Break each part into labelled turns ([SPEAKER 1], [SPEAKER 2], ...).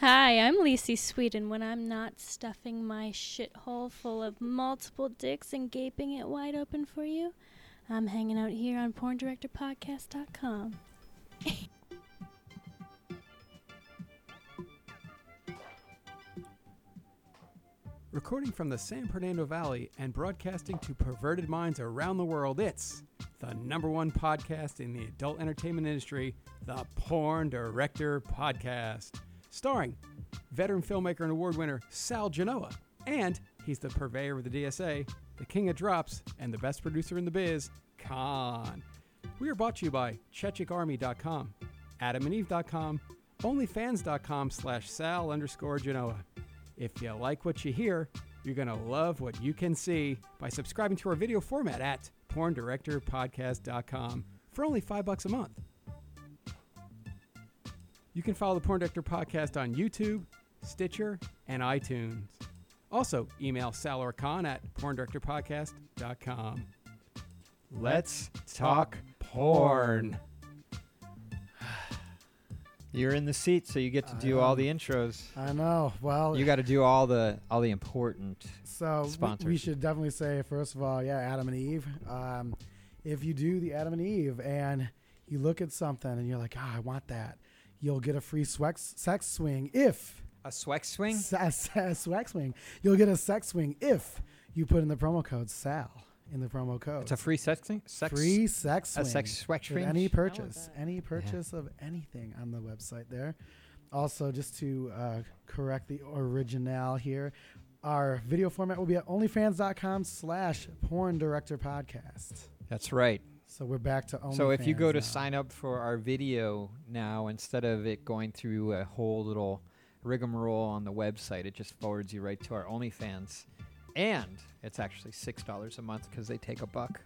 [SPEAKER 1] Hi, I'm Lisi Sweden when I'm not stuffing my shithole full of multiple dicks and gaping it wide open for you. I'm hanging out here on porndirectorpodcast.com.
[SPEAKER 2] Recording from the San Fernando Valley and broadcasting to perverted minds around the world, it's the number one podcast in the adult entertainment industry, the Porn Director Podcast. Starring veteran filmmaker and award winner Sal Genoa. And he's the purveyor of the DSA, the king of drops, and the best producer in the biz, Khan. We are brought to you by ChechikArmy.com, AdamandEve.com, OnlyFans.com slash Sal underscore Genoa. If you like what you hear, you're going to love what you can see by subscribing to our video format at porndirectorpodcast.com for only 5 bucks a month. You can follow the Porn Director Podcast on YouTube, Stitcher, and iTunes. Also, email Sal or Khan at porndirectorpodcast.com. Let's talk porn.
[SPEAKER 3] You're in the seat, so you get to do all the intros.
[SPEAKER 4] I know. Well,
[SPEAKER 3] You got to do all the all the important.
[SPEAKER 4] so we- we
[SPEAKER 3] sponsors.
[SPEAKER 4] should definitely say first of all, yeah, Adam and Eve. Um, if you do the Adam and Eve and you look at something and you're like, ah, I want that, you'll get a free sex sex swing if
[SPEAKER 3] A swex swing?
[SPEAKER 4] se- se- sex swing. You'll get a sex swing if you put in the promo code Sal in the promo code.
[SPEAKER 3] It's a free sex swing? Sex
[SPEAKER 4] free sex
[SPEAKER 3] a
[SPEAKER 4] swing.
[SPEAKER 3] sex swag
[SPEAKER 4] with
[SPEAKER 3] swing?
[SPEAKER 4] Any
[SPEAKER 3] I
[SPEAKER 4] purchase, any purchase of anything on the website there. Also, just to uh, correct the original here, our video format will be at onlyfans.com slash porn director podcast.
[SPEAKER 3] That's right.
[SPEAKER 4] So we're back to OnlyFans.
[SPEAKER 3] So if you go to
[SPEAKER 4] now.
[SPEAKER 3] sign up for our video now, instead of it going through a whole little rigmarole on the website, it just forwards you right to our OnlyFans, and it's actually six dollars a month because they take a buck.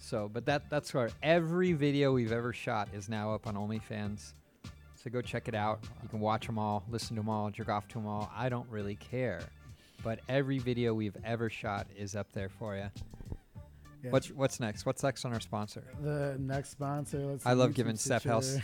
[SPEAKER 3] So, but that that's where every video we've ever shot is now up on OnlyFans. So go check it out. You can watch them all, listen to them all, jerk off to them all. I don't really care, but every video we've ever shot is up there for you.
[SPEAKER 4] Yeah.
[SPEAKER 3] What's what's next? What's next on our sponsor?
[SPEAKER 4] the next sponsor? Let's
[SPEAKER 3] I
[SPEAKER 4] see,
[SPEAKER 3] love
[SPEAKER 4] YouTube
[SPEAKER 3] giving Steph
[SPEAKER 4] Stitcher.
[SPEAKER 3] House.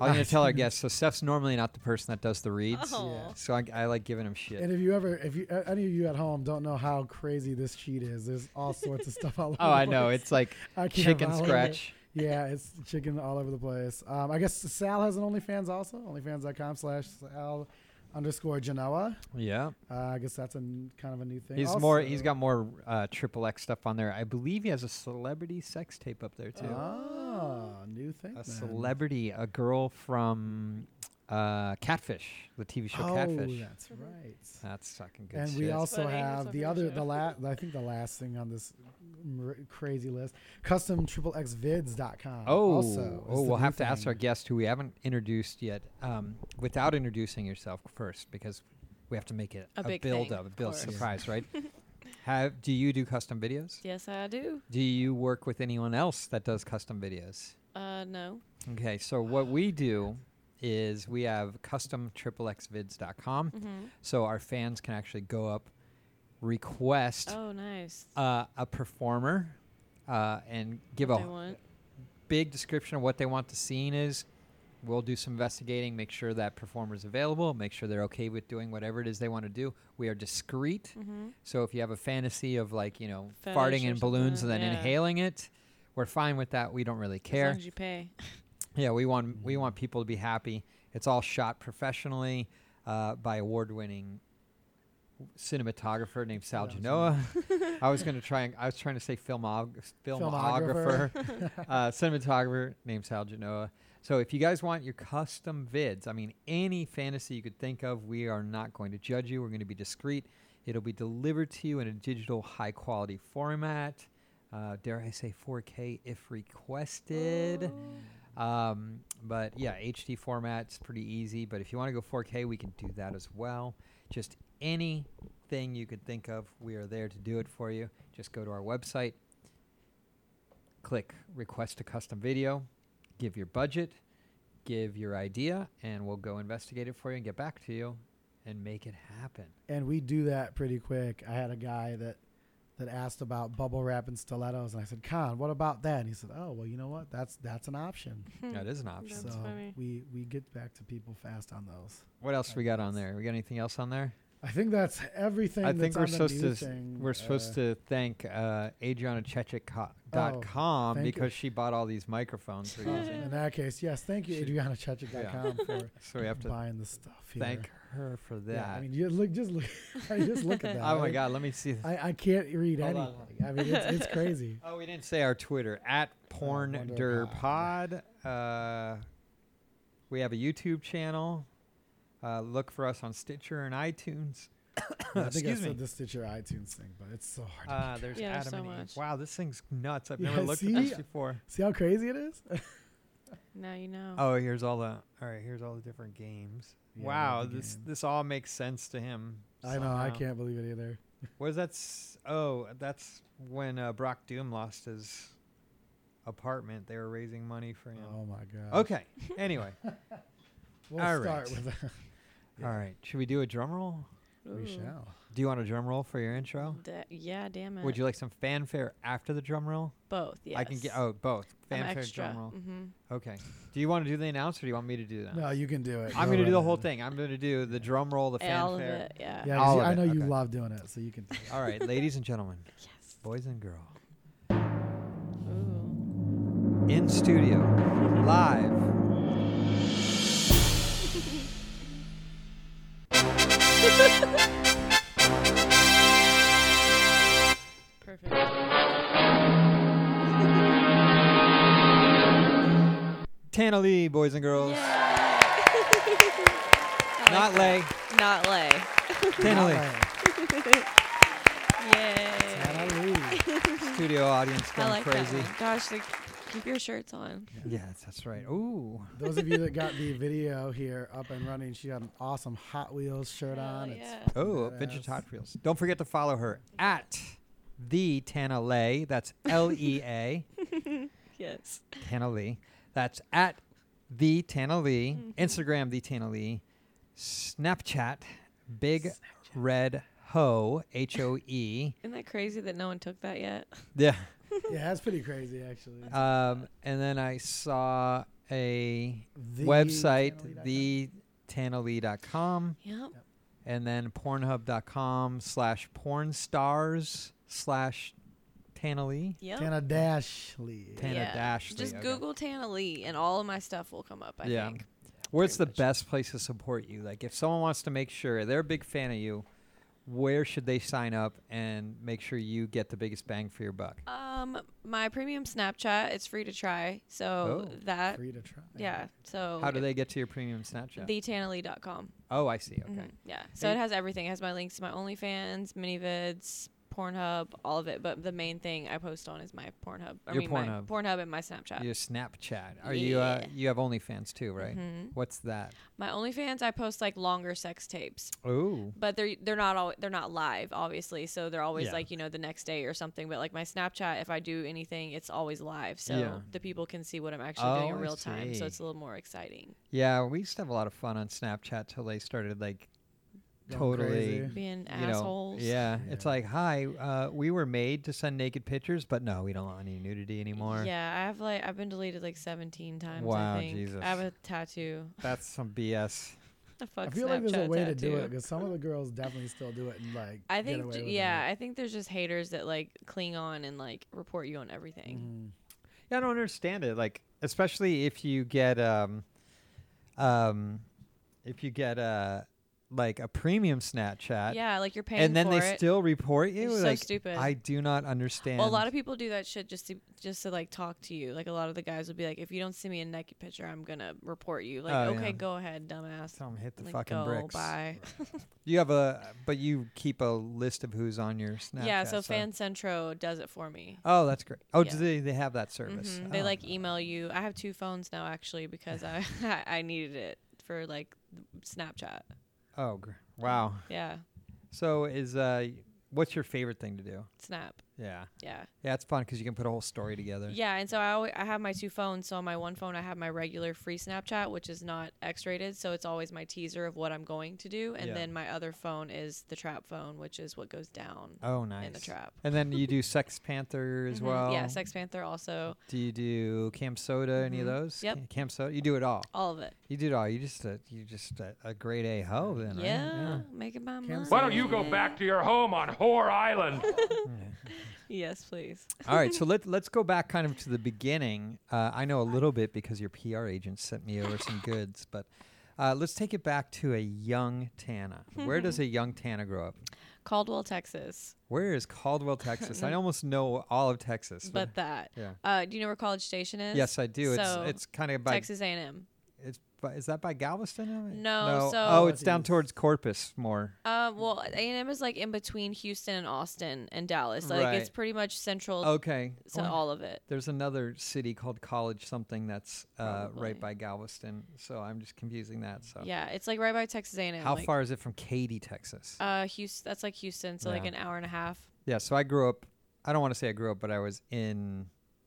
[SPEAKER 3] I'm gonna tell our guests. So Steph's normally not the person that does the reads.
[SPEAKER 1] Oh.
[SPEAKER 3] So I, I like giving him shit.
[SPEAKER 4] And if you ever, if you uh, any of you at home don't know how crazy this sheet is, there's all sorts of stuff all over.
[SPEAKER 3] oh, I
[SPEAKER 4] the
[SPEAKER 3] know.
[SPEAKER 4] place.
[SPEAKER 3] It's like
[SPEAKER 4] I can't
[SPEAKER 3] chicken
[SPEAKER 4] follow it.
[SPEAKER 3] scratch.
[SPEAKER 4] Yeah, it's chicken all over the place. Um, I guess Sal has an OnlyFans also. OnlyFans.com slash Sal underscore Genoa.
[SPEAKER 3] Yeah.
[SPEAKER 4] Uh, I guess that's a n- kind of a new thing.
[SPEAKER 3] He's more.
[SPEAKER 4] also.
[SPEAKER 3] He's got more uh, triple X stuff on there. I believe he has a celebrity sex tape up there too.
[SPEAKER 4] Oh, new thing.
[SPEAKER 3] a
[SPEAKER 4] then.
[SPEAKER 3] celebrity, a girl from uh, Catfish, the TV show
[SPEAKER 4] oh,
[SPEAKER 3] Catfish.
[SPEAKER 4] that's right.
[SPEAKER 3] That's fucking good.
[SPEAKER 4] And
[SPEAKER 3] shit.
[SPEAKER 4] we also
[SPEAKER 1] Funny, that's
[SPEAKER 4] have
[SPEAKER 1] a
[SPEAKER 4] the
[SPEAKER 1] great
[SPEAKER 4] other,
[SPEAKER 1] show.
[SPEAKER 4] the last, I think the last thing on this r- crazy list, custom triple X vids.com.
[SPEAKER 3] Oh,
[SPEAKER 4] also is
[SPEAKER 3] oh,
[SPEAKER 4] the
[SPEAKER 3] we'll
[SPEAKER 4] new
[SPEAKER 3] have to ask
[SPEAKER 4] thing.
[SPEAKER 3] our guest who we haven't introduced yet, um, without introducing yourself first, because we have to make it
[SPEAKER 5] A
[SPEAKER 3] a,
[SPEAKER 5] big
[SPEAKER 3] build
[SPEAKER 5] thing,
[SPEAKER 3] up, a build
[SPEAKER 5] course.
[SPEAKER 3] surprise, right? have do you do custom videos?
[SPEAKER 5] Yes, I do.
[SPEAKER 3] Do you work with anyone else that does custom videos?
[SPEAKER 5] Uh, no.
[SPEAKER 3] Okay, so what we do is we have custom triplexvids.com,
[SPEAKER 5] Mm-hmm.
[SPEAKER 3] so our fans can actually go up, request
[SPEAKER 5] Oh, nice.
[SPEAKER 3] uh, a performer, uh, and give
[SPEAKER 5] What
[SPEAKER 3] a
[SPEAKER 5] they want.
[SPEAKER 3] big description of what they want the scene is. We'll do some investigating, make sure that performer's available, make sure they're okay with doing whatever it is they want to do. We are discreet.
[SPEAKER 5] Mm-hmm.
[SPEAKER 3] So if you have a fantasy of like, you know,
[SPEAKER 5] Fetish
[SPEAKER 3] farting
[SPEAKER 5] or
[SPEAKER 3] in
[SPEAKER 5] something,
[SPEAKER 3] balloons and then
[SPEAKER 5] yeah.
[SPEAKER 3] inhaling it, we're fine with that. We don't really
[SPEAKER 5] As
[SPEAKER 3] care.
[SPEAKER 5] long as you pay.
[SPEAKER 3] Yeah, we want we want people to be happy. It's all shot professionally uh, by award-winning cinematographer named Sal Genoa. I was going to try and I was trying to say filmog- filmographer,
[SPEAKER 4] Filmographer.
[SPEAKER 3] uh, cinematographer named Sal Genoa. So if you guys want your custom vids, I mean any fantasy you could think of, we are not going to judge you. We're going to be discreet. It'll be delivered to you in a digital high quality format. Uh, dare I say 4K if requested. Um, but yeah, HD format's pretty easy. But if you want to go 4K, we can do that as well. Just anything you could think of, we are there to do it for you. Just go to our website, click request a custom video, give your budget, give your idea, and we'll go investigate it for you and get back to you and make it happen.
[SPEAKER 4] and we do that pretty quick. I had a guy that that asked about bubble wrap and stilettos, and I said, "Con, what about that?" And he said, "Oh, well, you know what? That's that's an option."
[SPEAKER 3] That is an option.
[SPEAKER 5] That's
[SPEAKER 4] so
[SPEAKER 5] funny.
[SPEAKER 4] we we get back to people fast on those.
[SPEAKER 3] What else we got on there? We got anything else on there?
[SPEAKER 4] I think that's everything.
[SPEAKER 3] I think
[SPEAKER 4] that's
[SPEAKER 3] we're
[SPEAKER 4] on the
[SPEAKER 3] supposed
[SPEAKER 4] new
[SPEAKER 3] to
[SPEAKER 4] thing.
[SPEAKER 3] we're supposed
[SPEAKER 4] Uh,
[SPEAKER 3] to thank uh, Adriana Chechik co-
[SPEAKER 4] Oh,
[SPEAKER 3] dot com
[SPEAKER 4] thank you.
[SPEAKER 3] because she bought all these microphones we're using.
[SPEAKER 4] In that case, yes. Thank you,
[SPEAKER 3] Should-
[SPEAKER 4] AdrianaChechik.com
[SPEAKER 3] So we have
[SPEAKER 4] for
[SPEAKER 3] to
[SPEAKER 4] buying the stuff. Here.
[SPEAKER 3] thank her for that.
[SPEAKER 4] Yeah, I mean, you look, just look, just look at that.
[SPEAKER 3] oh my
[SPEAKER 4] I-
[SPEAKER 3] God, let me see.
[SPEAKER 4] I, I can't read
[SPEAKER 3] Hold
[SPEAKER 4] anything.
[SPEAKER 3] on.
[SPEAKER 4] I mean, it's, it's crazy.
[SPEAKER 3] Oh, we didn't say our Twitter at
[SPEAKER 4] Oh,
[SPEAKER 3] PornDerPod. Uh, we have a YouTube channel. Uh, look for us on Stitcher and iTunes.
[SPEAKER 4] I think I
[SPEAKER 3] Excuse me.
[SPEAKER 4] said this to your iTunes thing, but it's so hard. to
[SPEAKER 3] Uh, there's
[SPEAKER 5] Yeah,
[SPEAKER 3] Adam
[SPEAKER 5] so
[SPEAKER 3] and Eve.
[SPEAKER 5] much.
[SPEAKER 3] Wow, this thing's nuts. I've
[SPEAKER 4] Yeah,
[SPEAKER 3] never looked at this
[SPEAKER 4] see?
[SPEAKER 3] before.
[SPEAKER 4] See how crazy it is?
[SPEAKER 5] Now you know.
[SPEAKER 3] Oh, here's all the. All right, here's all the different games.
[SPEAKER 4] Yeah,
[SPEAKER 3] wow,
[SPEAKER 4] the
[SPEAKER 3] this
[SPEAKER 4] games.
[SPEAKER 3] this all makes sense to him.
[SPEAKER 4] I know. I
[SPEAKER 3] somehow.
[SPEAKER 4] can't believe it either.
[SPEAKER 3] Was that? S- oh, that's when uh, Brock Doom lost his apartment. They were raising money for him.
[SPEAKER 4] Oh my god.
[SPEAKER 3] Okay. Anyway,
[SPEAKER 4] We'll
[SPEAKER 3] all
[SPEAKER 4] start
[SPEAKER 3] right.
[SPEAKER 4] with that.
[SPEAKER 3] all right. Should we do a drum roll?
[SPEAKER 4] We
[SPEAKER 5] Ooh.
[SPEAKER 4] shall.
[SPEAKER 3] Do you want a drum roll for your intro?
[SPEAKER 5] Da- yeah, damn it.
[SPEAKER 3] Would you like some fanfare after the drum roll?
[SPEAKER 5] both? Yes.
[SPEAKER 3] I can get oh both
[SPEAKER 5] I'm
[SPEAKER 3] fanfare
[SPEAKER 5] extra.
[SPEAKER 3] drum roll.
[SPEAKER 5] Mm-hmm.
[SPEAKER 3] Okay. Do you want to do the announce or do you want me to do that?
[SPEAKER 4] No, you can do it.
[SPEAKER 3] I'm
[SPEAKER 4] Go
[SPEAKER 3] gonna do the
[SPEAKER 4] right
[SPEAKER 3] whole
[SPEAKER 4] ahead.
[SPEAKER 3] thing. I'm gonna do the drum roll, the fanfare.
[SPEAKER 5] All of it. Yeah.
[SPEAKER 4] Yeah, 'cause
[SPEAKER 3] All
[SPEAKER 4] you-
[SPEAKER 3] of
[SPEAKER 4] I
[SPEAKER 3] it,
[SPEAKER 4] know you
[SPEAKER 3] okay.
[SPEAKER 4] love doing it, so you can. do it.
[SPEAKER 3] All right, ladies and gentlemen,
[SPEAKER 5] Yes.
[SPEAKER 3] boys and girls,
[SPEAKER 5] Ooh.
[SPEAKER 3] in studio, live.
[SPEAKER 5] Perfect.
[SPEAKER 3] Tana Lee, boys and girls,
[SPEAKER 5] I
[SPEAKER 3] not
[SPEAKER 5] like
[SPEAKER 3] Lay,
[SPEAKER 5] that. Not lay.
[SPEAKER 3] Tana Lee,
[SPEAKER 4] Alright,
[SPEAKER 5] Yay.
[SPEAKER 4] Tana Lee.
[SPEAKER 3] studio audience
[SPEAKER 5] I
[SPEAKER 3] going
[SPEAKER 5] like that
[SPEAKER 3] crazy.
[SPEAKER 5] one. Gosh, like, keep your shirts on.
[SPEAKER 3] Yeah, that's- that's right. Ooh,
[SPEAKER 4] Those of you that got the video here up and running, she got an awesome Hot Wheels shirt
[SPEAKER 5] Hell
[SPEAKER 4] on.
[SPEAKER 5] yeah.
[SPEAKER 4] It's
[SPEAKER 3] oh, Adventure Todd Feels. Don't forget to follow her at the Tana Lay. That's L E A.
[SPEAKER 5] Yes.
[SPEAKER 3] Tana Lee. That's at the Tana Lee.
[SPEAKER 5] Mm-hmm.
[SPEAKER 3] Instagram the Tana Lee. Snapchat Big Red Hoe H O E.
[SPEAKER 5] Isn't that crazy that no one took that yet?
[SPEAKER 3] Yeah.
[SPEAKER 4] Yeah, that's pretty crazy actually.
[SPEAKER 3] Um, and then I saw a
[SPEAKER 4] The Tana
[SPEAKER 3] website
[SPEAKER 4] Lee
[SPEAKER 3] the tanalee.com
[SPEAKER 5] Yep.
[SPEAKER 3] and then pornhub.com slash porn stars slash Tana Lee.
[SPEAKER 4] dot
[SPEAKER 5] Yep.
[SPEAKER 4] com. Tana Dash Lee.
[SPEAKER 3] Tana
[SPEAKER 5] Yeah.
[SPEAKER 3] dash Lee,
[SPEAKER 5] Just
[SPEAKER 3] okay.
[SPEAKER 5] Google Tana Lee and all of my stuff will come up, I
[SPEAKER 3] Yeah.
[SPEAKER 5] think.
[SPEAKER 3] Where's the
[SPEAKER 5] pretty much.
[SPEAKER 3] best place to support you? Like, if someone wants to make sure they're a big fan of you, where should they sign up and make sure you get the biggest bang for your buck?
[SPEAKER 5] Um, my premium Snapchat, it's free to try. So
[SPEAKER 3] Oh,
[SPEAKER 5] that,
[SPEAKER 4] Free to try.
[SPEAKER 5] yeah. So
[SPEAKER 3] How do they get to your premium Snapchat?
[SPEAKER 5] TheTanaLee.com.
[SPEAKER 3] oh, I see. Okay.
[SPEAKER 5] Mhm, Yeah. So it has everything. It has my links to my OnlyFans, minivids, Pornhub, all of it. But the main thing I post on is my Pornhub. I
[SPEAKER 3] Your
[SPEAKER 5] mean,
[SPEAKER 3] Pornhub.
[SPEAKER 5] My Pornhub and my Snapchat.
[SPEAKER 3] Your Snapchat. Are you? Uh,
[SPEAKER 5] Mm-hmm. Yeah.
[SPEAKER 3] you have OnlyFans too, right?
[SPEAKER 5] Mhm.
[SPEAKER 3] What's that?
[SPEAKER 5] My OnlyFans, I post like longer sex tapes,
[SPEAKER 3] Oh,
[SPEAKER 5] but they're they're not all they're not live, obviously. So they're always
[SPEAKER 3] Yeah.
[SPEAKER 5] like you know the next day or something. But like my Snapchat, if I do anything, it's always live, so
[SPEAKER 3] Yeah.
[SPEAKER 5] the people can see what I'm actually doing
[SPEAKER 3] Oh,
[SPEAKER 5] in
[SPEAKER 3] I
[SPEAKER 5] real time.
[SPEAKER 3] see.
[SPEAKER 5] So it's a little more exciting.
[SPEAKER 3] yeah. We used to have a lot of fun on Snapchat till they started like
[SPEAKER 4] Going
[SPEAKER 3] totally.
[SPEAKER 4] crazy.
[SPEAKER 5] Being
[SPEAKER 3] You know,
[SPEAKER 5] assholes.
[SPEAKER 3] yeah, it's
[SPEAKER 4] Yeah.
[SPEAKER 3] like, hi, uh, we were made to send naked pictures, but no, we don't want any nudity anymore.
[SPEAKER 5] Yeah, I have like I've been deleted like 17 times.
[SPEAKER 3] Wow,
[SPEAKER 5] I think.
[SPEAKER 3] Jesus.
[SPEAKER 5] I have a tattoo.
[SPEAKER 3] That's some BS.
[SPEAKER 5] A fuck
[SPEAKER 4] I feel like there's a
[SPEAKER 5] Snapchat
[SPEAKER 4] way to do
[SPEAKER 5] tattoo.
[SPEAKER 4] it because some of the girls definitely still do it and like.
[SPEAKER 5] I
[SPEAKER 4] get
[SPEAKER 5] think,
[SPEAKER 4] away
[SPEAKER 5] j-
[SPEAKER 4] with
[SPEAKER 5] yeah,
[SPEAKER 4] it.
[SPEAKER 5] I think there's just haters that like cling on and like report you on
[SPEAKER 3] Mm,
[SPEAKER 5] everything.
[SPEAKER 4] Mhm.
[SPEAKER 3] Yeah, I don't understand it. Like, especially if you get um, um, if you get uh, like a premium Snapchat,
[SPEAKER 5] Yeah, like you're paying
[SPEAKER 3] and then
[SPEAKER 5] for
[SPEAKER 3] they
[SPEAKER 5] it.
[SPEAKER 3] still report you.
[SPEAKER 5] It's so
[SPEAKER 3] like,
[SPEAKER 5] stupid.
[SPEAKER 3] I do not understand.
[SPEAKER 5] well, a lot of people do that shit just to just to like talk to you. Like a lot of the guys would be like, if you don't send me a naked picture, I'm gonna report you. Like,
[SPEAKER 3] Oh,
[SPEAKER 5] okay,
[SPEAKER 3] yeah.
[SPEAKER 5] go ahead, dumbass.
[SPEAKER 3] Tell 'em hit the
[SPEAKER 5] Like,
[SPEAKER 3] fucking
[SPEAKER 5] go,
[SPEAKER 3] bricks.
[SPEAKER 5] Bye.
[SPEAKER 3] You have a, but you keep a list of who's on your Snapchat.
[SPEAKER 5] yeah, so Fan Centro does it for me.
[SPEAKER 3] Oh, that's great. Oh, do
[SPEAKER 5] Yeah.
[SPEAKER 3] they they have that service?
[SPEAKER 5] Mhm, They
[SPEAKER 3] Oh.
[SPEAKER 5] like email you. I have two phones now actually because I I needed it for like Snapchat.
[SPEAKER 3] Oh, gr- wow.
[SPEAKER 5] Yeah,
[SPEAKER 3] So is uh, what's your favorite thing to do?
[SPEAKER 5] Snap.
[SPEAKER 3] Yeah.
[SPEAKER 5] Yeah.
[SPEAKER 3] Yeah, it's fun because you can put a whole story together.
[SPEAKER 5] Yeah, and so I always, I have my two phones. So on my one phone, I have my regular free Snapchat, which is not X-rated, so it's always my teaser of what I'm going to do. And
[SPEAKER 3] Yeah.
[SPEAKER 5] then my other phone is the trap phone, which is what goes down
[SPEAKER 3] Oh, nice.
[SPEAKER 5] in the trap.
[SPEAKER 3] And then you do Sex Panther as
[SPEAKER 5] Mhm.
[SPEAKER 3] well.
[SPEAKER 5] Yeah, Sex Panther also
[SPEAKER 3] Do you do Cam Soda? Any of
[SPEAKER 5] Mhm.
[SPEAKER 3] those?
[SPEAKER 5] Yep.
[SPEAKER 3] Ca- Cam Soda. You do it all.
[SPEAKER 5] all of it.
[SPEAKER 3] You do it all. You just a, you just uh, a, a grade A hoe then.
[SPEAKER 5] Yeah,
[SPEAKER 3] right?
[SPEAKER 5] making my
[SPEAKER 4] Cam
[SPEAKER 5] money.
[SPEAKER 4] Why
[SPEAKER 6] Why don't you go back to your home on Whore Island?
[SPEAKER 5] Yes, please.
[SPEAKER 3] All right, so let let's go back kind of to the beginning. Uh, I know a little bit because your PR agent sent me over some goods, but uh, let's take it back to a young Tana. Where does a young Tana grow up?
[SPEAKER 5] Caldwell, Texas,
[SPEAKER 3] Where is Caldwell, Texas? I almost know all of Texas,
[SPEAKER 5] but that.
[SPEAKER 3] yeah,
[SPEAKER 5] Uh, do you know where College Station is?
[SPEAKER 3] yes, I do.
[SPEAKER 5] so,
[SPEAKER 3] it's it's kind of by
[SPEAKER 5] Texas A&M.
[SPEAKER 3] it's by, is that by Galveston?
[SPEAKER 5] No, so-
[SPEAKER 3] oh, it's down
[SPEAKER 4] Northeast.
[SPEAKER 3] towards Corpus more.
[SPEAKER 5] Uh, well, A&M is like in between Houston and Austin and Dallas. Like it's
[SPEAKER 3] Right.
[SPEAKER 5] pretty much central
[SPEAKER 3] Okay,
[SPEAKER 5] to
[SPEAKER 3] Oh,
[SPEAKER 5] all of it.
[SPEAKER 3] There's another city called College something that's uh, right
[SPEAKER 5] Probably.
[SPEAKER 3] by Galveston, so I'm just confusing that. So
[SPEAKER 5] Yeah, it's like right by Texas A&M.
[SPEAKER 3] How
[SPEAKER 5] like,
[SPEAKER 3] far is it from Katy, Texas?
[SPEAKER 5] Uh, Houston. That's like Houston, so like
[SPEAKER 3] Yeah.
[SPEAKER 5] an hour and a half.
[SPEAKER 3] yeah, so I grew up. I don't want to say I grew up, but I was in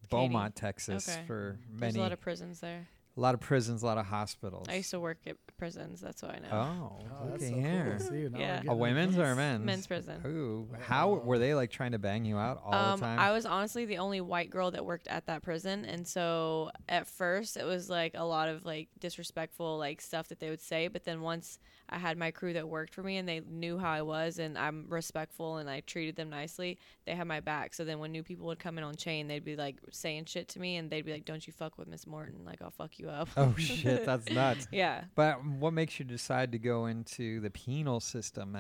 [SPEAKER 3] Beaumont, Texas,
[SPEAKER 5] Okay.
[SPEAKER 3] for
[SPEAKER 5] There's
[SPEAKER 3] many
[SPEAKER 5] a lot of prisons there.
[SPEAKER 3] prisons, a lot of hospitals.
[SPEAKER 5] I used to work at prisons. That's what I know.
[SPEAKER 3] oh,
[SPEAKER 4] Oh,
[SPEAKER 3] look
[SPEAKER 4] that's
[SPEAKER 3] at
[SPEAKER 4] so cool
[SPEAKER 3] here.
[SPEAKER 4] to see. Now we're
[SPEAKER 5] Yeah. A
[SPEAKER 3] A
[SPEAKER 4] getting-
[SPEAKER 3] women's or a men's?
[SPEAKER 5] Men's, prison.
[SPEAKER 3] Ooh, how were they like trying to bang you out all
[SPEAKER 5] um,
[SPEAKER 3] the time?
[SPEAKER 5] I was honestly the only white girl that worked at that prison, and so at first it was like a lot of like disrespectful like stuff that they would say. But then once I had my crew that worked for me, and they knew how I was, and I'm respectful, and I treated them nicely, they had my back. So then when new people would come in on chain, they'd be like saying shit to me, and they'd be like, "Don't you fuck with Miss Morton? Like I'll fuck you up."
[SPEAKER 3] oh shit, that's nuts.
[SPEAKER 5] yeah.
[SPEAKER 3] But what makes you decide to go into the penal system?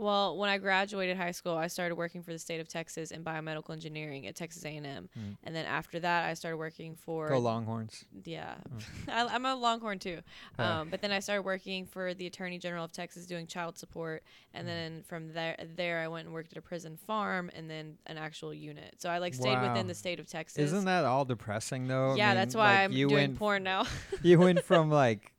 [SPEAKER 5] Well, when I graduated high school, I started working for the state of Texas in biomedical engineering at Texas A&M,
[SPEAKER 3] Mm.
[SPEAKER 5] and then after that, I started working for
[SPEAKER 3] Go Longhorns.
[SPEAKER 5] yeah,
[SPEAKER 3] Mm.
[SPEAKER 5] I, I'm a Longhorn too.
[SPEAKER 3] Yeah.
[SPEAKER 5] Um, but then I started working for the Attorney General of Texas doing child support, and
[SPEAKER 3] Mm.
[SPEAKER 5] then from there, there I went and worked at a prison farm, and then an actual unit. So I like stayed
[SPEAKER 3] Wow.
[SPEAKER 5] within the state of Texas.
[SPEAKER 3] Isn't that all depressing though? I
[SPEAKER 5] yeah,
[SPEAKER 3] mean,
[SPEAKER 5] that's why
[SPEAKER 3] like,
[SPEAKER 5] I'm
[SPEAKER 3] you
[SPEAKER 5] doing
[SPEAKER 3] went
[SPEAKER 5] porn now.
[SPEAKER 3] you went from like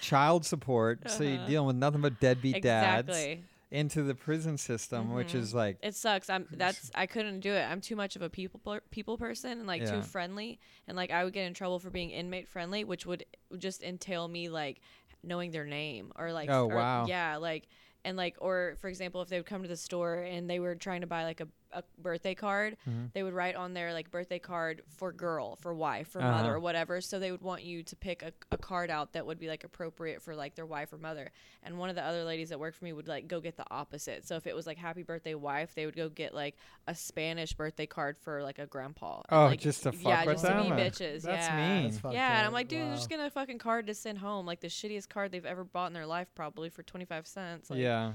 [SPEAKER 3] child support, so you're
[SPEAKER 5] Uh-huh.
[SPEAKER 3] dealing with nothing but deadbeat dads,
[SPEAKER 5] exactly.
[SPEAKER 3] into the prison system, which
[SPEAKER 5] Mhm.
[SPEAKER 3] is like,
[SPEAKER 5] It sucks. I'm that's I couldn't do it. I'm too much of a people per- people person and like
[SPEAKER 3] Yeah.
[SPEAKER 5] too friendly and like I would get in trouble for being inmate friendly, which would just entail me like knowing their name or like
[SPEAKER 3] Oh,
[SPEAKER 5] or-
[SPEAKER 3] wow.
[SPEAKER 5] yeah like and like or for example if they would come to the store and they were trying to buy like a, a birthday card
[SPEAKER 3] Mhm.
[SPEAKER 5] they would write on their like birthday card for girl for wife for
[SPEAKER 3] Uh-huh.
[SPEAKER 5] mother or whatever so they would want you to pick a, a card out that would be like appropriate for like their wife or mother and one of the other ladies that worked for me would like go get the opposite so if it was like happy birthday wife they would go get like a spanish birthday card for like a grandpa And,
[SPEAKER 3] Oh,
[SPEAKER 5] like,
[SPEAKER 3] just to
[SPEAKER 5] yeah
[SPEAKER 3] fuck with
[SPEAKER 5] just to be
[SPEAKER 3] them, uh,
[SPEAKER 5] bitches
[SPEAKER 3] that's
[SPEAKER 5] yeah
[SPEAKER 3] mean.
[SPEAKER 4] That's fucked
[SPEAKER 5] yeah, and
[SPEAKER 4] up.
[SPEAKER 5] I'm like, dude, they're
[SPEAKER 4] Wow.
[SPEAKER 5] just getting a fucking card to send home, like the shittiest card they've ever bought in their life, probably for 25 cents. Like,
[SPEAKER 3] yeah,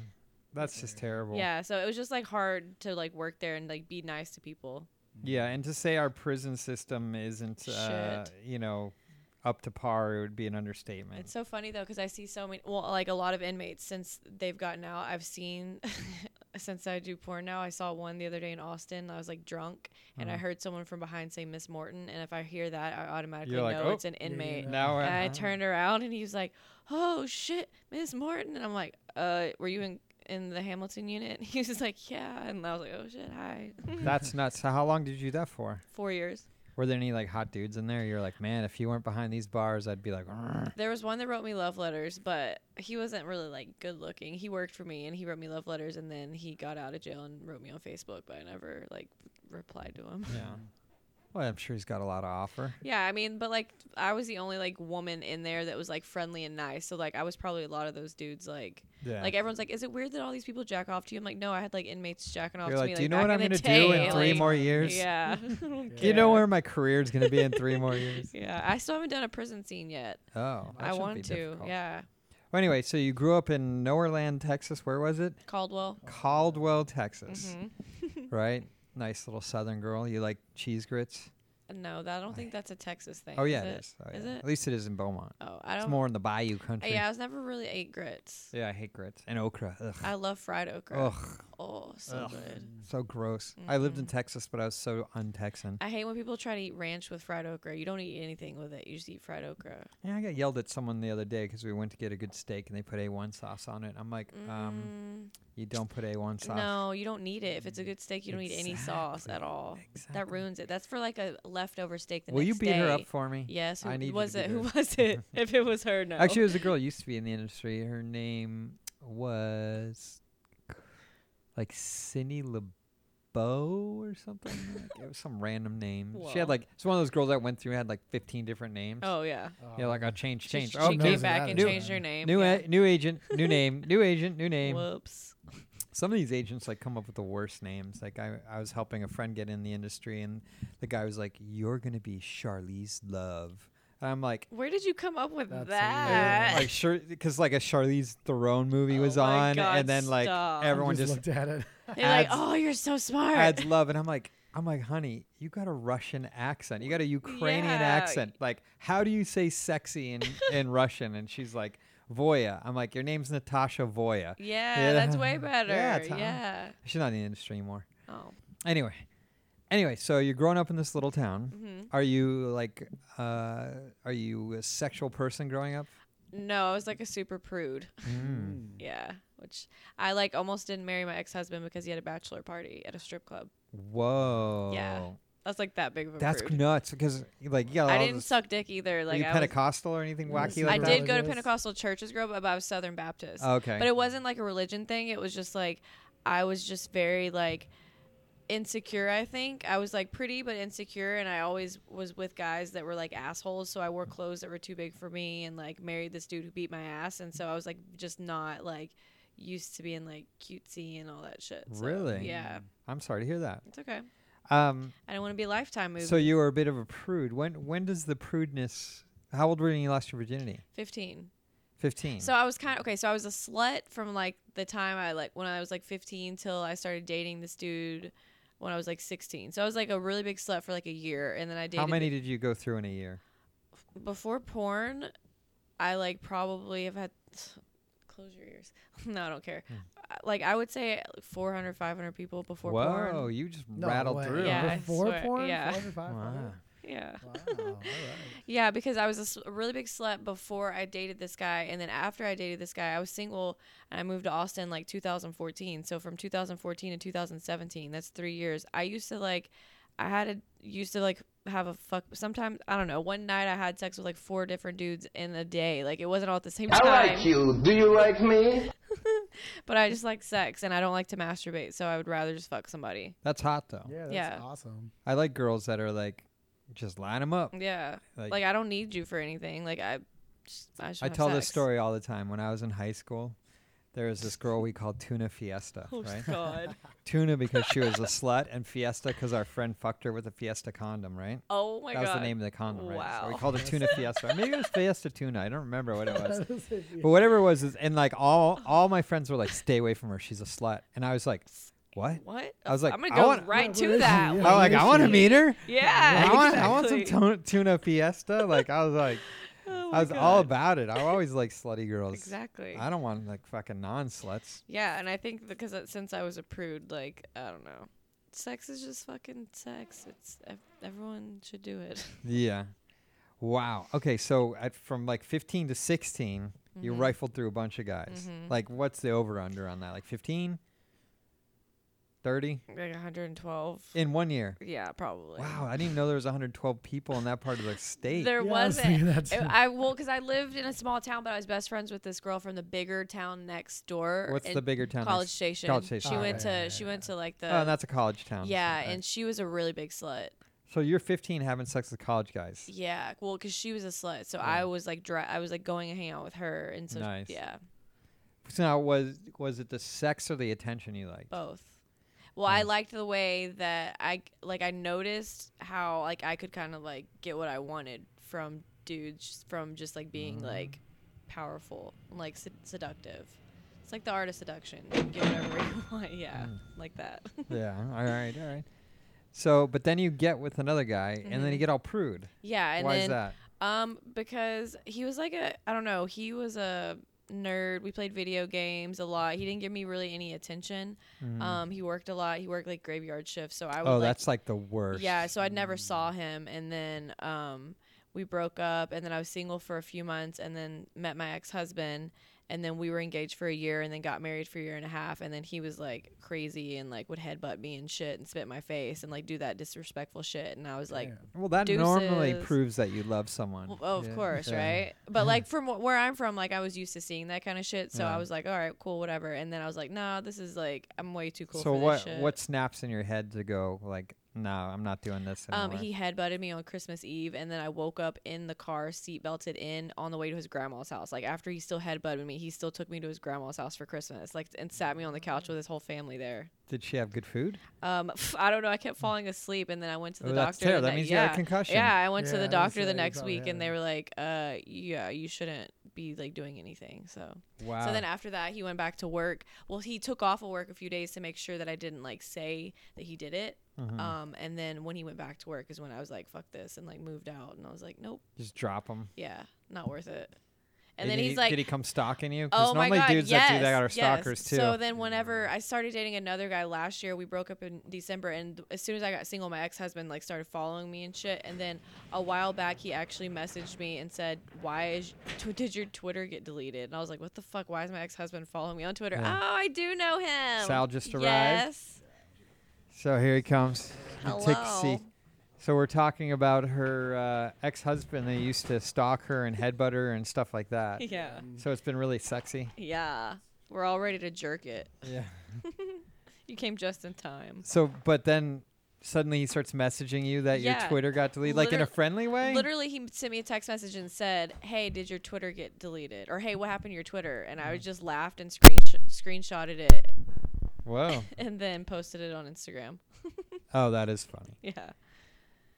[SPEAKER 3] that's just terrible.
[SPEAKER 5] Yeah, so it was just like hard to like work there and like be nice to people.
[SPEAKER 3] Yeah, and to say our prison system isn't, uh,
[SPEAKER 5] Shit.
[SPEAKER 3] you know, up to par, it would be an understatement.
[SPEAKER 5] It's so funny though because I see so many, well, like a lot of inmates since they've gotten out. I've seen since I do porn now. I saw one the other day in Austin. I was like drunk and
[SPEAKER 3] Uh-huh.
[SPEAKER 5] I heard someone from behind say Miss Morton, and if I hear that, I automatically
[SPEAKER 3] You're like,
[SPEAKER 5] know
[SPEAKER 3] "Oh,
[SPEAKER 5] it's an inmate.
[SPEAKER 3] now
[SPEAKER 5] And I
[SPEAKER 3] I,
[SPEAKER 5] turned around and he was like, "Oh shit, Miss Morton," and I'm like, "Uh, were you in in the Hamilton unit?" He was like, "Yeah," and I was like, "Oh shit, hi."
[SPEAKER 3] that's nuts. So how long did you do that for?
[SPEAKER 5] Four years.
[SPEAKER 3] Were there any like hot dudes in there? You're like, man, if you weren't behind these bars, I'd be like, "Grr."
[SPEAKER 5] There was one that wrote me love letters, but he wasn't really like good looking. He worked for me and he wrote me love letters, and then he got out of jail and wrote me on Facebook, but I never like replied to him.
[SPEAKER 3] yeah. Well, I'm sure he's got a lot to offer.
[SPEAKER 5] Yeah, I mean, but like I was the only like woman in there that was like friendly and nice. So like I was probably a lot of those dudes like
[SPEAKER 3] Yeah.
[SPEAKER 5] Like everyone's like, is it weird that all these people jack off to you? I'm like, no, I had like inmates jacking off
[SPEAKER 3] You're
[SPEAKER 5] to
[SPEAKER 3] like,
[SPEAKER 5] me.
[SPEAKER 3] do you know what
[SPEAKER 5] back
[SPEAKER 3] I'm
[SPEAKER 5] in
[SPEAKER 3] gonna
[SPEAKER 5] the
[SPEAKER 3] do in
[SPEAKER 5] day."
[SPEAKER 3] three
[SPEAKER 5] Like,
[SPEAKER 3] more years?
[SPEAKER 5] Yeah.
[SPEAKER 3] Do you know where my career is going to be in three more years?
[SPEAKER 5] Yeah, I still haven't done a prison scene yet.
[SPEAKER 3] Oh, that
[SPEAKER 5] I
[SPEAKER 3] shouldn't
[SPEAKER 5] want
[SPEAKER 3] be
[SPEAKER 5] to.
[SPEAKER 3] difficult.
[SPEAKER 5] Yeah,
[SPEAKER 3] Well, anyway, so you grew up in Nowhereland, Texas. Where was it?
[SPEAKER 5] Caldwell.
[SPEAKER 3] Caldwell, Texas.
[SPEAKER 5] hmm
[SPEAKER 3] Right. Nice little Southern girl. You like cheese grits?
[SPEAKER 5] No, that, I don't think that's a Texas thing.
[SPEAKER 3] Oh yeah,
[SPEAKER 5] is
[SPEAKER 3] it
[SPEAKER 5] it?
[SPEAKER 3] is. Oh,
[SPEAKER 5] Is
[SPEAKER 3] yeah.
[SPEAKER 5] it?
[SPEAKER 3] At least it is in Beaumont.
[SPEAKER 5] Oh, I
[SPEAKER 3] It's
[SPEAKER 5] don't.
[SPEAKER 3] more in the Bayou country.
[SPEAKER 5] yeah, I was never really ate grits.
[SPEAKER 3] Yeah, I hate grits and okra. Ugh.
[SPEAKER 5] I love fried okra.
[SPEAKER 3] Ugh.
[SPEAKER 5] Oh, so
[SPEAKER 7] Ugh.
[SPEAKER 5] good.
[SPEAKER 3] So gross. I lived in Texas, but I was so un-Texan.
[SPEAKER 5] Mm-hmm. I hate when people try to eat ranch with fried okra. You don't eat anything with it. You just eat fried okra.
[SPEAKER 3] Yeah, I got yelled at someone the other day because we went to get a good steak and they put A1 sauce on it. I'm like, um,
[SPEAKER 5] Mm,
[SPEAKER 3] you don't put A1 sauce.
[SPEAKER 5] no, you don't need it. If it's a good steak, you don't need any sauce at
[SPEAKER 3] Exactly.
[SPEAKER 5] all. That
[SPEAKER 3] Exactly.
[SPEAKER 5] ruins it. That's for like a leftover steak the
[SPEAKER 3] Will
[SPEAKER 5] next
[SPEAKER 3] you beat her
[SPEAKER 5] day.
[SPEAKER 3] up for me?
[SPEAKER 5] Yes. Who
[SPEAKER 3] I need you
[SPEAKER 5] was
[SPEAKER 3] to
[SPEAKER 5] it?
[SPEAKER 3] beat
[SPEAKER 5] Who
[SPEAKER 3] her up.
[SPEAKER 5] was it? if it was her, no.
[SPEAKER 3] Actually, it was a girl who used to be in the industry. Her name was like Cindy LeBeau or something. like, it was some random name. She
[SPEAKER 5] Well.
[SPEAKER 3] had like, it's one of those girls that went through and had like 15 different names.
[SPEAKER 5] Oh yeah.
[SPEAKER 3] Yeah, like, I'll change,
[SPEAKER 5] She,
[SPEAKER 3] change.
[SPEAKER 5] she
[SPEAKER 3] oh,
[SPEAKER 4] she
[SPEAKER 5] came
[SPEAKER 3] change.
[SPEAKER 4] knows
[SPEAKER 5] back
[SPEAKER 4] that
[SPEAKER 5] and
[SPEAKER 3] is-
[SPEAKER 5] changed her name.
[SPEAKER 3] New,
[SPEAKER 5] yeah.
[SPEAKER 3] a- new agent, new name, new agent, new name.
[SPEAKER 5] Whoops.
[SPEAKER 3] Some of these agents like come up with the worst names. Like I, I was helping a friend get in the industry, and the guy was like, "You're gonna be Charlize Love," and I'm like,
[SPEAKER 5] Where did you come up with
[SPEAKER 4] That's
[SPEAKER 5] that?
[SPEAKER 3] like sure, because like a Charlize Theron movie
[SPEAKER 5] Oh
[SPEAKER 3] was
[SPEAKER 5] my
[SPEAKER 3] on,
[SPEAKER 5] God,
[SPEAKER 3] and then like
[SPEAKER 5] stop.
[SPEAKER 3] everyone just,
[SPEAKER 4] looked at it.
[SPEAKER 5] They're like,
[SPEAKER 3] adds-
[SPEAKER 5] oh, you're so smart.
[SPEAKER 3] adds love, and I'm like, I'm like, honey, you got a Russian accent, you got a Ukrainian
[SPEAKER 5] Yeah.
[SPEAKER 3] accent. Like, how do you say sexy in in Russian? And she's like, Voya. I'm like, your name's Natasha Voya.
[SPEAKER 5] yeah,
[SPEAKER 3] Yeah.
[SPEAKER 5] that's way better.
[SPEAKER 3] Yeah,
[SPEAKER 5] Yeah.
[SPEAKER 3] Tom. She's not in the industry anymore.
[SPEAKER 5] Oh.
[SPEAKER 3] anyway anyway so you're growing up in this little town
[SPEAKER 5] hmm
[SPEAKER 3] are you like uh are you a sexual person growing up Hmm.
[SPEAKER 5] No, I was like a super prude. Yeah. Which I like almost didn't marry my ex husband because he had a bachelor party at a strip club.
[SPEAKER 3] whoa
[SPEAKER 5] That's like that big of a
[SPEAKER 3] that's
[SPEAKER 5] prude.
[SPEAKER 3] nuts because like yeah
[SPEAKER 5] I
[SPEAKER 3] all
[SPEAKER 5] didn't
[SPEAKER 3] this-
[SPEAKER 5] suck dick either.
[SPEAKER 3] were
[SPEAKER 5] Like
[SPEAKER 3] you
[SPEAKER 5] I, was,
[SPEAKER 3] pentecostal or anything wacky
[SPEAKER 5] I
[SPEAKER 3] like that
[SPEAKER 5] did go to
[SPEAKER 4] Yes.
[SPEAKER 5] Pentecostal churches grow up, but I was Southern Baptist.
[SPEAKER 3] okay
[SPEAKER 5] But it wasn't like a religion thing. It was just like I was just very like insecure, I think. I was like pretty but insecure and I always was with guys that were like assholes, so I wore clothes that were too big for me and like married this dude who beat my ass and so I was like just not like used to being like cutesy and all that shit. So,
[SPEAKER 3] really
[SPEAKER 5] Yeah.
[SPEAKER 3] i'm sorry to hear that
[SPEAKER 5] It's okay.
[SPEAKER 3] um
[SPEAKER 5] I don't want to be a lifetime movie.
[SPEAKER 3] so you were a bit of a prude when when does the prudeness how old were you when you lost your virginity
[SPEAKER 5] 15.
[SPEAKER 3] 15
[SPEAKER 5] So I was kind of okay. So I was a slut from like the time I like when I was like 15 till I started dating this dude when I was like 16. So I was like a really big slut for like a year, and then I dated
[SPEAKER 3] how many did you go through in a year
[SPEAKER 5] before porn. I like probably have had close your ears. no, I don't care.
[SPEAKER 3] Hmm.
[SPEAKER 5] I- Like I would say 400, 500 people before
[SPEAKER 3] whoa
[SPEAKER 5] porn.
[SPEAKER 3] you just
[SPEAKER 4] No
[SPEAKER 3] rattled
[SPEAKER 4] way.
[SPEAKER 3] through
[SPEAKER 5] Yeah, I
[SPEAKER 4] Before
[SPEAKER 5] swear,
[SPEAKER 4] porn?
[SPEAKER 5] yeah.
[SPEAKER 4] 400?
[SPEAKER 3] Wow.
[SPEAKER 5] Yeah.
[SPEAKER 4] Wow. All right.
[SPEAKER 5] Yeah, because I was a s- a really big slut before I dated this guy, and then after I dated this guy, I was single, and I moved to Austin like 2014. So from 2014 to 2017, that's three years. I used to like, I had a used to like have a fuck. Sometimes I don't know. One night I had sex with like four different dudes in a day. Like it wasn't all at the same time. I like you. Do you like me? but I just like sex, and I don't like to masturbate, so I would rather just fuck somebody.
[SPEAKER 3] that's hot though
[SPEAKER 4] Yeah, that's
[SPEAKER 5] Yeah.
[SPEAKER 4] awesome.
[SPEAKER 3] I like girls that are like, just line them up.
[SPEAKER 5] Yeah,
[SPEAKER 3] Like,
[SPEAKER 5] like, I don't need you for anything. Like I. Just, I, just
[SPEAKER 3] I
[SPEAKER 5] wanna
[SPEAKER 3] tell
[SPEAKER 5] have
[SPEAKER 3] this
[SPEAKER 5] sex.
[SPEAKER 3] story all the time. When I was in high school, there was this girl we called Tuna Fiesta,
[SPEAKER 5] Oh
[SPEAKER 3] right?
[SPEAKER 5] God.
[SPEAKER 3] Tuna because she was a slut, and Fiesta because our friend fucked her with a Fiesta condom, right?
[SPEAKER 5] Oh my
[SPEAKER 3] that
[SPEAKER 5] god.
[SPEAKER 3] was the name of the condom, right? So we
[SPEAKER 5] Wow.
[SPEAKER 3] called her Tuna Fiesta. Maybe it was Fiesta Tuna. I don't remember what it was. But
[SPEAKER 4] But
[SPEAKER 3] whatever it was, is, and like all all my friends were like, "Stay away from her. She's a slut." And I was like, "What?"
[SPEAKER 5] What?
[SPEAKER 3] I was like,
[SPEAKER 5] I'm gonna
[SPEAKER 3] I
[SPEAKER 5] go
[SPEAKER 3] wanna-
[SPEAKER 5] right
[SPEAKER 4] What is
[SPEAKER 5] to
[SPEAKER 4] it?
[SPEAKER 5] that.
[SPEAKER 4] Yeah.
[SPEAKER 3] I
[SPEAKER 4] Wait,
[SPEAKER 3] was like,
[SPEAKER 4] who
[SPEAKER 3] "I
[SPEAKER 4] is
[SPEAKER 3] want to
[SPEAKER 4] she?"
[SPEAKER 3] meet her.
[SPEAKER 5] Yeah.
[SPEAKER 3] I want I want some
[SPEAKER 5] exactly.
[SPEAKER 3] tuna, tuna Fiesta." Like I was like,
[SPEAKER 5] Oh my
[SPEAKER 3] I was all
[SPEAKER 5] God.
[SPEAKER 3] about it. I always like slutty girls.
[SPEAKER 5] Exactly.
[SPEAKER 3] I don't want like fucking non sluts.
[SPEAKER 5] Yeah, and I think because it- since I was a prude, like I don't know, sex is just fucking sex. It's ev- everyone should do it.
[SPEAKER 3] Yeah. Wow. Okay. So at, from like 15 to 16, you
[SPEAKER 5] Mhm.
[SPEAKER 3] rifled through a bunch of guys.
[SPEAKER 5] Mhm.
[SPEAKER 3] Like, what's the over under on that? Like 15, 30
[SPEAKER 5] Like 112.
[SPEAKER 3] in one year?
[SPEAKER 5] yeah, probably.
[SPEAKER 3] Wow. I didn't even know there was 112 people in that part of the state.
[SPEAKER 5] There
[SPEAKER 4] Yeah, I was
[SPEAKER 5] wasn't.
[SPEAKER 4] thinking that
[SPEAKER 5] It-
[SPEAKER 4] too.
[SPEAKER 5] I well, because I lived in a small town, but I was best friends with this girl from the bigger town next door.
[SPEAKER 3] what's
[SPEAKER 5] in
[SPEAKER 3] the bigger town?
[SPEAKER 5] College
[SPEAKER 3] next-
[SPEAKER 5] Station.
[SPEAKER 3] College Station.
[SPEAKER 5] She
[SPEAKER 4] Ah,
[SPEAKER 5] went
[SPEAKER 4] right,
[SPEAKER 5] to.
[SPEAKER 4] right, right,
[SPEAKER 5] she went to like the.
[SPEAKER 3] Oh, and that's a college town. so-
[SPEAKER 5] yeah,
[SPEAKER 3] right.
[SPEAKER 5] and she was a really big slut.
[SPEAKER 3] so you're 15 having sex with college guys.
[SPEAKER 5] Yeah, well, because she was a slut, so
[SPEAKER 3] Yeah.
[SPEAKER 5] I was like, dra- I was like going and hang out with her, and so
[SPEAKER 3] Nice.
[SPEAKER 5] yeah,
[SPEAKER 3] So now, was was it the sex or the attention you liked?
[SPEAKER 5] both. Well, I
[SPEAKER 3] Nice.
[SPEAKER 5] liked the way that I like I noticed how like I could kind of like get what I wanted from dudes from just like being
[SPEAKER 3] Mm-hmm.
[SPEAKER 5] like powerful, and, like sed- seductive. It's like the art of seduction. You get whatever you want. Yeah,
[SPEAKER 3] Mm.
[SPEAKER 5] like that.
[SPEAKER 3] yeah. All right. All right. So, but then you get with another guy, and then you get all prude.
[SPEAKER 5] yeah, Mm-hmm. and
[SPEAKER 3] Why
[SPEAKER 5] then
[SPEAKER 3] is that?
[SPEAKER 5] Um, because he was like a I don't know, he was a nerd. We played video games a lot. He didn't give me really any attention. Um, he worked a lot. He worked like graveyard shifts, so I would
[SPEAKER 3] Mm. Oh,
[SPEAKER 5] like,
[SPEAKER 3] that's like the worst. Mm.
[SPEAKER 5] yeah, so I never saw him and then um we broke up and then I was single for a few months and then met my ex-husband and then we were engaged for a year and then got married for a year and a half and then he was like crazy and like would headbutt me and shit and spit in my face and like do that disrespectful shit and I was like
[SPEAKER 3] Well, that normally
[SPEAKER 5] Deuces.
[SPEAKER 3] proves that you love someone.
[SPEAKER 5] well, of
[SPEAKER 3] Yeah.
[SPEAKER 5] course,
[SPEAKER 3] Yeah.
[SPEAKER 5] right? But like from wh- where I'm from, like I was used to seeing that kind of shit, so
[SPEAKER 3] Yeah.
[SPEAKER 5] I was like, all right, cool, whatever. And then I was like, no, this is like I'm way too cool.
[SPEAKER 3] so
[SPEAKER 5] for
[SPEAKER 3] what
[SPEAKER 5] This shit.
[SPEAKER 3] what snaps in your head to go like, no, I'm not doing this anymore.
[SPEAKER 5] Um, he headbutted me on Christmas Eve, and then I woke up in the car, seatbelted in, on the way to his grandma's house. Like after he still headbutted me, he still took me to his grandma's house for Christmas, like and sat me
[SPEAKER 3] Oh,
[SPEAKER 5] on the couch with his whole family there.
[SPEAKER 3] Did she have good food?
[SPEAKER 5] Um, I don't know. I kept falling asleep, and then I went to the
[SPEAKER 3] Oh,
[SPEAKER 5] doctor.
[SPEAKER 3] that's terrible.
[SPEAKER 5] the
[SPEAKER 3] That
[SPEAKER 5] ne-
[SPEAKER 3] means you
[SPEAKER 5] yeah.
[SPEAKER 3] had a concussion.
[SPEAKER 5] Yeah, I went to
[SPEAKER 4] Yeah, I
[SPEAKER 5] the
[SPEAKER 4] was
[SPEAKER 5] doctor
[SPEAKER 4] gonna say,
[SPEAKER 5] the
[SPEAKER 4] you
[SPEAKER 5] next
[SPEAKER 4] probably
[SPEAKER 5] week,
[SPEAKER 4] had
[SPEAKER 5] and they
[SPEAKER 4] it.
[SPEAKER 5] were like, "Uh, yeah, you shouldn't be like doing anything." So.
[SPEAKER 3] Wow.
[SPEAKER 5] So then after that, he went back to work. Well, he took off of work a few days to make sure that I didn't like say that he did it.
[SPEAKER 3] Mm-hmm.
[SPEAKER 5] Um, and then when he went back to work is when I was like, "Fuck this," and like moved out. And I was like, "Nope,
[SPEAKER 3] Just drop him.
[SPEAKER 5] yeah, not worth it." And
[SPEAKER 3] did
[SPEAKER 5] then
[SPEAKER 3] he,
[SPEAKER 5] he's like,
[SPEAKER 3] did he come stalking you? 'Cause
[SPEAKER 5] Oh my
[SPEAKER 3] normally
[SPEAKER 5] god!
[SPEAKER 3] dudes
[SPEAKER 5] yes,
[SPEAKER 3] that do that are
[SPEAKER 5] yes.
[SPEAKER 3] stalkers too.
[SPEAKER 5] So then, whenever I started dating another guy last year, we broke up in December, and as soon as I got single, my ex-husband like started following me and shit. And then a while back, he actually messaged me and said, "Why is tw- did your Twitter get deleted?" And I was like, "What the fuck? Why is my ex-husband following me on Twitter?"
[SPEAKER 3] Yeah.
[SPEAKER 5] Oh, I do know him.
[SPEAKER 3] Sal just arrived.
[SPEAKER 5] Yes.
[SPEAKER 3] So here he comes. You Take a
[SPEAKER 5] Hello.
[SPEAKER 3] seat. So we're talking about her uh, ex-husband. They used to stalk her and headbutt her and stuff like that.
[SPEAKER 5] Yeah.
[SPEAKER 3] So it's been really sexy.
[SPEAKER 5] Yeah. We're all ready to jerk it.
[SPEAKER 3] Yeah.
[SPEAKER 5] You came just in time.
[SPEAKER 3] So, but then suddenly he starts messaging you that your
[SPEAKER 5] Yeah.
[SPEAKER 3] Twitter got deleted, like in a
[SPEAKER 5] Liter-
[SPEAKER 3] friendly way.
[SPEAKER 5] Literally, he sent me a text message and said, "Hey, did your Twitter get deleted?" Or "Hey, what happened to your Twitter?" And
[SPEAKER 3] Mm.
[SPEAKER 5] I just laughed and screensh- screenshotted it
[SPEAKER 3] Whoa.
[SPEAKER 5] and then posted it on Instagram.
[SPEAKER 3] Oh, that is funny.
[SPEAKER 5] Yeah.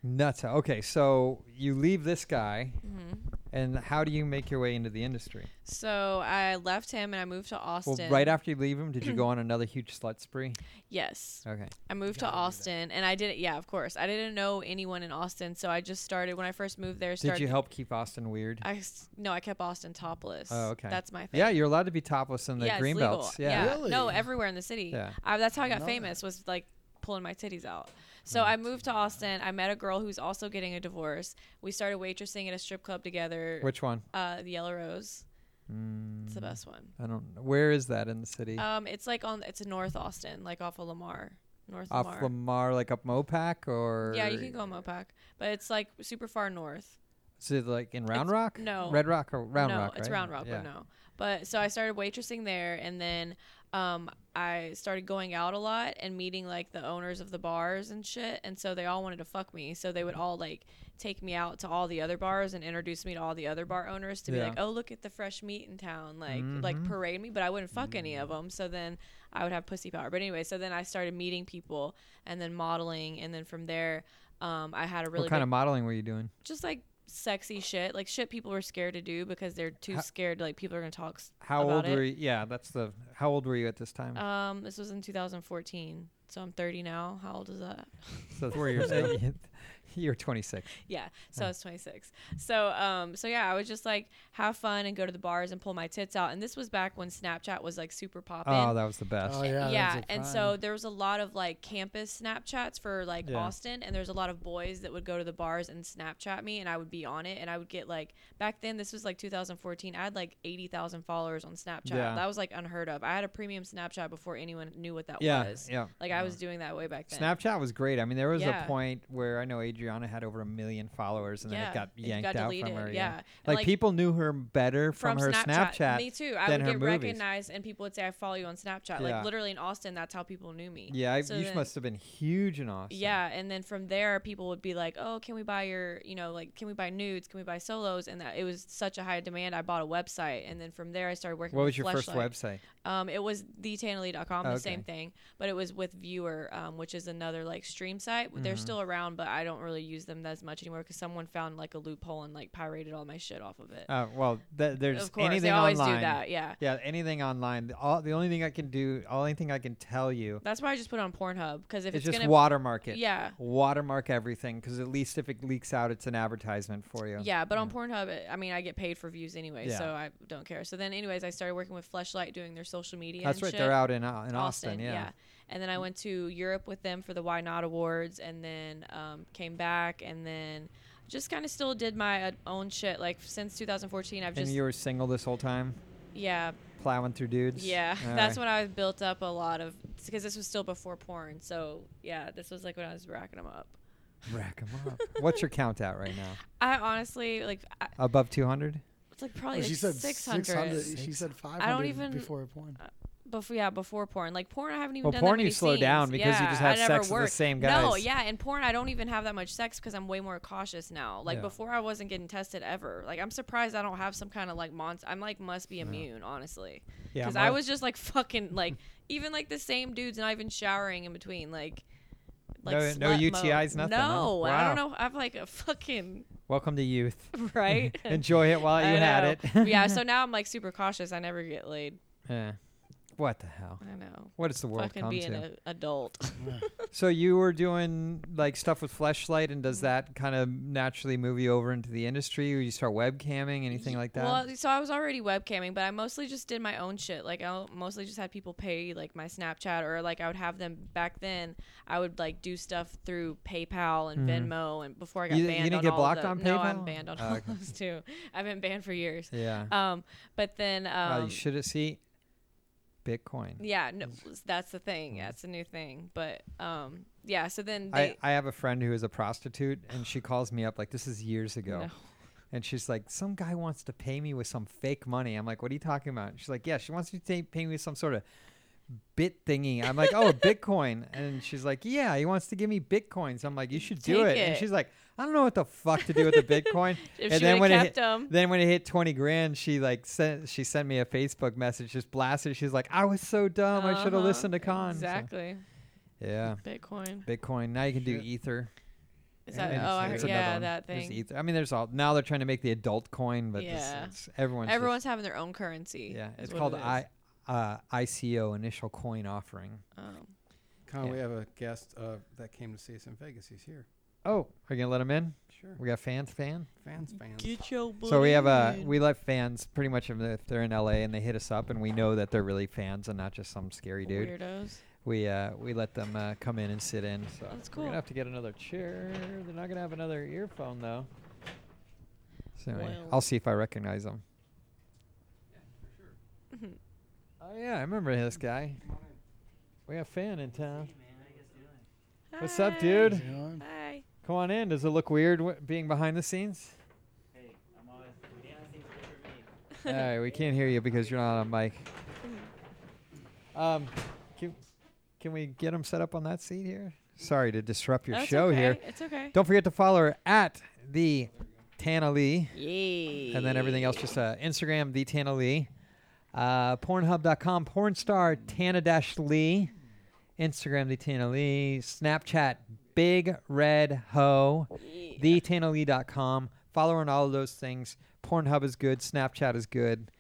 [SPEAKER 3] Nuts. Okay, so you leave this guy,
[SPEAKER 5] Mm-hmm.
[SPEAKER 3] and how do you make your way into the industry?
[SPEAKER 5] So I left him and I moved to Austin.
[SPEAKER 3] Well, right after you leave him, did you go on another huge slut spree?
[SPEAKER 5] Yes,
[SPEAKER 3] Okay.
[SPEAKER 5] I moved to Austin and I didn't. Yeah, of course, I didn't know anyone in Austin, so I just started when I first moved there. Started,
[SPEAKER 3] Did you help keep Austin weird?
[SPEAKER 5] I s- no, I kept Austin topless.
[SPEAKER 3] Oh, okay.
[SPEAKER 5] That's my thing.
[SPEAKER 3] yeah, you're allowed to be topless in the
[SPEAKER 5] yeah,
[SPEAKER 3] green
[SPEAKER 5] it's legal.
[SPEAKER 3] belts. Yeah.
[SPEAKER 4] Really?
[SPEAKER 5] No, everywhere in the city.
[SPEAKER 3] Yeah.
[SPEAKER 5] I, that's how I got
[SPEAKER 4] know that. Mm.
[SPEAKER 5] famous was like pulling my titties out. So I moved to Austin. I met a girl who's also getting a divorce. We started waitressing at a strip club together.
[SPEAKER 3] Which one?
[SPEAKER 5] Uh, the Yellow Rose.
[SPEAKER 3] Mm.
[SPEAKER 5] It's the best one.
[SPEAKER 3] I don't know. Where is that in the city?
[SPEAKER 5] Um, it's like on it's in North Austin, like off of Lamar, North
[SPEAKER 3] Off
[SPEAKER 5] Lamar.
[SPEAKER 3] Lamar, like up Mopac, or
[SPEAKER 5] yeah, you can go on Mopac, but it's like super far north.
[SPEAKER 3] Is it like in Round
[SPEAKER 5] It's-
[SPEAKER 3] Rock?
[SPEAKER 5] no.
[SPEAKER 3] Red Rock or Round
[SPEAKER 5] no,
[SPEAKER 3] Rock?
[SPEAKER 5] it's
[SPEAKER 3] right?
[SPEAKER 5] Round Rock,
[SPEAKER 3] Yeah.
[SPEAKER 5] but no. But so I started waitressing there, and then um, I started going out a lot and meeting like the owners of the bars and shit. And so they all wanted to fuck me, so they would all like take me out to all the other bars and introduce me to all the other bar owners to be
[SPEAKER 3] Yeah. Mm-hmm.
[SPEAKER 5] like, "Oh, look at the fresh meat in town," like like parade me. But I wouldn't fuck any
[SPEAKER 3] Mm.
[SPEAKER 5] of them, so then I would have pussy power. But anyway, so then I started meeting people and then modeling, and then from there. Um, I had a really
[SPEAKER 3] what kind
[SPEAKER 5] big
[SPEAKER 3] of modeling were you doing?
[SPEAKER 5] just like sexy shit, like shit people were scared to do because they're too
[SPEAKER 3] How-
[SPEAKER 5] scared. Like people are gonna talk. s-
[SPEAKER 3] How
[SPEAKER 5] about
[SPEAKER 3] old
[SPEAKER 5] it.
[SPEAKER 3] were you? Yeah, that's the. How old were you at this time?
[SPEAKER 5] Um, this was in 2014, so I'm 30 now. How old is that?
[SPEAKER 3] so four years ago. You're 26.
[SPEAKER 5] Yeah, so I was 26. So, um, so yeah, I would just like have fun and go to the bars and pull my tits out. And this was back when Snapchat was like super poppin'.
[SPEAKER 3] Oh, that was the best.
[SPEAKER 4] Oh, yeah.
[SPEAKER 5] yeah
[SPEAKER 4] those are
[SPEAKER 5] and
[SPEAKER 4] fun.
[SPEAKER 5] so there was a lot of like campus snapchats for like
[SPEAKER 3] Yeah.
[SPEAKER 5] austin and there's a lot of boys that would go to the bars and snapchat me and i would be on it and i would get like back then this was like 2014 i had like 80000 followers on snapchat
[SPEAKER 3] Yeah.
[SPEAKER 5] that was like unheard of i had a premium snapchat before anyone knew what that
[SPEAKER 3] Yeah,
[SPEAKER 5] was
[SPEAKER 3] yeah.
[SPEAKER 5] like i was doing that way back then
[SPEAKER 3] Snapchat was great. I mean, there was
[SPEAKER 5] Yeah.
[SPEAKER 3] a point where I know Adriana had over a million followers, and then
[SPEAKER 5] Yeah,
[SPEAKER 3] it got
[SPEAKER 5] it got
[SPEAKER 3] yanked out from
[SPEAKER 5] deleted,
[SPEAKER 3] her.
[SPEAKER 5] yeah. And,
[SPEAKER 3] like,
[SPEAKER 5] like,
[SPEAKER 3] people knew her better from, her Snapchat.
[SPEAKER 5] me too. I
[SPEAKER 3] than
[SPEAKER 5] would
[SPEAKER 3] her
[SPEAKER 5] get
[SPEAKER 3] movies.
[SPEAKER 5] recognized, and people would say, "I follow you on Snapchat."
[SPEAKER 3] Yeah.
[SPEAKER 5] Like literally in Austin, that's how people knew me.
[SPEAKER 3] Yeah, I,
[SPEAKER 5] So
[SPEAKER 3] you
[SPEAKER 5] then-
[SPEAKER 3] must have been huge and awesome.
[SPEAKER 5] Yeah, and then from there, people would be like, "Oh, can we buy your, you know, like, can we buy nudes? Can we buy solos?" And that it was such a high demand. I bought a website, and then from there, I started working.
[SPEAKER 3] What
[SPEAKER 5] with
[SPEAKER 3] was your first
[SPEAKER 5] Fleshlight.
[SPEAKER 3] website?
[SPEAKER 5] Um, it was thetanelly.com,
[SPEAKER 3] Oh,
[SPEAKER 5] the
[SPEAKER 3] okay. Mm-hmm.
[SPEAKER 5] same thing, but it was with Viewer, um, which is another like stream site. They're still around, but I don't really use them as much anymore because someone found like a loophole and like pirated all my shit off of it.
[SPEAKER 3] Uh, well, th- there's
[SPEAKER 5] of course,
[SPEAKER 3] anything
[SPEAKER 5] they always
[SPEAKER 3] online.
[SPEAKER 5] do that. Yeah.
[SPEAKER 3] Yeah, anything online. The, all, the only thing I can do, only thing I can tell you,
[SPEAKER 5] That's why I just put it on Pornhub because if
[SPEAKER 3] is
[SPEAKER 5] it's,
[SPEAKER 3] just
[SPEAKER 5] gonna
[SPEAKER 3] watermark it.
[SPEAKER 5] yeah.
[SPEAKER 3] Watermark everything, because at least if it leaks out, it's an advertisement for you.
[SPEAKER 5] Yeah, but on Pornhub, it- I mean, I get paid for views anyway,
[SPEAKER 3] Yeah.
[SPEAKER 5] so I don't care. So then, anyways, I started working with Fleshlight doing their social media.
[SPEAKER 3] That's
[SPEAKER 5] and
[SPEAKER 3] right.
[SPEAKER 5] shit.
[SPEAKER 3] They're out in uh, in Austin. yeah. Mm.
[SPEAKER 5] And then I went to Europe with them for the Why Not Awards, and then um, came back, and then just kind of still did my uh, own shit. Like since 2014, I've
[SPEAKER 3] And
[SPEAKER 5] just
[SPEAKER 3] you were single this whole time,
[SPEAKER 5] yeah,
[SPEAKER 3] plowing through dudes.
[SPEAKER 5] yeah.
[SPEAKER 3] All
[SPEAKER 5] That's
[SPEAKER 3] right.
[SPEAKER 5] when I built up a lot of because this was still before porn. So yeah, this was like when I was racking them up.
[SPEAKER 3] rack 'em up. What's your count at right now?
[SPEAKER 5] I honestly like I,
[SPEAKER 3] Above 200?
[SPEAKER 5] it's like probably
[SPEAKER 4] she
[SPEAKER 5] like
[SPEAKER 4] said
[SPEAKER 5] 600.
[SPEAKER 4] 600. She said 500
[SPEAKER 5] even-
[SPEAKER 4] before porn.
[SPEAKER 5] Before yeah, before porn, like porn, I haven't even
[SPEAKER 3] Well,
[SPEAKER 5] done
[SPEAKER 3] porn
[SPEAKER 5] that many
[SPEAKER 3] you slow
[SPEAKER 5] scenes.
[SPEAKER 3] down because you
[SPEAKER 5] Yeah,
[SPEAKER 3] just
[SPEAKER 5] I
[SPEAKER 3] have
[SPEAKER 5] never
[SPEAKER 3] sex with the
[SPEAKER 5] work.
[SPEAKER 3] same
[SPEAKER 5] No,
[SPEAKER 3] guys.
[SPEAKER 5] yeah, in porn, I don't even have that much sex because I'm way more cautious now. Like
[SPEAKER 3] Yeah.
[SPEAKER 5] before, I wasn't getting tested ever. Like I'm surprised I don't have some kind of like monster. I'm like must be immune, honestly.
[SPEAKER 3] Yeah,
[SPEAKER 5] because
[SPEAKER 3] my-
[SPEAKER 5] I was just like fucking like even like the same dudes not even showering in between like.
[SPEAKER 3] No- no
[SPEAKER 5] slut
[SPEAKER 3] UTIs,
[SPEAKER 5] mode.
[SPEAKER 3] nothing, huh?
[SPEAKER 5] No, I
[SPEAKER 3] Wow.
[SPEAKER 5] don't know. I'm like a fucking
[SPEAKER 3] Welcome to youth.
[SPEAKER 5] right.
[SPEAKER 3] Enjoy it while
[SPEAKER 5] I
[SPEAKER 3] you had
[SPEAKER 5] know.
[SPEAKER 3] it.
[SPEAKER 5] yeah, so now I'm like super cautious. I never get laid.
[SPEAKER 3] yeah. What the hell?
[SPEAKER 5] I know.
[SPEAKER 3] What does the world
[SPEAKER 5] Fucking
[SPEAKER 3] come
[SPEAKER 5] being
[SPEAKER 3] to?
[SPEAKER 5] an adult.
[SPEAKER 3] So you were doing like stuff with Fleshlight, and
[SPEAKER 5] Mm.
[SPEAKER 3] does that kind of naturally move you over into the industry, or you start webcamming, anything like that?
[SPEAKER 5] Well, so I was already webcamming, but I mostly just did my own shit. Like I mostly just had people pay like my Snapchat or like I would have them back then. I would like do stuff through PayPal and Venmo, and before I got
[SPEAKER 3] Mm-hmm. You- you
[SPEAKER 5] banned,
[SPEAKER 3] didn't
[SPEAKER 5] on
[SPEAKER 3] get
[SPEAKER 5] all
[SPEAKER 3] blocked
[SPEAKER 5] of the,
[SPEAKER 3] on
[SPEAKER 5] No, I'm
[SPEAKER 3] PayPal?
[SPEAKER 5] banned on
[SPEAKER 3] Oh,
[SPEAKER 5] all
[SPEAKER 3] okay.
[SPEAKER 5] those too. I've been banned for years.
[SPEAKER 3] yeah.
[SPEAKER 5] Um, but then um,
[SPEAKER 3] Wow, you should have seen Bitcoin.
[SPEAKER 5] yeah, no, that's the thing. That's a new thing. But um, yeah. So then they,
[SPEAKER 3] I, I have a friend who is a prostitute, and she calls me up like this is years ago.
[SPEAKER 5] No.
[SPEAKER 3] And she's like, some guy wants to pay me with some fake money. I'm like, what are you talking about? She's like, yeah, she wants to ta- pay me with some sort of bit thingy. I'm like, oh, Bitcoin. And she's like, yeah, he wants to give me Bitcoin. So I'm like, you should do it.
[SPEAKER 5] Take
[SPEAKER 3] And
[SPEAKER 5] it.
[SPEAKER 3] she's like, I don't know what the fuck to do with the Bitcoin.
[SPEAKER 5] If
[SPEAKER 3] and
[SPEAKER 5] she
[SPEAKER 3] then
[SPEAKER 5] would've
[SPEAKER 3] when it
[SPEAKER 5] kept
[SPEAKER 3] hit,
[SPEAKER 5] them.
[SPEAKER 3] then when it hit 20 grand, she like sent she sent me a Facebook message, just blasted. She's like, I was so dumb. Oh, I should have
[SPEAKER 5] Uh-huh,
[SPEAKER 3] listened to Khan. So,
[SPEAKER 5] Exactly.
[SPEAKER 3] yeah.
[SPEAKER 5] Bitcoin.
[SPEAKER 3] Bitcoin. Now you can do
[SPEAKER 4] Shit.
[SPEAKER 3] ether.
[SPEAKER 5] Is that?
[SPEAKER 3] Yeah,
[SPEAKER 5] Oh, I
[SPEAKER 3] it's
[SPEAKER 5] heard,
[SPEAKER 3] another
[SPEAKER 5] yeah,
[SPEAKER 3] one.
[SPEAKER 5] that
[SPEAKER 3] There's
[SPEAKER 5] thing.
[SPEAKER 3] ether. I mean, there's all now they're trying to make the adult coin, but this-
[SPEAKER 5] Yeah.
[SPEAKER 3] it's, everyone's just-
[SPEAKER 5] Everyone's having their own currency.
[SPEAKER 3] yeah.
[SPEAKER 5] is
[SPEAKER 3] It's
[SPEAKER 5] what
[SPEAKER 3] called
[SPEAKER 5] it is.
[SPEAKER 3] I, uh, ICO, initial coin offering.
[SPEAKER 5] Um,
[SPEAKER 2] Con,
[SPEAKER 3] Yeah.
[SPEAKER 2] we have a guest uh, that came to see us in Vegas. He's here.
[SPEAKER 3] Oh, are you gonna let him in?
[SPEAKER 2] Sure.
[SPEAKER 3] We got fans, fan.
[SPEAKER 2] Fans, fans.
[SPEAKER 3] So we have a we let fans pretty much if they're in LA and they hit us up and we know that they're really fans and not just some scary dude.
[SPEAKER 5] Weirdos.
[SPEAKER 3] We uh we let them uh, come in and sit in. So
[SPEAKER 5] That's
[SPEAKER 3] We're
[SPEAKER 5] cool.
[SPEAKER 3] gonna have to get another chair. They're not gonna have another earphone though. So anyway,
[SPEAKER 5] Well.
[SPEAKER 3] I'll see if I recognize them. Oh yeah, I remember this guy. We have a fan in town. What's up,
[SPEAKER 5] Hi.
[SPEAKER 3] dude?
[SPEAKER 4] You know?
[SPEAKER 5] Hi.
[SPEAKER 3] Come on in. Does it look weird w- being behind the scenes? All right, we can't hear you because you're not on mic. Um, can, can we get him set up on that seat here? Sorry to disrupt your
[SPEAKER 5] That's
[SPEAKER 3] show
[SPEAKER 5] okay.
[SPEAKER 3] here.
[SPEAKER 5] It's okay.
[SPEAKER 3] Don't forget to follow her at the Tana Lee,
[SPEAKER 5] Yay.
[SPEAKER 3] and then everything else just uh, Instagram the Tana Lee, uh, Pornhub.com, pornstar Tana dash Lee, Instagram the Tana Lee, Snapchat Big Red Ho, the TanaLee.com. Follow her on all of those things. Pornhub is good. Snapchat is good.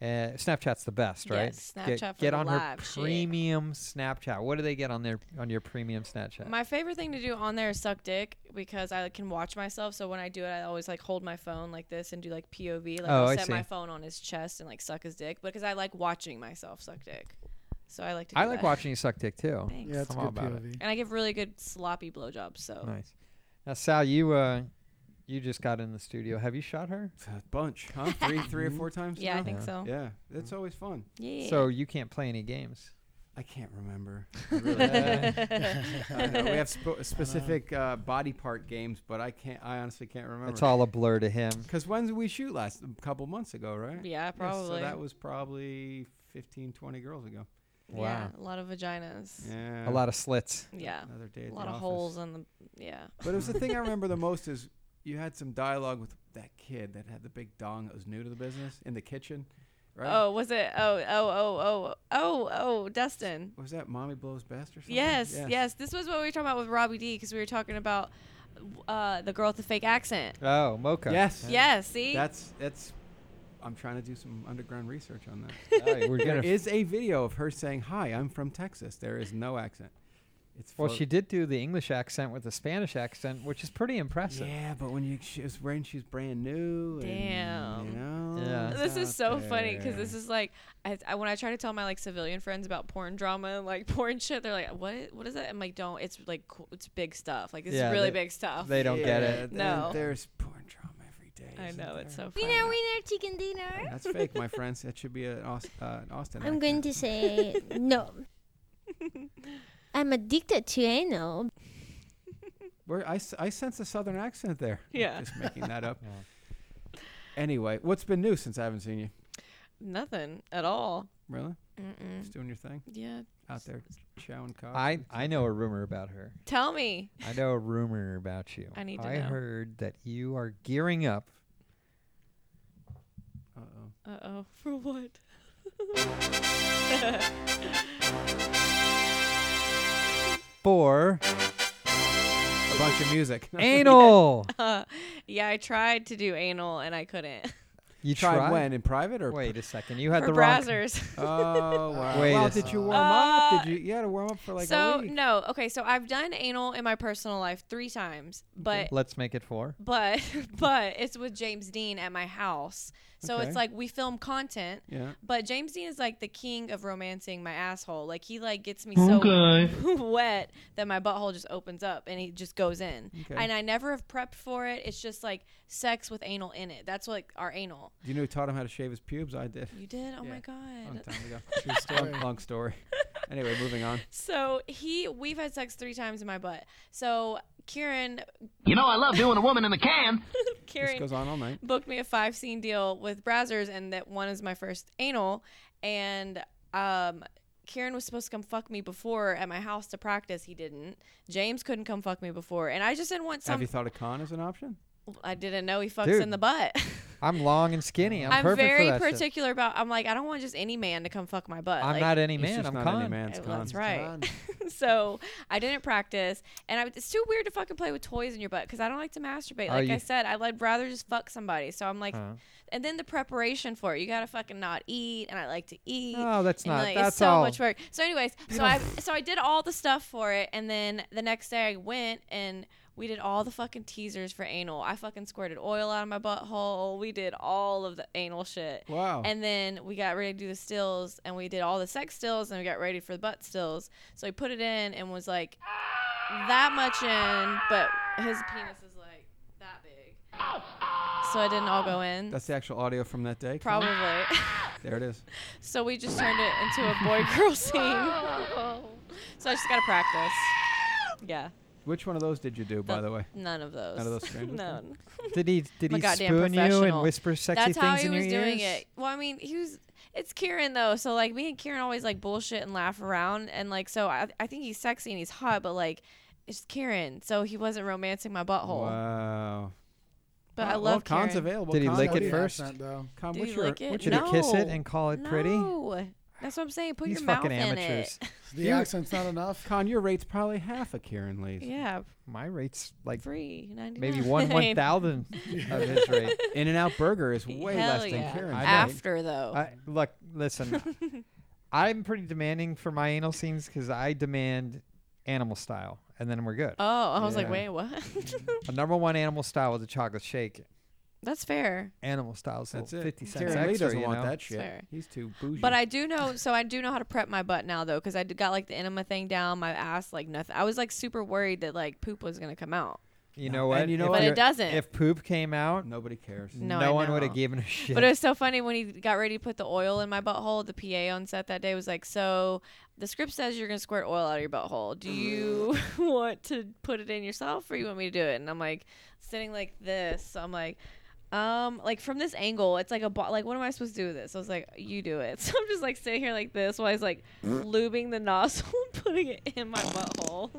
[SPEAKER 3] Uh, Snapchat's the best, right?
[SPEAKER 5] Yes,
[SPEAKER 3] Get- get,
[SPEAKER 5] Snapchat for the
[SPEAKER 3] on her
[SPEAKER 5] live shit.
[SPEAKER 3] premium Snapchat. What do they get on their on your premium Snapchat?
[SPEAKER 5] My favorite thing to do on there is suck dick because I can watch myself. So when I do it, I always like hold my phone like this and do like POV. Like
[SPEAKER 3] Oh,
[SPEAKER 5] I'll
[SPEAKER 3] I
[SPEAKER 5] set my
[SPEAKER 3] see.
[SPEAKER 5] phone on his chest and like suck his dick because I like watching myself suck dick. So I like to. Do
[SPEAKER 3] I like
[SPEAKER 5] that.
[SPEAKER 3] watching you suck dick too.
[SPEAKER 5] Thanks.
[SPEAKER 4] Yeah, it's a
[SPEAKER 3] I'm all
[SPEAKER 4] good
[SPEAKER 3] about it.
[SPEAKER 4] POV.
[SPEAKER 5] And I give really good sloppy blowjobs. So
[SPEAKER 3] Nice. Now, Sal, you uh, you just got in the studio. Have you shot her?
[SPEAKER 2] A bunch, huh? Three, three or four times.
[SPEAKER 5] yeah, I
[SPEAKER 2] now?
[SPEAKER 5] think
[SPEAKER 3] Yeah.
[SPEAKER 5] so.
[SPEAKER 2] Yeah, it's always fun.
[SPEAKER 5] Yeah.
[SPEAKER 3] So you can't play any games.
[SPEAKER 2] Mm. I can't remember. I really can't. I know, we have sp- specific uh, body part games, but I can't. I honestly can't remember.
[SPEAKER 3] It's all a blur to him.
[SPEAKER 2] Because when did we shoot last? A couple months ago, right?
[SPEAKER 5] yeah, probably.
[SPEAKER 2] so that was probably 15, 20 girls ago.
[SPEAKER 5] Yeah,
[SPEAKER 3] Wow.
[SPEAKER 5] a lot of vaginas.
[SPEAKER 2] Yeah.
[SPEAKER 3] A lot of slits.
[SPEAKER 5] Yeah.
[SPEAKER 2] Another day.
[SPEAKER 5] A
[SPEAKER 2] at
[SPEAKER 5] lot
[SPEAKER 2] the
[SPEAKER 5] of
[SPEAKER 2] office.
[SPEAKER 5] holes on the yeah.
[SPEAKER 2] But it was the thing I remember the most is you had some dialogue with that kid that had the big dong that was new to the business in the kitchen, right?
[SPEAKER 5] Oh, was it? Oh, oh, oh, oh, oh, oh, Dustin.
[SPEAKER 2] Was that Mommy Blows Best or something?
[SPEAKER 5] Yes, yes, This was what we were talking about with Robbie D because we were talking about uh, the girl with the fake accent.
[SPEAKER 3] Oh, mocha.
[SPEAKER 2] Yes.
[SPEAKER 5] Yeah, see?
[SPEAKER 2] That's that's. I'm trying to do some underground research on that.
[SPEAKER 3] Oh, we're
[SPEAKER 2] There
[SPEAKER 3] gonna.
[SPEAKER 2] is a video of her saying, "Hi, I'm from Texas." There is no accent. It's
[SPEAKER 3] well,
[SPEAKER 2] float-
[SPEAKER 3] she did do the English accent with the Spanish accent, which is pretty impressive.
[SPEAKER 2] Yeah, but when you she was wearing, she's brand new. and, you know,
[SPEAKER 3] Yeah.
[SPEAKER 2] it's
[SPEAKER 5] This is
[SPEAKER 2] out
[SPEAKER 5] so funny because this
[SPEAKER 2] uh, there.
[SPEAKER 5] is like, I, I, when I try to tell my like civilian friends about porn drama and like porn shit, they're like, "What? i- What is that?" I'm like, "Don't. It's like cool, it's big stuff. Like this
[SPEAKER 3] Yeah,
[SPEAKER 5] is really
[SPEAKER 3] they-
[SPEAKER 5] big stuff."
[SPEAKER 3] They don't get
[SPEAKER 2] Yeah,
[SPEAKER 3] it.
[SPEAKER 2] and
[SPEAKER 5] No.
[SPEAKER 2] there's porn drama every day.
[SPEAKER 5] I
[SPEAKER 2] isn't
[SPEAKER 5] know it's
[SPEAKER 2] there?
[SPEAKER 5] so
[SPEAKER 7] Winner,
[SPEAKER 5] funny.
[SPEAKER 7] winner, chicken dinner.
[SPEAKER 2] That's fake, my friends. That should be an Austin. Uh, an Austin
[SPEAKER 7] I'm going
[SPEAKER 2] accent.
[SPEAKER 7] to say no. I'm addicted to anal.
[SPEAKER 2] Where I, s- I sense a southern accent there. I'm
[SPEAKER 5] Yeah.
[SPEAKER 2] just making that up.
[SPEAKER 3] Yeah.
[SPEAKER 2] Anyway, what's been new since I haven't seen you?
[SPEAKER 5] Nothing at all.
[SPEAKER 2] Really?
[SPEAKER 5] Mm-mm.
[SPEAKER 2] Just doing your thing
[SPEAKER 5] Yeah.
[SPEAKER 2] out there, chowing cock.
[SPEAKER 3] I, I know a rumor about her.
[SPEAKER 5] Tell me.
[SPEAKER 3] I know a rumor about you.
[SPEAKER 5] I need to
[SPEAKER 3] I
[SPEAKER 5] know.
[SPEAKER 3] heard that you are gearing up.
[SPEAKER 2] Uh oh.
[SPEAKER 5] Uh oh. For what?
[SPEAKER 3] For
[SPEAKER 2] A bunch of music.
[SPEAKER 3] anal.
[SPEAKER 5] yeah, I tried to do anal and I couldn't.
[SPEAKER 3] You
[SPEAKER 2] tried
[SPEAKER 3] tried
[SPEAKER 2] when in private or?
[SPEAKER 3] Wait a second. You had
[SPEAKER 5] for
[SPEAKER 3] the wrong.
[SPEAKER 5] browsers.
[SPEAKER 2] Oh wow.
[SPEAKER 3] Wait
[SPEAKER 2] well,
[SPEAKER 3] a
[SPEAKER 2] did you
[SPEAKER 4] second.
[SPEAKER 2] warm up?
[SPEAKER 5] Uh,
[SPEAKER 2] Did you? You had to warm up for like a
[SPEAKER 5] so
[SPEAKER 2] week.
[SPEAKER 5] no, okay. So I've done anal in my personal life three times, but
[SPEAKER 3] Let's make it four.
[SPEAKER 5] but but it's with James Dean at my house. So
[SPEAKER 2] Okay.
[SPEAKER 5] it's like we film content,
[SPEAKER 2] Yeah.
[SPEAKER 5] but James Dean is like the king of romancing my asshole. Like he like gets me so wet that my butthole just opens up and he just goes in.
[SPEAKER 2] Okay.
[SPEAKER 5] And I never have prepped for it. It's just like sex with anal in it. That's like our anal.
[SPEAKER 2] Do you know who taught him how to shave his pubes? I did.
[SPEAKER 5] You did? Oh
[SPEAKER 2] Yeah.
[SPEAKER 5] my
[SPEAKER 2] Long
[SPEAKER 5] god.
[SPEAKER 2] time ago.
[SPEAKER 4] True
[SPEAKER 2] long,
[SPEAKER 4] story.
[SPEAKER 2] long story. Anyway, moving on.
[SPEAKER 5] So he we've had sex three times in my butt. So Kieran
[SPEAKER 8] You know I love doing a woman in the can.
[SPEAKER 2] This
[SPEAKER 5] Kieran
[SPEAKER 2] goes on all night.
[SPEAKER 5] booked me a five scene deal with Brazzers, and that one is my first anal. And um, Kieran was supposed to come fuck me before at my house to practice. He didn't. James couldn't come fuck me before, and I just didn't want
[SPEAKER 2] Have
[SPEAKER 5] some.
[SPEAKER 2] you thought of con as an option?
[SPEAKER 5] I didn't know he fucks
[SPEAKER 3] Dude.
[SPEAKER 5] in the butt.
[SPEAKER 3] I'm long and skinny. I'm,
[SPEAKER 5] I'm,
[SPEAKER 3] perfect
[SPEAKER 5] very
[SPEAKER 3] for that shit.
[SPEAKER 5] particular about. I'm like, I don't want just any man to come fuck my butt.
[SPEAKER 3] I'm
[SPEAKER 5] Like,
[SPEAKER 3] not any
[SPEAKER 2] It's
[SPEAKER 3] man.
[SPEAKER 2] just
[SPEAKER 3] I'm
[SPEAKER 2] not
[SPEAKER 3] con.
[SPEAKER 2] any man's
[SPEAKER 5] Oh,
[SPEAKER 2] con.
[SPEAKER 5] that's right. so I didn't practice, and I, it's too weird to fucking play with toys in your butt because I don't like to masturbate.
[SPEAKER 3] Are
[SPEAKER 5] Like I
[SPEAKER 3] Oh, you-
[SPEAKER 5] said, I'd like rather just fuck somebody. So I'm like,
[SPEAKER 3] Huh.
[SPEAKER 5] and then the preparation for it, you gotta fucking not eat, and I like to eat.
[SPEAKER 3] No, that's
[SPEAKER 5] and,
[SPEAKER 3] not-
[SPEAKER 5] Like,
[SPEAKER 3] that's
[SPEAKER 5] it's so
[SPEAKER 3] all.
[SPEAKER 5] much work. So, anyways, so I so I did all the stuff for it, and then the next day I went and. We did all the fucking teasers for anal. I fucking squirted oil out of my butthole. We did all of the anal shit.
[SPEAKER 2] Wow.
[SPEAKER 5] And then we got ready to do the stills, and we did all the sex stills, and we got ready for the butt stills. So he put it in and was like, that much in, but his penis is like that big. So it didn't all go in.
[SPEAKER 2] That's the actual audio from that day. Con?
[SPEAKER 5] probably.
[SPEAKER 2] There it is.
[SPEAKER 5] so we just turned it into a boy girl scene. so I just gotta practice. Yeah,
[SPEAKER 2] Which one of those did you do, by the way?
[SPEAKER 5] none of those.
[SPEAKER 2] None of those strangers
[SPEAKER 5] None.
[SPEAKER 3] Did he did
[SPEAKER 5] I'm a
[SPEAKER 3] he
[SPEAKER 5] goddamn
[SPEAKER 3] spoon you and
[SPEAKER 5] professional.
[SPEAKER 3] whisper sexy
[SPEAKER 5] That's
[SPEAKER 3] things
[SPEAKER 5] how he
[SPEAKER 3] in
[SPEAKER 5] was
[SPEAKER 3] your
[SPEAKER 5] doing
[SPEAKER 3] ears?
[SPEAKER 5] it. Well, I mean, he was. It's Kieran though, so like me and Kieran always like bullshit and laugh around, and like so I, I think he's sexy and he's hot, but like it's Kieran, so he wasn't romancing my butthole.
[SPEAKER 2] Wow.
[SPEAKER 5] But I
[SPEAKER 2] Well,
[SPEAKER 5] love
[SPEAKER 2] con's
[SPEAKER 5] Kieran.
[SPEAKER 2] available.
[SPEAKER 3] Did he
[SPEAKER 2] Con,
[SPEAKER 3] lick
[SPEAKER 2] what
[SPEAKER 3] it
[SPEAKER 2] do you-
[SPEAKER 3] first?
[SPEAKER 4] though.
[SPEAKER 2] Con,
[SPEAKER 5] Did
[SPEAKER 2] what's
[SPEAKER 5] he
[SPEAKER 2] your,
[SPEAKER 5] lick it?
[SPEAKER 2] what's
[SPEAKER 3] Did
[SPEAKER 2] your
[SPEAKER 5] No.
[SPEAKER 3] he kiss it and call it pretty?
[SPEAKER 5] No, that's what I'm saying. Put
[SPEAKER 3] These
[SPEAKER 5] your mouth
[SPEAKER 3] fucking
[SPEAKER 5] in
[SPEAKER 3] amateurs.
[SPEAKER 5] it.
[SPEAKER 4] The
[SPEAKER 2] You-
[SPEAKER 4] accent's not enough.
[SPEAKER 2] Con, your rate's probably half a Kieran Lee's.
[SPEAKER 5] Yeah,
[SPEAKER 3] My rate's like
[SPEAKER 5] free ninety nine.
[SPEAKER 3] maybe one one thousandth of his rate.
[SPEAKER 2] In and Out Burger is way
[SPEAKER 5] Hell
[SPEAKER 2] less
[SPEAKER 5] yeah.
[SPEAKER 2] than Kieran's.
[SPEAKER 3] I
[SPEAKER 2] rate.
[SPEAKER 5] After though,
[SPEAKER 3] I, look, listen, I'm pretty demanding for my anal scenes because I demand animal style, and then we're good.
[SPEAKER 5] oh, I was like,
[SPEAKER 2] Yeah.
[SPEAKER 5] wait, what?
[SPEAKER 3] A number one animal style is a chocolate shake.
[SPEAKER 5] that's fair.
[SPEAKER 3] Animal style is
[SPEAKER 2] That's it.
[SPEAKER 3] fifty cents
[SPEAKER 2] Kieran Lee
[SPEAKER 3] extra.
[SPEAKER 2] doesn't
[SPEAKER 3] you
[SPEAKER 2] want
[SPEAKER 3] know?
[SPEAKER 2] that shit.
[SPEAKER 5] Fair.
[SPEAKER 2] He's too bougie.
[SPEAKER 5] But I do know, so I do know how to prep my butt now though, because I d- got like the enema thing down, my ass like nothing. I was like super worried that like poop was gonna come out,
[SPEAKER 3] You
[SPEAKER 2] No,
[SPEAKER 3] know what?
[SPEAKER 2] and you know
[SPEAKER 3] If
[SPEAKER 2] what? But it
[SPEAKER 3] you're-
[SPEAKER 5] doesn't.
[SPEAKER 3] If poop came out,
[SPEAKER 2] nobody cares.
[SPEAKER 5] No, I
[SPEAKER 3] no one would
[SPEAKER 5] know.
[SPEAKER 3] have given a shit.
[SPEAKER 5] but it was so funny when he got ready to put the oil in my butthole. The PA on set that day was like, "So the script says you're gonna squirt oil out of your butthole. Do you want to put it in yourself, or you want me to do it?" And I'm like sitting like this. So I'm like. Um, like from this angle, it's like a bo- like. What am I supposed to do with this? I was like, you do it. So I'm just like sitting here like this while he's like
[SPEAKER 2] Mm.
[SPEAKER 5] lubing the nozzle, and putting it in my butthole.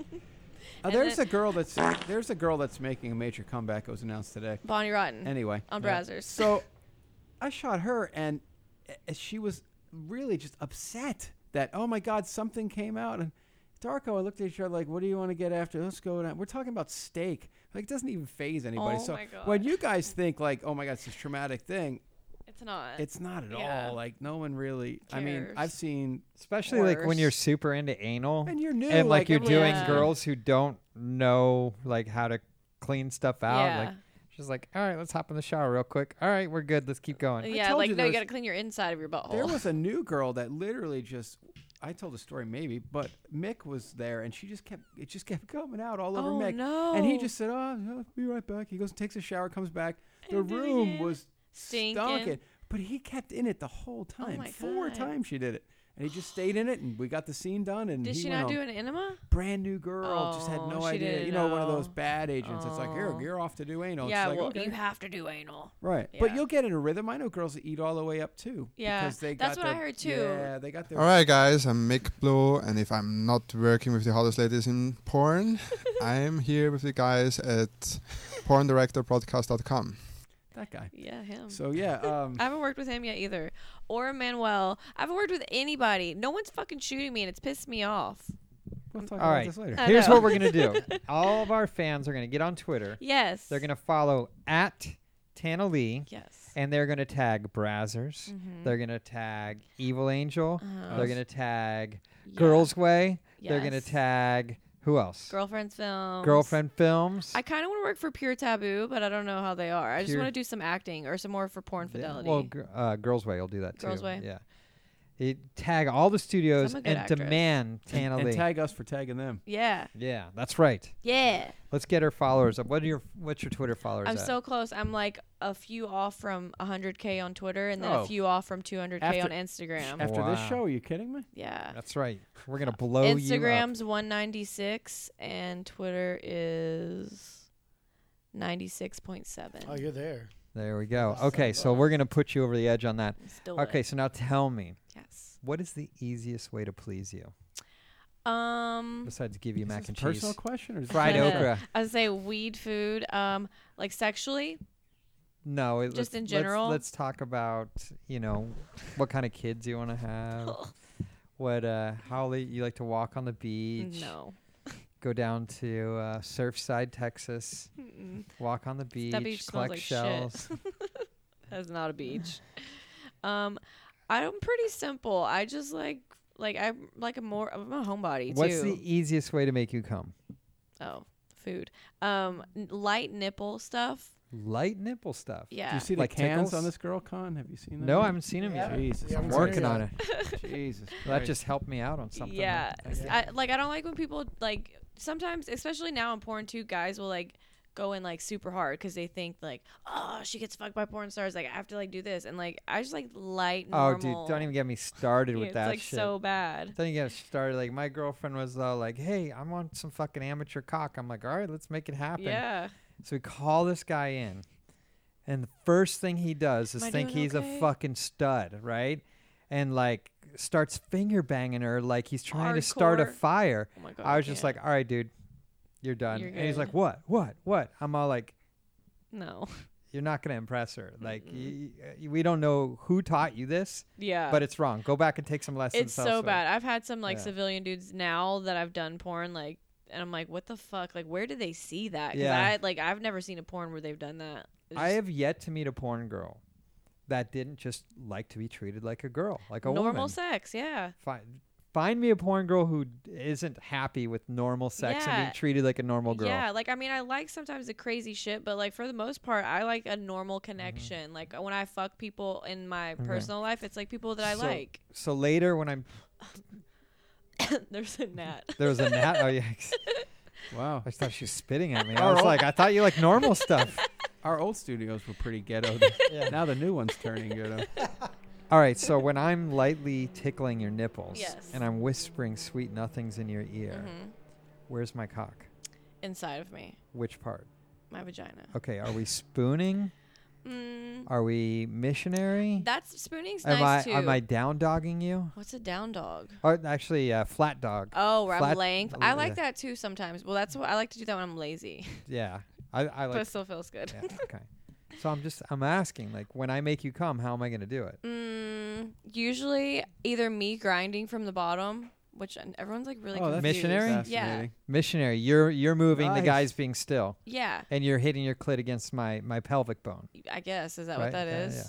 [SPEAKER 2] Uh,
[SPEAKER 5] And
[SPEAKER 2] there's
[SPEAKER 5] then-
[SPEAKER 2] a girl that's there's a girl that's making a major comeback. It was announced today.
[SPEAKER 5] Bonnie Rotten
[SPEAKER 2] Anyway,
[SPEAKER 5] on
[SPEAKER 2] Yeah.
[SPEAKER 5] Brazzers.
[SPEAKER 2] So I shot her, and uh, she was really just upset that oh my god something came out. And Darko, I looked at each other like, what do you want to get after? Let's go. Down. We're talking about steak. Like it doesn't even phase anybody.
[SPEAKER 5] Oh
[SPEAKER 2] so
[SPEAKER 5] my God.
[SPEAKER 2] when you guys think like, oh my god, it's this traumatic thing,
[SPEAKER 5] It's not.
[SPEAKER 2] it's not at
[SPEAKER 5] Uh, Yeah.
[SPEAKER 2] all. Like no one really. I mean,
[SPEAKER 5] Cares.
[SPEAKER 2] I've seen
[SPEAKER 3] Especially like when you're
[SPEAKER 5] Worse.
[SPEAKER 3] super into anal
[SPEAKER 2] And you're new,
[SPEAKER 3] and like,
[SPEAKER 2] like,
[SPEAKER 3] you're
[SPEAKER 2] everyone's
[SPEAKER 3] doing
[SPEAKER 5] Yeah.
[SPEAKER 3] girls who don't know like how to clean stuff out. Like
[SPEAKER 5] Yeah.
[SPEAKER 3] she's like, all right, let's hop in the shower real quick. All right, we're good. Let's keep going.
[SPEAKER 5] yeah,
[SPEAKER 2] told
[SPEAKER 5] like
[SPEAKER 2] you
[SPEAKER 5] no,
[SPEAKER 2] there
[SPEAKER 5] you gotta
[SPEAKER 2] was-
[SPEAKER 5] clean your inside of your butthole.
[SPEAKER 2] There was a new girl that literally just I told the story maybe, but Mick was there and she just kept it just kept coming out all over
[SPEAKER 5] Oh,
[SPEAKER 2] Mick. And he
[SPEAKER 5] no.
[SPEAKER 2] just said, "Oh, yeah, be right back." He goes and takes a shower, comes back. The
[SPEAKER 5] And did it
[SPEAKER 2] room
[SPEAKER 5] again.
[SPEAKER 2] was
[SPEAKER 5] Stinking. Oh
[SPEAKER 2] stinking, but he kept in it the whole time.
[SPEAKER 5] my
[SPEAKER 2] Four
[SPEAKER 5] God.
[SPEAKER 2] times she did it. And he just stayed in it and we got the scene done and
[SPEAKER 5] Did
[SPEAKER 2] he
[SPEAKER 5] she
[SPEAKER 2] went
[SPEAKER 5] not
[SPEAKER 2] home.
[SPEAKER 5] do an enema?
[SPEAKER 2] brand new girl just had
[SPEAKER 5] Oh,
[SPEAKER 2] no
[SPEAKER 5] she
[SPEAKER 2] idea.
[SPEAKER 5] didn't
[SPEAKER 2] You know, one of those
[SPEAKER 5] know.
[SPEAKER 2] bad agents. It's like, "Here,
[SPEAKER 5] Oh.
[SPEAKER 2] you're off to do anal." It's
[SPEAKER 5] yeah,
[SPEAKER 2] like,
[SPEAKER 5] well,
[SPEAKER 2] okay.
[SPEAKER 5] you have to do anal.
[SPEAKER 2] Right, but
[SPEAKER 5] Yeah.
[SPEAKER 2] you'll get in a rhythm. I know girls that eat all the way up too.
[SPEAKER 5] Yeah,
[SPEAKER 2] because they
[SPEAKER 5] that's
[SPEAKER 2] got
[SPEAKER 5] what I
[SPEAKER 2] their-
[SPEAKER 5] heard, too.
[SPEAKER 2] Yeah, they got their.
[SPEAKER 9] All right, guys, I'm Mick Blow, and if I'm not working with the hottest ladies in porn, I'm here with the guys at porndirectorpodcast.com.
[SPEAKER 2] that guy.
[SPEAKER 5] Yeah, him.
[SPEAKER 2] So yeah, um,
[SPEAKER 5] I haven't worked with him yet either, or Manuel. I haven't worked with anybody. No one's fucking shooting me, and it's pissed me off.
[SPEAKER 2] we'll talk
[SPEAKER 3] All
[SPEAKER 2] about
[SPEAKER 3] right.
[SPEAKER 2] this later.
[SPEAKER 5] I
[SPEAKER 3] Here's
[SPEAKER 5] know.
[SPEAKER 3] what we're gonna do. All of our fans are gonna get on Twitter.
[SPEAKER 5] Yes.
[SPEAKER 3] They're gonna follow at Tana Lee.
[SPEAKER 5] Yes.
[SPEAKER 3] And they're gonna tag Brazzers. They're gonna tag Evil Angel.
[SPEAKER 5] Mm-hmm. Uh-huh.
[SPEAKER 3] They're
[SPEAKER 2] Us.
[SPEAKER 3] gonna tag
[SPEAKER 5] Yeah.
[SPEAKER 3] Girls Way. They're gonna
[SPEAKER 5] Yes.
[SPEAKER 3] tag who else?
[SPEAKER 5] Girlfriend's film.
[SPEAKER 3] Girlfriend Films.
[SPEAKER 5] I kind of want to work for Pure Taboo, but I don't know how they are. I just
[SPEAKER 3] Pure-
[SPEAKER 5] want to do some acting or some more for porn fidelity.
[SPEAKER 3] Well, gr- uh, Girls Way will do that too.
[SPEAKER 5] Girls Way.
[SPEAKER 3] Yeah. It, tag all the studios
[SPEAKER 5] I'm a
[SPEAKER 3] and
[SPEAKER 5] good actress.
[SPEAKER 3] demand Tana
[SPEAKER 2] and
[SPEAKER 3] Lee.
[SPEAKER 2] tag us for tagging them.
[SPEAKER 5] yeah.
[SPEAKER 3] yeah, that's right.
[SPEAKER 5] Yeah.
[SPEAKER 3] Let's get her followers up. What are your What's your Twitter followers?
[SPEAKER 5] I'm
[SPEAKER 3] at?
[SPEAKER 5] so close. I'm like a few off from 100K on Twitter and then
[SPEAKER 2] Oh.
[SPEAKER 5] a few off from 200K on
[SPEAKER 2] After-
[SPEAKER 5] Instagram.
[SPEAKER 2] After this
[SPEAKER 3] Wow.
[SPEAKER 2] show, are you kidding me?
[SPEAKER 5] yeah.
[SPEAKER 3] That's right. We're gonna blow you up.
[SPEAKER 5] Instagram's 196 and Twitter is
[SPEAKER 4] Oh,
[SPEAKER 5] 96.7.
[SPEAKER 4] you're there.
[SPEAKER 3] There we go.
[SPEAKER 4] Awesome.
[SPEAKER 3] Okay, so we're gonna put you over the edge on that.
[SPEAKER 5] Still
[SPEAKER 3] Okay, so now tell me,
[SPEAKER 5] Yes.
[SPEAKER 3] what is the easiest way to please you
[SPEAKER 5] Um,
[SPEAKER 3] besides give you
[SPEAKER 2] Is
[SPEAKER 3] mac
[SPEAKER 2] this
[SPEAKER 3] and
[SPEAKER 2] a personal
[SPEAKER 3] cheese,
[SPEAKER 2] question or is this
[SPEAKER 3] fried
[SPEAKER 5] Yeah.
[SPEAKER 2] just-
[SPEAKER 3] okra?
[SPEAKER 5] I would say weed food. Um, like sexually,
[SPEAKER 3] No, it,
[SPEAKER 5] Just
[SPEAKER 3] let's-
[SPEAKER 5] in
[SPEAKER 3] let's-
[SPEAKER 5] general?
[SPEAKER 3] Let's, talk about you know what kind of kids you want to have. What uh, how late you like to walk on the beach?
[SPEAKER 5] no.
[SPEAKER 3] Go down to uh, Surfside, Texas.
[SPEAKER 5] Mm-mm.
[SPEAKER 3] Walk on the beach.
[SPEAKER 5] That beach smells
[SPEAKER 3] collect
[SPEAKER 5] like
[SPEAKER 3] shells.
[SPEAKER 5] shit. That's not a beach. um, I'm pretty simple. I just like like I'm like a more I'm a homebody
[SPEAKER 3] What's
[SPEAKER 5] too.
[SPEAKER 3] the easiest way to make you come?
[SPEAKER 5] oh, food. Um, n- light nipple stuff.
[SPEAKER 3] Light nipple stuff.
[SPEAKER 2] Do
[SPEAKER 5] Yeah.
[SPEAKER 2] you see
[SPEAKER 3] Like
[SPEAKER 2] the cans
[SPEAKER 3] tickles?
[SPEAKER 2] on this girl con? Have you seen that?
[SPEAKER 3] No, I haven't seen him yet.
[SPEAKER 2] Jesus,
[SPEAKER 4] Yeah,
[SPEAKER 2] I'm
[SPEAKER 3] I'm
[SPEAKER 4] haven't
[SPEAKER 2] working.
[SPEAKER 4] seen
[SPEAKER 3] working
[SPEAKER 4] it
[SPEAKER 3] on it.
[SPEAKER 4] yet.
[SPEAKER 2] Jesus,
[SPEAKER 3] That
[SPEAKER 2] Christ.
[SPEAKER 3] just helped me out on something.
[SPEAKER 5] yeah.
[SPEAKER 3] there.
[SPEAKER 5] s- I, like I don't like when people like sometimes, especially now in porn too, guys will like go in like super hard because they think like, oh, she gets fucked by porn stars. Like I have to like do this, and like I just like light.
[SPEAKER 3] Oh,
[SPEAKER 5] Normal.
[SPEAKER 3] dude, don't even get me started
[SPEAKER 5] Yeah,
[SPEAKER 3] with
[SPEAKER 5] it's
[SPEAKER 3] that
[SPEAKER 5] like
[SPEAKER 3] shit.
[SPEAKER 5] so bad.
[SPEAKER 3] Don't even get me started. Like my girlfriend was uh, like, "Hey, I want some fucking amateur cock." I'm like, "All right, let's make it happen."
[SPEAKER 5] Yeah.
[SPEAKER 3] So we call this guy in, and the first thing he does is
[SPEAKER 5] Am I
[SPEAKER 3] think
[SPEAKER 5] doing
[SPEAKER 3] he's a
[SPEAKER 5] okay?
[SPEAKER 3] fucking stud, right? And like starts finger banging her like he's trying to start a
[SPEAKER 5] Hardcore.
[SPEAKER 3] fire.
[SPEAKER 5] Oh my god.
[SPEAKER 3] I was just
[SPEAKER 5] can't.
[SPEAKER 3] like, "All right, dude, you're done."
[SPEAKER 5] You're
[SPEAKER 3] and he's like,
[SPEAKER 5] good.
[SPEAKER 3] "What? What? What?" I'm all like,
[SPEAKER 5] no.
[SPEAKER 3] "You're not gonna impress her. Like, y- y- we don't know who taught you this."
[SPEAKER 5] Yeah.
[SPEAKER 3] but it's wrong. Go back and take some lessons.
[SPEAKER 5] it's so bad. I've had some like
[SPEAKER 3] Yeah.
[SPEAKER 5] civilian dudes now that I've done porn like and I'm like, what the fuck? Like, where did they see that? 'Cause
[SPEAKER 3] Yeah.
[SPEAKER 5] I like I've never seen a porn where they've done that. It's
[SPEAKER 3] I
[SPEAKER 5] just
[SPEAKER 3] have yet to meet a porn girl that didn't just like to be treated like a girl, like a
[SPEAKER 5] normal
[SPEAKER 3] woman.
[SPEAKER 5] sex, yeah.
[SPEAKER 3] Find, find me a porn girl who d- isn't happy with normal sex and
[SPEAKER 5] Yeah.
[SPEAKER 3] being treated like a normal girl.
[SPEAKER 5] Yeah, like I mean, I like sometimes the crazy shit, but like for the most part, I like a normal
[SPEAKER 3] Mm-hmm.
[SPEAKER 5] connection. Like when I fuck people in my personal life, it's like people that I
[SPEAKER 3] So-
[SPEAKER 5] like.
[SPEAKER 3] So later, when I'm
[SPEAKER 5] There's a gnat.
[SPEAKER 3] there was a nat. Oh yeah,
[SPEAKER 2] wow.
[SPEAKER 3] I thought she was spitting at me. I
[SPEAKER 2] Our
[SPEAKER 3] was
[SPEAKER 2] old-
[SPEAKER 3] like, I thought you like normal stuff.
[SPEAKER 2] Our old studios were pretty ghetto.
[SPEAKER 3] Yeah.
[SPEAKER 2] Now the new one's turning ghetto.
[SPEAKER 3] All right, so when I'm lightly tickling your nipples
[SPEAKER 5] Yes. Mm-hmm.
[SPEAKER 3] and I'm whispering sweet nothings in your ear, where's my cock?
[SPEAKER 5] Inside of me,
[SPEAKER 3] Which part?
[SPEAKER 5] my vagina.
[SPEAKER 3] Okay, are we spooning?
[SPEAKER 5] Mm,
[SPEAKER 3] Are we missionary?
[SPEAKER 5] that's spooning's
[SPEAKER 3] am
[SPEAKER 5] nice
[SPEAKER 3] I
[SPEAKER 5] too.
[SPEAKER 3] am I down dogging you?
[SPEAKER 5] What's a down dog?
[SPEAKER 3] Or actually, uh, flat dog.
[SPEAKER 5] Oh, where
[SPEAKER 3] Flat-
[SPEAKER 5] I'm laying. f-
[SPEAKER 3] oh,
[SPEAKER 5] I like
[SPEAKER 3] yeah.
[SPEAKER 5] that too sometimes. Well, that's what I like to do that when I'm lazy,
[SPEAKER 3] yeah, I, I
[SPEAKER 5] but
[SPEAKER 3] like.
[SPEAKER 5] it still feels good.
[SPEAKER 3] yeah, okay, so I'm just I'm asking like when I make you come, how am I gonna do it?
[SPEAKER 5] Mm, usually, either me grinding from the bottom which and everyone's like really
[SPEAKER 2] Oh, that's
[SPEAKER 5] confused.
[SPEAKER 3] Missionary?
[SPEAKER 5] Yeah.
[SPEAKER 3] Missionary, you're you're moving.
[SPEAKER 2] Nice.
[SPEAKER 3] The guy's being still,
[SPEAKER 5] Yeah,
[SPEAKER 3] and you're hitting your clit against my my pelvic bone.
[SPEAKER 5] I guess is that
[SPEAKER 3] Right,
[SPEAKER 5] what that
[SPEAKER 3] yeah,
[SPEAKER 5] is?
[SPEAKER 3] yeah.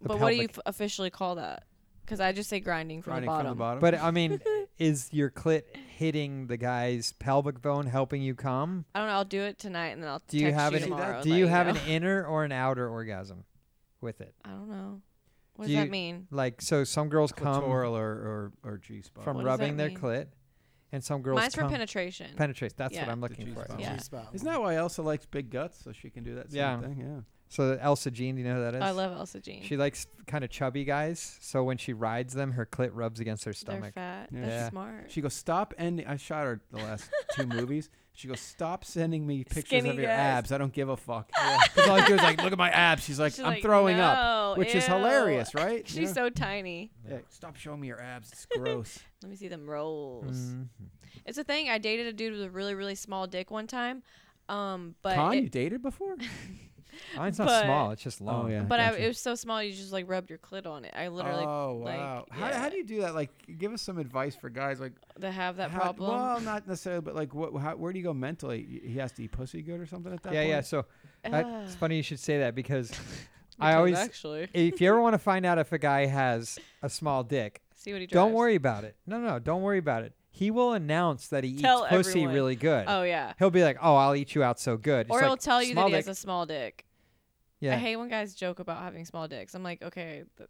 [SPEAKER 3] The
[SPEAKER 5] But what do you
[SPEAKER 3] pelvic.
[SPEAKER 5] f- officially call that? Because I just say grinding from
[SPEAKER 2] Grinding
[SPEAKER 5] the
[SPEAKER 2] from
[SPEAKER 5] bottom.
[SPEAKER 2] the bottom.
[SPEAKER 3] But I mean, is your clit hitting the guy's pelvic bone helping you come?
[SPEAKER 5] I don't know. I'll do it tonight and then I'll
[SPEAKER 3] Do you
[SPEAKER 5] text
[SPEAKER 3] have
[SPEAKER 5] you
[SPEAKER 3] an
[SPEAKER 5] tomorrow. and
[SPEAKER 3] do
[SPEAKER 5] let
[SPEAKER 3] you have
[SPEAKER 5] know.
[SPEAKER 3] an inner or an outer orgasm with it?
[SPEAKER 5] I don't know. What
[SPEAKER 3] Do
[SPEAKER 5] does
[SPEAKER 3] you
[SPEAKER 5] that mean?
[SPEAKER 3] Like so, some girls come
[SPEAKER 2] clitoral or, or, or G spot.
[SPEAKER 3] from
[SPEAKER 5] What does that
[SPEAKER 3] rubbing their
[SPEAKER 5] mean?
[SPEAKER 3] clit, and some girls
[SPEAKER 5] Mine's for
[SPEAKER 3] come
[SPEAKER 5] penetration.
[SPEAKER 3] penetrates. That's what
[SPEAKER 5] Yeah.
[SPEAKER 3] I'm looking for.
[SPEAKER 2] G-spot.
[SPEAKER 5] Yeah.
[SPEAKER 4] G-spot.
[SPEAKER 2] Isn't that why Elsa likes big guts? So she can do that same
[SPEAKER 3] Yeah.
[SPEAKER 2] thing. Yeah.
[SPEAKER 3] So Elsa Jean, do you know who that is?
[SPEAKER 5] Oh, I love Elsa Jean.
[SPEAKER 3] She likes kind of chubby guys. So when she rides them, her clit rubs against her
[SPEAKER 5] They're
[SPEAKER 3] stomach.
[SPEAKER 5] fat.
[SPEAKER 2] Yeah.
[SPEAKER 5] That's
[SPEAKER 3] Yeah.
[SPEAKER 5] smart.
[SPEAKER 2] She goes, stop ending. I shot her the last two movies. She goes, stop sending me pictures of
[SPEAKER 5] Skinny
[SPEAKER 2] your
[SPEAKER 5] guys.
[SPEAKER 2] abs. I don't give a fuck. Because all I do is like, look at my abs. She's like,
[SPEAKER 5] She's
[SPEAKER 2] I'm
[SPEAKER 5] like,
[SPEAKER 2] throwing up,
[SPEAKER 5] "No,
[SPEAKER 2] which is
[SPEAKER 5] ew."
[SPEAKER 2] hilarious, right?
[SPEAKER 5] She's so tiny.
[SPEAKER 2] Yeah, stop showing me your abs. It's gross.
[SPEAKER 5] Let me see them rolls.
[SPEAKER 2] Mm.
[SPEAKER 3] Mhm.
[SPEAKER 5] It's a thing. I dated a dude with a really, really small dick one time. Um, but
[SPEAKER 2] Con,
[SPEAKER 5] it-
[SPEAKER 2] you dated before?
[SPEAKER 3] Mine's not
[SPEAKER 5] But-
[SPEAKER 3] small. Uh, It's just long.
[SPEAKER 2] Oh, yeah.
[SPEAKER 5] but I,
[SPEAKER 2] Gotcha.
[SPEAKER 5] it was so small, you just like rubbed your clit on it. I literally
[SPEAKER 2] oh
[SPEAKER 5] like,
[SPEAKER 2] wow. how, how
[SPEAKER 5] yeah,
[SPEAKER 2] do you do that? Like, give us some advice for guys. Like
[SPEAKER 5] that have that
[SPEAKER 2] how-
[SPEAKER 5] problem?
[SPEAKER 2] Well, not necessarily, but like, what? How, where do you go mentally? Y- He has to eat pussy good or something at that
[SPEAKER 3] Yeah,
[SPEAKER 2] point.
[SPEAKER 3] yeah. So that, it's
[SPEAKER 5] Ugh.
[SPEAKER 3] funny you should say that because I
[SPEAKER 5] Ah. Because
[SPEAKER 3] always,
[SPEAKER 5] actually
[SPEAKER 3] if you ever want to find out if a guy has a small dick,
[SPEAKER 5] see what he drives.
[SPEAKER 3] don't worry about it. No, no, don't worry about it. He will announce that he
[SPEAKER 5] Tell
[SPEAKER 3] eats pussy
[SPEAKER 5] everyone.
[SPEAKER 3] really good.
[SPEAKER 5] Oh yeah.
[SPEAKER 3] He'll be like, "Oh, I'll eat you out so good." It's
[SPEAKER 5] or
[SPEAKER 3] like,
[SPEAKER 5] he'll tell you that
[SPEAKER 3] "Small
[SPEAKER 5] he has
[SPEAKER 3] dick."
[SPEAKER 5] a small dick.
[SPEAKER 3] yeah.
[SPEAKER 5] I hate when guys joke about having small dicks. I'm like, okay, th-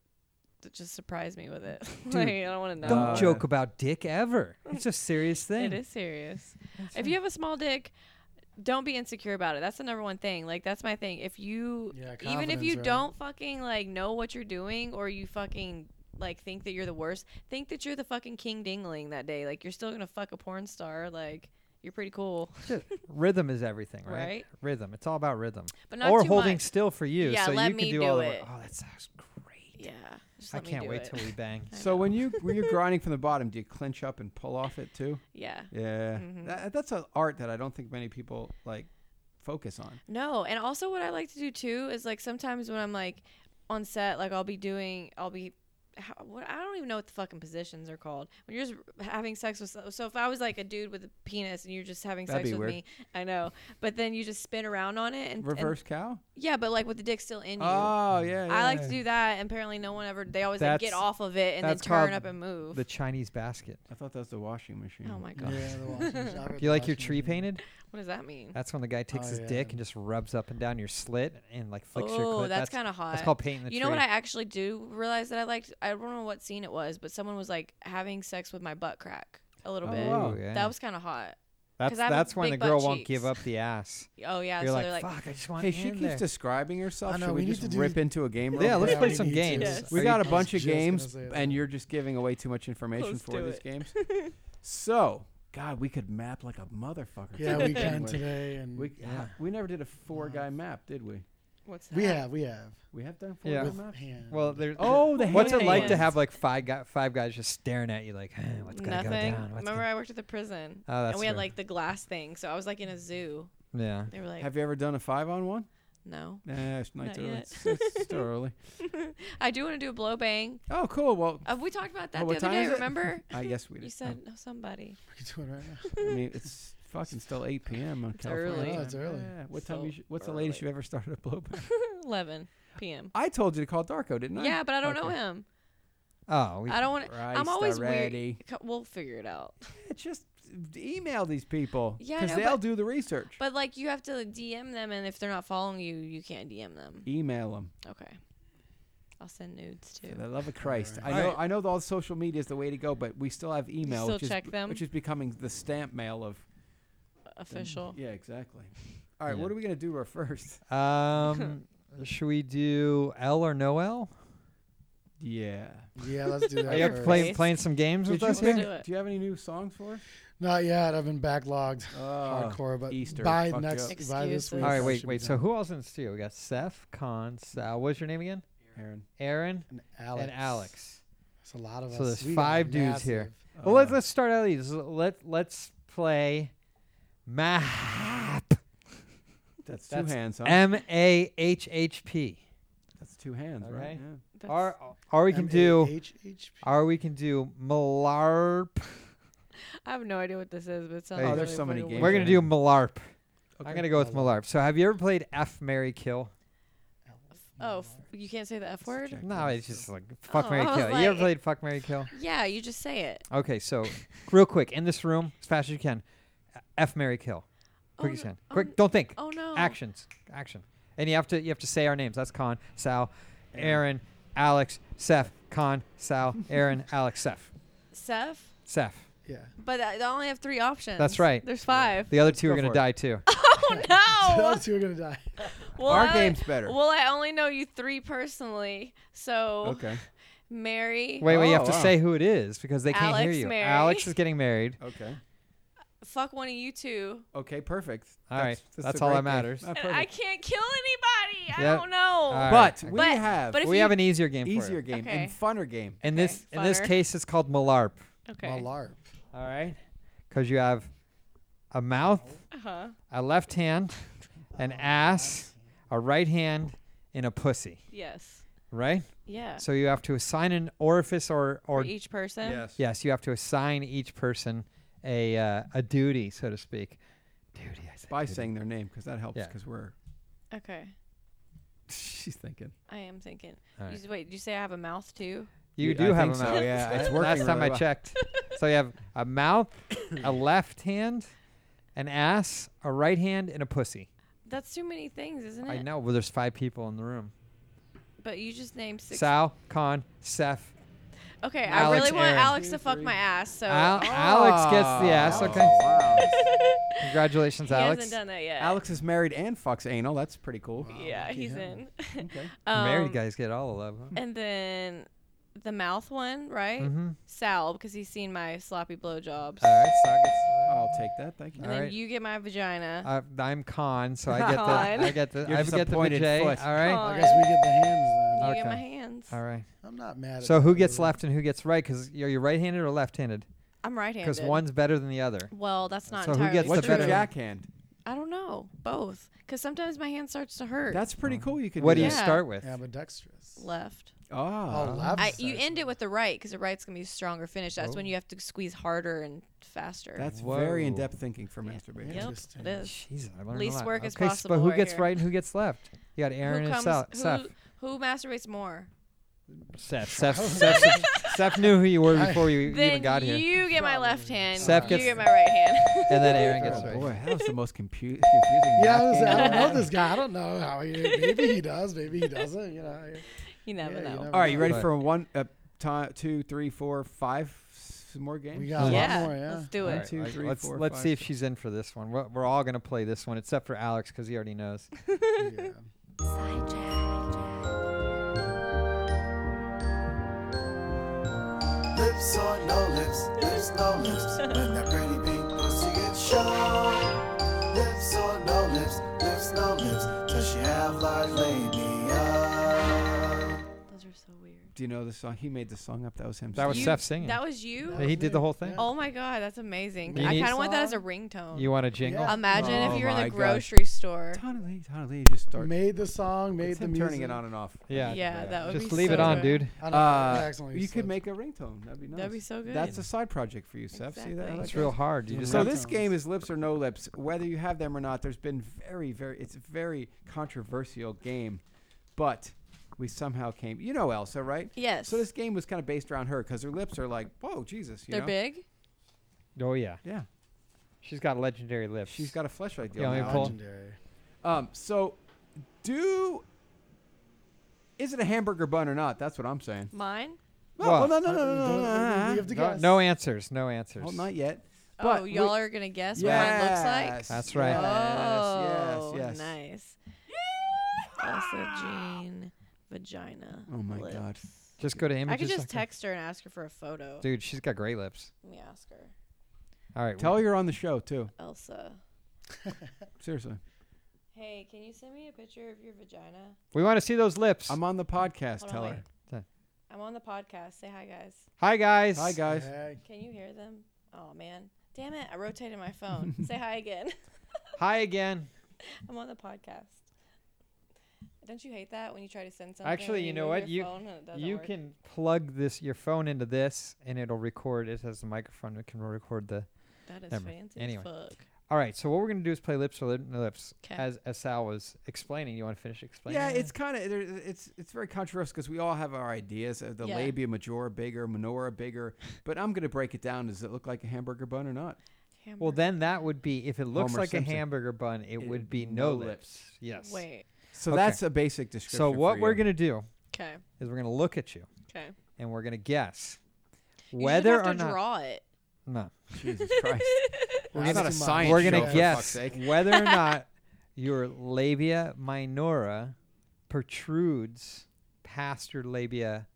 [SPEAKER 5] th- just surprise me with it. like, I don't want to know.
[SPEAKER 3] Don't
[SPEAKER 2] Uh,
[SPEAKER 3] joke about dick ever. It's a serious thing.
[SPEAKER 5] It is serious. If you have a small dick, don't be insecure about it. That's the number one thing. Like that's my thing. If you
[SPEAKER 4] Yeah,
[SPEAKER 5] even if
[SPEAKER 4] confidence,
[SPEAKER 5] you
[SPEAKER 4] right?
[SPEAKER 5] don't fucking like know what you're doing or you fucking like think that you're the worst, think that you're the fucking king dingling that day. Like you're still going to fuck a porn star like you're pretty cool,
[SPEAKER 3] Just- rhythm is everything, right?
[SPEAKER 5] Right.
[SPEAKER 3] Rhythm. It's all about rhythm.
[SPEAKER 5] but not
[SPEAKER 3] or
[SPEAKER 5] too
[SPEAKER 3] holding
[SPEAKER 5] much.
[SPEAKER 3] still for you,
[SPEAKER 5] Yeah,
[SPEAKER 3] so
[SPEAKER 5] let
[SPEAKER 3] you can
[SPEAKER 5] me
[SPEAKER 3] do,
[SPEAKER 5] do
[SPEAKER 3] all
[SPEAKER 5] it.
[SPEAKER 3] the work. Oh, that sounds great.
[SPEAKER 5] Yeah. Just
[SPEAKER 3] I
[SPEAKER 5] let me
[SPEAKER 3] can't
[SPEAKER 5] do
[SPEAKER 3] wait
[SPEAKER 5] it.
[SPEAKER 3] till we bang.
[SPEAKER 5] I
[SPEAKER 2] So
[SPEAKER 5] know.
[SPEAKER 2] when you when you're grinding from the bottom, do you clinch up and pull off it too?
[SPEAKER 5] Yeah.
[SPEAKER 2] Yeah,
[SPEAKER 5] Mhm.
[SPEAKER 2] that, that's an art that I don't think many people like focus on.
[SPEAKER 5] No, and also what I like to do too is like sometimes when I'm like on set, like I'll be doing, I'll be, how, what I don't even know what the fucking positions are called. When you're just having sex with, so if I was like a dude with a penis and you're just having
[SPEAKER 2] That'd be
[SPEAKER 5] sex with
[SPEAKER 2] weird.
[SPEAKER 5] me, I know, but then you just spin around on it and and-
[SPEAKER 2] Reverse cow.
[SPEAKER 5] yeah, but like with the dick still in you.
[SPEAKER 2] Oh yeah,
[SPEAKER 5] I like
[SPEAKER 2] yeah.
[SPEAKER 5] to do that. And apparently, no one ever. They always like get
[SPEAKER 3] That's-
[SPEAKER 5] off of it and then
[SPEAKER 3] that's
[SPEAKER 5] turn
[SPEAKER 3] called
[SPEAKER 5] up and move.
[SPEAKER 3] The Chinese basket.
[SPEAKER 2] I thought that was the washing machine.
[SPEAKER 5] oh my god,
[SPEAKER 4] Yeah, the washing machine. I
[SPEAKER 3] Do
[SPEAKER 4] rip
[SPEAKER 3] you like your
[SPEAKER 4] washing
[SPEAKER 3] tree
[SPEAKER 4] machine.
[SPEAKER 3] painted?
[SPEAKER 5] what does that mean?
[SPEAKER 3] That's when the guy takes
[SPEAKER 4] Oh,
[SPEAKER 3] his
[SPEAKER 4] yeah.
[SPEAKER 3] dick and just rubs up and down your slit and like flicks your
[SPEAKER 5] Oh,
[SPEAKER 3] clit.
[SPEAKER 5] that's kind of hot.
[SPEAKER 3] That's called painting the
[SPEAKER 5] you
[SPEAKER 3] tree.
[SPEAKER 5] know what I actually do realize that I liked? I don't know what scene it was, but someone was like having sex with my butt crack a little
[SPEAKER 2] Oh,
[SPEAKER 5] bit.
[SPEAKER 2] wow.
[SPEAKER 3] yeah.
[SPEAKER 5] That was kind of hot. 'cause
[SPEAKER 3] that's
[SPEAKER 5] I have a
[SPEAKER 3] that's when the
[SPEAKER 5] big butt
[SPEAKER 3] girl won't
[SPEAKER 5] cheeks.
[SPEAKER 3] give up the ass.
[SPEAKER 5] Oh yeah,
[SPEAKER 3] You're
[SPEAKER 5] so
[SPEAKER 3] like,
[SPEAKER 5] they're like,
[SPEAKER 3] fuck, I just want
[SPEAKER 2] Hey,
[SPEAKER 3] in
[SPEAKER 2] she keeps
[SPEAKER 3] there.
[SPEAKER 2] describing herself.
[SPEAKER 4] I know,
[SPEAKER 2] Should we,
[SPEAKER 4] we need
[SPEAKER 2] just
[SPEAKER 4] to do-
[SPEAKER 2] rip into a game? real
[SPEAKER 3] Yeah, let's
[SPEAKER 2] quick?
[SPEAKER 3] play
[SPEAKER 4] we
[SPEAKER 3] some
[SPEAKER 4] need to.
[SPEAKER 3] games.
[SPEAKER 5] Yes.
[SPEAKER 2] We
[SPEAKER 3] Are
[SPEAKER 2] got a
[SPEAKER 4] I was
[SPEAKER 2] bunch of
[SPEAKER 4] just gonna
[SPEAKER 2] games,
[SPEAKER 4] say that.
[SPEAKER 2] and you're just giving away too much information
[SPEAKER 5] Close
[SPEAKER 2] for
[SPEAKER 5] to
[SPEAKER 2] these
[SPEAKER 5] it.
[SPEAKER 2] games. so, God, we could map like a motherfucker.
[SPEAKER 4] Yeah,
[SPEAKER 2] Couldn't
[SPEAKER 4] we can today, and
[SPEAKER 2] We,
[SPEAKER 4] we, yeah.
[SPEAKER 2] we never did a four guy map, did we?
[SPEAKER 5] what's that?
[SPEAKER 4] we have, we have.
[SPEAKER 2] We have done four
[SPEAKER 3] Yeah.
[SPEAKER 2] guy
[SPEAKER 3] With
[SPEAKER 2] maps.
[SPEAKER 4] hand.
[SPEAKER 3] Well, there.
[SPEAKER 2] Oh, the
[SPEAKER 3] what's it like to
[SPEAKER 5] hands.
[SPEAKER 3] have like five guy, five guys just staring at you like, "Huh, what's gonna
[SPEAKER 5] Nothing.
[SPEAKER 3] go down? What's
[SPEAKER 5] Remember, I worked at the prison,
[SPEAKER 3] Oh, that's
[SPEAKER 5] and we had
[SPEAKER 3] right.
[SPEAKER 5] like the glass thing. So I was like in a zoo.
[SPEAKER 3] gonna-" yeah.
[SPEAKER 5] They were like,
[SPEAKER 2] Have you ever done a five on one?
[SPEAKER 5] no.
[SPEAKER 2] Nah, it's not,
[SPEAKER 5] Not
[SPEAKER 2] too early.
[SPEAKER 5] yet.
[SPEAKER 2] It's, it's still early.
[SPEAKER 5] I do want to do a blow bang.
[SPEAKER 2] Oh, cool. Well,
[SPEAKER 5] Uh, we talked about that
[SPEAKER 2] Oh,
[SPEAKER 5] the
[SPEAKER 2] what
[SPEAKER 5] other
[SPEAKER 2] time
[SPEAKER 5] day.
[SPEAKER 2] is it?
[SPEAKER 5] Remember?
[SPEAKER 2] I guess we did.
[SPEAKER 5] you said no somebody.
[SPEAKER 4] we can do it right now.
[SPEAKER 2] I mean, it's fucking still 8 p.m. on
[SPEAKER 5] It's
[SPEAKER 2] California.
[SPEAKER 5] early.
[SPEAKER 2] time.
[SPEAKER 4] Oh, it's early.
[SPEAKER 2] Yeah. What time?
[SPEAKER 5] So
[SPEAKER 2] You should, what's the latest
[SPEAKER 5] early.
[SPEAKER 2] you've ever started a blowback?
[SPEAKER 5] 11 p.m.
[SPEAKER 2] I told you to call Darko, didn't I?
[SPEAKER 5] Yeah, but I don't know
[SPEAKER 2] Okay.
[SPEAKER 5] him.
[SPEAKER 3] Oh, we,
[SPEAKER 5] I don't want. to
[SPEAKER 2] Christ
[SPEAKER 5] I'm always
[SPEAKER 2] already.
[SPEAKER 5] weird. Co- We'll figure it out.
[SPEAKER 2] Yeah, Just email these people
[SPEAKER 5] Yeah, I
[SPEAKER 2] because
[SPEAKER 5] know,
[SPEAKER 2] they'll
[SPEAKER 5] but-
[SPEAKER 2] do the research.
[SPEAKER 5] But like you have to DM them, and if they're not following you, you can't DM them.
[SPEAKER 2] email them.
[SPEAKER 5] Okay, I'll send nudes
[SPEAKER 2] For
[SPEAKER 5] too.
[SPEAKER 2] the love of Christ,
[SPEAKER 4] All
[SPEAKER 2] I know I know that all social media is the way to go, but we still have email,
[SPEAKER 5] still
[SPEAKER 2] which,
[SPEAKER 5] check
[SPEAKER 2] is,
[SPEAKER 5] them?
[SPEAKER 2] which is becoming the stamp mail of
[SPEAKER 5] Official.
[SPEAKER 2] Yeah, exactly. All right,
[SPEAKER 3] Yeah.
[SPEAKER 2] what are we gonna do first?
[SPEAKER 3] um, should we do L or no L?
[SPEAKER 2] Yeah.
[SPEAKER 4] Yeah, let's do that.
[SPEAKER 3] Are you
[SPEAKER 4] first.
[SPEAKER 3] playing
[SPEAKER 5] Face.
[SPEAKER 3] playing some games
[SPEAKER 2] Did
[SPEAKER 3] with
[SPEAKER 2] you
[SPEAKER 3] us
[SPEAKER 2] pick-
[SPEAKER 3] here?
[SPEAKER 5] do it.
[SPEAKER 2] do you have any new songs for us?
[SPEAKER 4] Not yet. I've been backlogged
[SPEAKER 2] Oh,
[SPEAKER 4] hardcore, but
[SPEAKER 2] Easter
[SPEAKER 4] by
[SPEAKER 2] fucked you
[SPEAKER 4] next,
[SPEAKER 5] up.
[SPEAKER 4] by this
[SPEAKER 5] Excuses.
[SPEAKER 4] week.
[SPEAKER 3] All right,
[SPEAKER 4] I
[SPEAKER 3] wait,
[SPEAKER 4] should
[SPEAKER 3] wait.
[SPEAKER 4] be
[SPEAKER 3] So
[SPEAKER 4] done.
[SPEAKER 3] who else in the studio? We got Seth, Con, Sal. What's your name again?
[SPEAKER 2] Oh, Aaron.
[SPEAKER 3] Aaron
[SPEAKER 4] And Alex.
[SPEAKER 3] and Alex.
[SPEAKER 4] It's a lot of
[SPEAKER 3] So
[SPEAKER 4] us.
[SPEAKER 3] there's
[SPEAKER 4] We are
[SPEAKER 3] five dudes here.
[SPEAKER 4] massive.
[SPEAKER 3] well, let's
[SPEAKER 2] Uh,
[SPEAKER 3] let's start out. Easy. Let let's play map.
[SPEAKER 2] That's two
[SPEAKER 3] that's
[SPEAKER 2] hands, huh?
[SPEAKER 3] M A H H P.
[SPEAKER 2] that's two hands, right?
[SPEAKER 3] Okay.
[SPEAKER 2] Yeah.
[SPEAKER 5] That's-
[SPEAKER 3] Or or we can do
[SPEAKER 4] M A H H P.
[SPEAKER 3] or we can do malarp.
[SPEAKER 5] I have no idea what this is, but it sounds.
[SPEAKER 10] Hey,
[SPEAKER 5] really
[SPEAKER 10] there's so many
[SPEAKER 5] fucking
[SPEAKER 10] games
[SPEAKER 3] We're
[SPEAKER 5] weird.
[SPEAKER 3] gonna do Malarp.
[SPEAKER 2] Okay.
[SPEAKER 3] I'm gonna go with Malarp. So, have you ever played F Mary Kill?
[SPEAKER 5] Oh, f- you can't say the f word.
[SPEAKER 2] check.
[SPEAKER 3] No, it's just like Fuck
[SPEAKER 5] Oh,
[SPEAKER 3] Mary
[SPEAKER 5] I was
[SPEAKER 3] Kill. you ever
[SPEAKER 5] like-
[SPEAKER 3] played Fuck Mary Kill?
[SPEAKER 5] Yeah, you just say it.
[SPEAKER 3] Okay, so real quick in this room, as fast as you can, F Mary Kill. Quick
[SPEAKER 5] Oh,
[SPEAKER 3] as you
[SPEAKER 5] no-
[SPEAKER 3] can.
[SPEAKER 5] oh,
[SPEAKER 3] Quick,
[SPEAKER 5] n-
[SPEAKER 3] don't think.
[SPEAKER 5] Oh no.
[SPEAKER 3] Actions, action, and you have to you have to say our names. That's Con, Sal, Aaron, Alex, Seth, Con, Sal, Aaron, Alex, Seth,
[SPEAKER 5] Seth.
[SPEAKER 3] Seth.
[SPEAKER 4] Yeah.
[SPEAKER 5] But I I only have three options.
[SPEAKER 3] right.
[SPEAKER 5] There's five.
[SPEAKER 3] The other two
[SPEAKER 10] go
[SPEAKER 3] are gonna
[SPEAKER 10] for it.
[SPEAKER 3] die too.
[SPEAKER 5] Oh no.
[SPEAKER 4] Those two are gonna die.
[SPEAKER 5] well,
[SPEAKER 10] Our
[SPEAKER 5] I,
[SPEAKER 10] game's better.
[SPEAKER 5] Well, I only know you three personally, so
[SPEAKER 10] Okay.
[SPEAKER 5] Mary,
[SPEAKER 3] Wait, wait, you have
[SPEAKER 10] Oh,
[SPEAKER 3] to
[SPEAKER 10] wow.
[SPEAKER 3] say who it is because they can't hear
[SPEAKER 5] Alex
[SPEAKER 3] you.
[SPEAKER 5] Mary.
[SPEAKER 3] Alex is getting married.
[SPEAKER 10] Okay.
[SPEAKER 5] fuck one of you two.
[SPEAKER 10] Okay. Perfect.
[SPEAKER 3] All right,
[SPEAKER 10] That's,
[SPEAKER 3] that's
[SPEAKER 10] a
[SPEAKER 3] all
[SPEAKER 10] great
[SPEAKER 3] that
[SPEAKER 10] game.
[SPEAKER 3] matters.
[SPEAKER 2] Ah,
[SPEAKER 5] And I
[SPEAKER 2] perfect. Uh,
[SPEAKER 5] can't kill anybody. I
[SPEAKER 3] Yeah.
[SPEAKER 5] don't know.
[SPEAKER 3] All
[SPEAKER 10] But
[SPEAKER 3] right,
[SPEAKER 10] we
[SPEAKER 5] But-
[SPEAKER 10] have
[SPEAKER 5] but if
[SPEAKER 3] we
[SPEAKER 5] you-
[SPEAKER 3] have an easier game. for
[SPEAKER 10] easier
[SPEAKER 3] it.
[SPEAKER 10] game
[SPEAKER 5] Okay.
[SPEAKER 10] and funner game.
[SPEAKER 3] In
[SPEAKER 5] Okay,
[SPEAKER 3] this in this
[SPEAKER 5] funner.
[SPEAKER 3] case, it's called Malarp.
[SPEAKER 5] okay.
[SPEAKER 4] Malarp.
[SPEAKER 3] All right, because you have a mouth,
[SPEAKER 5] Uh-huh.
[SPEAKER 3] a left hand, an ass, a right hand, and a pussy.
[SPEAKER 5] Yes.
[SPEAKER 3] Right.
[SPEAKER 5] Yeah.
[SPEAKER 3] So you have to assign an orifice or
[SPEAKER 5] For
[SPEAKER 3] or
[SPEAKER 5] each person.
[SPEAKER 3] yes, you have to assign each person a uh, a duty, so to speak. Duty. I said
[SPEAKER 2] By
[SPEAKER 3] duty.
[SPEAKER 2] saying their name, because that helps.
[SPEAKER 3] Yeah.
[SPEAKER 2] Because we're
[SPEAKER 5] Okay.
[SPEAKER 2] she's thinking.
[SPEAKER 5] I am thinking.
[SPEAKER 3] All
[SPEAKER 5] You
[SPEAKER 3] right.
[SPEAKER 5] s- wait, did you say I have a mouth too?
[SPEAKER 3] You
[SPEAKER 10] You-
[SPEAKER 3] do
[SPEAKER 10] I
[SPEAKER 3] have a
[SPEAKER 10] think so,
[SPEAKER 3] mouth.
[SPEAKER 10] yeah. It's
[SPEAKER 3] Last
[SPEAKER 10] working
[SPEAKER 3] time
[SPEAKER 10] really
[SPEAKER 3] I
[SPEAKER 10] well.
[SPEAKER 3] checked. so you have a mouth, a left hand, an ass, a right hand, and a pussy.
[SPEAKER 5] That's too many things, isn't it?
[SPEAKER 3] I know. Well, there's five people in the room.
[SPEAKER 5] But you just named six.
[SPEAKER 3] Sal, Con, Seth.
[SPEAKER 5] okay, I
[SPEAKER 3] Alex,
[SPEAKER 5] really want
[SPEAKER 3] Aaron.
[SPEAKER 5] Alex to fuck my ass. So
[SPEAKER 3] Al- Alex gets
[SPEAKER 10] Oh.
[SPEAKER 3] the ass. Okay.
[SPEAKER 5] he
[SPEAKER 3] Congratulations, Alex.
[SPEAKER 5] hasn't done that yet.
[SPEAKER 2] Alex is marred and fucks anal. That's pretty cool.
[SPEAKER 5] Yeah, he's in.
[SPEAKER 2] Okay.
[SPEAKER 5] um,
[SPEAKER 3] Married guys get all the love. Huh?
[SPEAKER 5] And then the mouth one, right?
[SPEAKER 3] Mm-hmm.
[SPEAKER 5] Sal, because he's seen my sloppy blowjobs.
[SPEAKER 3] All right, so I guess-
[SPEAKER 2] I'll take that. Thank you.
[SPEAKER 5] and then
[SPEAKER 3] alright.
[SPEAKER 5] you get my vagina.
[SPEAKER 3] Uh, I'm con, so I get
[SPEAKER 5] Con.
[SPEAKER 3] the I get the
[SPEAKER 2] You're
[SPEAKER 3] I
[SPEAKER 2] just
[SPEAKER 3] get the
[SPEAKER 2] appointed
[SPEAKER 3] vajay.
[SPEAKER 2] foot.
[SPEAKER 3] All right,
[SPEAKER 5] Con.
[SPEAKER 4] I guess we get the hands then.
[SPEAKER 5] you get my
[SPEAKER 3] okay.
[SPEAKER 5] hands.
[SPEAKER 3] all right.
[SPEAKER 4] I'm not mad. at
[SPEAKER 3] Uh, So
[SPEAKER 4] that,
[SPEAKER 3] who gets
[SPEAKER 4] really.
[SPEAKER 3] left and who gets right? Because you're you right-handed or left-handed?
[SPEAKER 5] I'm right-handed.
[SPEAKER 3] Because one's better than the other.
[SPEAKER 5] Well, that's not
[SPEAKER 3] So who
[SPEAKER 5] entirely
[SPEAKER 3] gets the
[SPEAKER 2] What's
[SPEAKER 5] true.
[SPEAKER 2] your
[SPEAKER 3] better-
[SPEAKER 2] jackhand?
[SPEAKER 5] I don't know. Both. Because sometimes my hand starts to hurt.
[SPEAKER 2] That's pretty cool. You can.
[SPEAKER 3] What do
[SPEAKER 2] do
[SPEAKER 3] you
[SPEAKER 5] Yeah.
[SPEAKER 2] that.
[SPEAKER 3] start with?
[SPEAKER 4] Ambidextrous.
[SPEAKER 5] left.
[SPEAKER 2] Oh.
[SPEAKER 4] oh, left.
[SPEAKER 5] I, you
[SPEAKER 4] side.
[SPEAKER 5] end it with the right because the right's gonna be a stronger finish. That's
[SPEAKER 3] Oh.
[SPEAKER 5] when you have to squeeze harder and faster.
[SPEAKER 2] That's
[SPEAKER 3] Whoa.
[SPEAKER 2] very in-depth thinking for masturbation.
[SPEAKER 5] yep,
[SPEAKER 4] Interesting.
[SPEAKER 5] it is.
[SPEAKER 3] Jeez, I learned
[SPEAKER 5] Least
[SPEAKER 3] a lot.
[SPEAKER 5] work is
[SPEAKER 3] okay, s-
[SPEAKER 5] possible
[SPEAKER 3] But who
[SPEAKER 5] right
[SPEAKER 3] gets
[SPEAKER 5] here.
[SPEAKER 3] right and who gets left? You got Aaron
[SPEAKER 5] who
[SPEAKER 3] and
[SPEAKER 5] comes?
[SPEAKER 3] Sal-
[SPEAKER 5] who,
[SPEAKER 3] Seth.
[SPEAKER 5] who masturbates more?
[SPEAKER 3] Seth. Seth. Seth. Seth. Seth knew who you were before you
[SPEAKER 5] then
[SPEAKER 3] even got
[SPEAKER 5] you
[SPEAKER 3] here,
[SPEAKER 5] get my left hand.
[SPEAKER 3] Seth
[SPEAKER 5] you
[SPEAKER 3] gets-
[SPEAKER 5] get my right hand.
[SPEAKER 3] and then Aaron
[SPEAKER 2] Oh
[SPEAKER 3] gets right.
[SPEAKER 2] boy, that was the most compu- confusing.
[SPEAKER 4] Yeah, I, was, I
[SPEAKER 2] math
[SPEAKER 4] don't
[SPEAKER 2] game
[SPEAKER 4] know this guy. I don't know how he. Maybe he does. Maybe he doesn't. You know.
[SPEAKER 5] you never
[SPEAKER 4] Yeah, you
[SPEAKER 5] know.
[SPEAKER 4] never
[SPEAKER 2] All right, you ready
[SPEAKER 3] But-
[SPEAKER 2] for one, uh, ti- two, three, four, five, s- more games?
[SPEAKER 4] We got a
[SPEAKER 5] yeah,
[SPEAKER 4] lot more. Yeah.
[SPEAKER 5] let's do
[SPEAKER 2] One,
[SPEAKER 5] it.
[SPEAKER 3] All right,
[SPEAKER 2] two,
[SPEAKER 3] let's-
[SPEAKER 2] three,
[SPEAKER 3] let's
[SPEAKER 2] four,
[SPEAKER 3] let's
[SPEAKER 2] five,
[SPEAKER 3] see if
[SPEAKER 2] six.
[SPEAKER 3] she's in for this one. We're, we're all gonna play this one except for Alex because he already knows.
[SPEAKER 4] yeah.
[SPEAKER 11] Lips or no lips, lips no lips. When that pretty pink pussy gets shown. Lips or no lips, lips no lips. Does she have large labia?
[SPEAKER 5] Those are so weird.
[SPEAKER 2] Do you know the song? He made the song up. That was him.
[SPEAKER 3] That was
[SPEAKER 5] You-
[SPEAKER 3] Seth singing.
[SPEAKER 5] That was you.
[SPEAKER 3] he did the whole thing.
[SPEAKER 5] Oh my god, that's amazing.
[SPEAKER 3] You
[SPEAKER 5] I
[SPEAKER 3] need-
[SPEAKER 5] kind of want that as a ringtone.
[SPEAKER 3] You want a jingle?
[SPEAKER 4] Yeah.
[SPEAKER 5] Imagine
[SPEAKER 2] Oh
[SPEAKER 5] if you were in
[SPEAKER 2] my
[SPEAKER 5] the
[SPEAKER 2] gosh.
[SPEAKER 5] grocery store.
[SPEAKER 2] Totally, totally. Just start.
[SPEAKER 4] Made the song. Made
[SPEAKER 2] It's
[SPEAKER 4] the
[SPEAKER 2] him
[SPEAKER 4] music.
[SPEAKER 2] turning it on and off.
[SPEAKER 3] Yeah.
[SPEAKER 5] Yeah, that would
[SPEAKER 3] Just
[SPEAKER 5] be
[SPEAKER 3] leave
[SPEAKER 5] so
[SPEAKER 3] it on,
[SPEAKER 5] good.
[SPEAKER 3] dude.
[SPEAKER 4] I don't know, I
[SPEAKER 2] Uh,
[SPEAKER 4] accidentally
[SPEAKER 2] you
[SPEAKER 4] slipped.
[SPEAKER 2] could make a ringtone. That'd be nice.
[SPEAKER 5] That'd be so good.
[SPEAKER 2] That's a side project for you, Seth. See that? I
[SPEAKER 5] Exactly.
[SPEAKER 2] like
[SPEAKER 3] It's
[SPEAKER 2] that.
[SPEAKER 3] real hard. You
[SPEAKER 4] Yeah.
[SPEAKER 3] just
[SPEAKER 2] So
[SPEAKER 3] have
[SPEAKER 2] this
[SPEAKER 4] Ringtones.
[SPEAKER 2] game is lips or no lips. Whether you have them or not, there's been very, very. It's a very controversial game, but we somehow came. You know Elsa, right?
[SPEAKER 5] yes.
[SPEAKER 2] So this game was kind of based around her because her lips are like, whoa, Jesus, you
[SPEAKER 5] They're
[SPEAKER 2] know?
[SPEAKER 5] big.
[SPEAKER 3] Oh yeah,
[SPEAKER 2] Yeah,
[SPEAKER 3] she's got legendary lips.
[SPEAKER 2] she's got a fleshlight deal.
[SPEAKER 3] Yeah, let me
[SPEAKER 2] now.
[SPEAKER 3] pull.
[SPEAKER 4] Legendary.
[SPEAKER 2] Um, so do is it a hamburger bun or not? That's what I'm saying.
[SPEAKER 5] Mine.
[SPEAKER 2] Well,
[SPEAKER 3] Well,
[SPEAKER 2] no, no,
[SPEAKER 4] Uh,
[SPEAKER 2] no, no, no,
[SPEAKER 4] we-
[SPEAKER 2] no,
[SPEAKER 4] we
[SPEAKER 2] no,
[SPEAKER 4] have
[SPEAKER 2] no.
[SPEAKER 4] to
[SPEAKER 3] no,
[SPEAKER 4] guess.
[SPEAKER 3] no answers. No answers.
[SPEAKER 2] Well, not yet.
[SPEAKER 5] oh,
[SPEAKER 2] But we-
[SPEAKER 5] y'all are gonna guess what mine looks like.
[SPEAKER 2] Yes,
[SPEAKER 3] That's right.
[SPEAKER 5] oh,
[SPEAKER 2] Yes, yes, yes.
[SPEAKER 5] nice. Elsa Jean vagina.
[SPEAKER 2] Oh my God.
[SPEAKER 5] lips.
[SPEAKER 3] Just go to images.
[SPEAKER 5] I could just
[SPEAKER 3] like that.
[SPEAKER 5] text her and ask her for a photo.
[SPEAKER 3] Dude, she's got great lips.
[SPEAKER 5] Let me ask her.
[SPEAKER 3] All right.
[SPEAKER 2] Tell her you're on the show too.
[SPEAKER 5] Elsa.
[SPEAKER 2] Seriously,
[SPEAKER 5] Hey, can you send me a picture of your vagina?
[SPEAKER 3] we want to see those lips.
[SPEAKER 2] I'm on the podcast.
[SPEAKER 5] Hold on,
[SPEAKER 2] Tell her.
[SPEAKER 5] wait. I'm on the podcast. Say hi, guys.
[SPEAKER 3] Hi guys.
[SPEAKER 2] Hi guys.
[SPEAKER 4] Heck,
[SPEAKER 5] Can you hear them? Oh man, damn it! I rotated my phone. Say hi again.
[SPEAKER 3] Hi again.
[SPEAKER 5] I'm on the podcast. Don't you hate that when you try to send something?
[SPEAKER 3] Actually,
[SPEAKER 5] and
[SPEAKER 3] you know
[SPEAKER 5] move
[SPEAKER 3] what? You
[SPEAKER 5] your phone and it doesn't
[SPEAKER 3] you
[SPEAKER 5] work?
[SPEAKER 3] can plug this your phone into this and it'll record. It has a microphone that can record the.
[SPEAKER 5] That is
[SPEAKER 3] never mind.
[SPEAKER 5] fancy.
[SPEAKER 3] Anyway.
[SPEAKER 5] As fuck.
[SPEAKER 3] All right, so what we're gonna do is play lips to lip- lips,
[SPEAKER 5] 'Kay.
[SPEAKER 3] as as Sal was explaining. You want to finish explaining?
[SPEAKER 2] Yeah,
[SPEAKER 3] that?
[SPEAKER 2] it's kind of it's it's very controversial because we all have our ideas of the
[SPEAKER 5] Yeah.
[SPEAKER 2] labia majora bigger, minora bigger. But I'm going to break it down. Does it look like a hamburger bun or not?
[SPEAKER 3] Well, then that would be if it looks
[SPEAKER 2] Homer
[SPEAKER 3] like
[SPEAKER 2] Simpson.
[SPEAKER 3] a hamburger bun, it,
[SPEAKER 2] It'd
[SPEAKER 3] would
[SPEAKER 2] be
[SPEAKER 3] be
[SPEAKER 2] no
[SPEAKER 3] no
[SPEAKER 2] lips.
[SPEAKER 3] lips. Yes.
[SPEAKER 5] Wait.
[SPEAKER 2] So
[SPEAKER 3] Okay.
[SPEAKER 2] that's a basic description.
[SPEAKER 3] So what
[SPEAKER 2] for
[SPEAKER 3] we're
[SPEAKER 2] you.
[SPEAKER 3] gonna do
[SPEAKER 5] Okay.
[SPEAKER 3] is we're gonna look at you
[SPEAKER 5] Okay.
[SPEAKER 3] and we're gonna guess
[SPEAKER 5] You
[SPEAKER 3] whether
[SPEAKER 5] should have
[SPEAKER 3] or
[SPEAKER 5] to
[SPEAKER 3] not.
[SPEAKER 5] draw it.
[SPEAKER 3] No,
[SPEAKER 2] Jesus Christ.
[SPEAKER 4] We're
[SPEAKER 2] It's
[SPEAKER 4] gonna-
[SPEAKER 2] not a
[SPEAKER 4] That's too much.
[SPEAKER 2] science
[SPEAKER 3] we're gonna
[SPEAKER 2] show, for fuck's
[SPEAKER 3] guess
[SPEAKER 2] sake.
[SPEAKER 3] whether or not your labia minora protrudes past your labia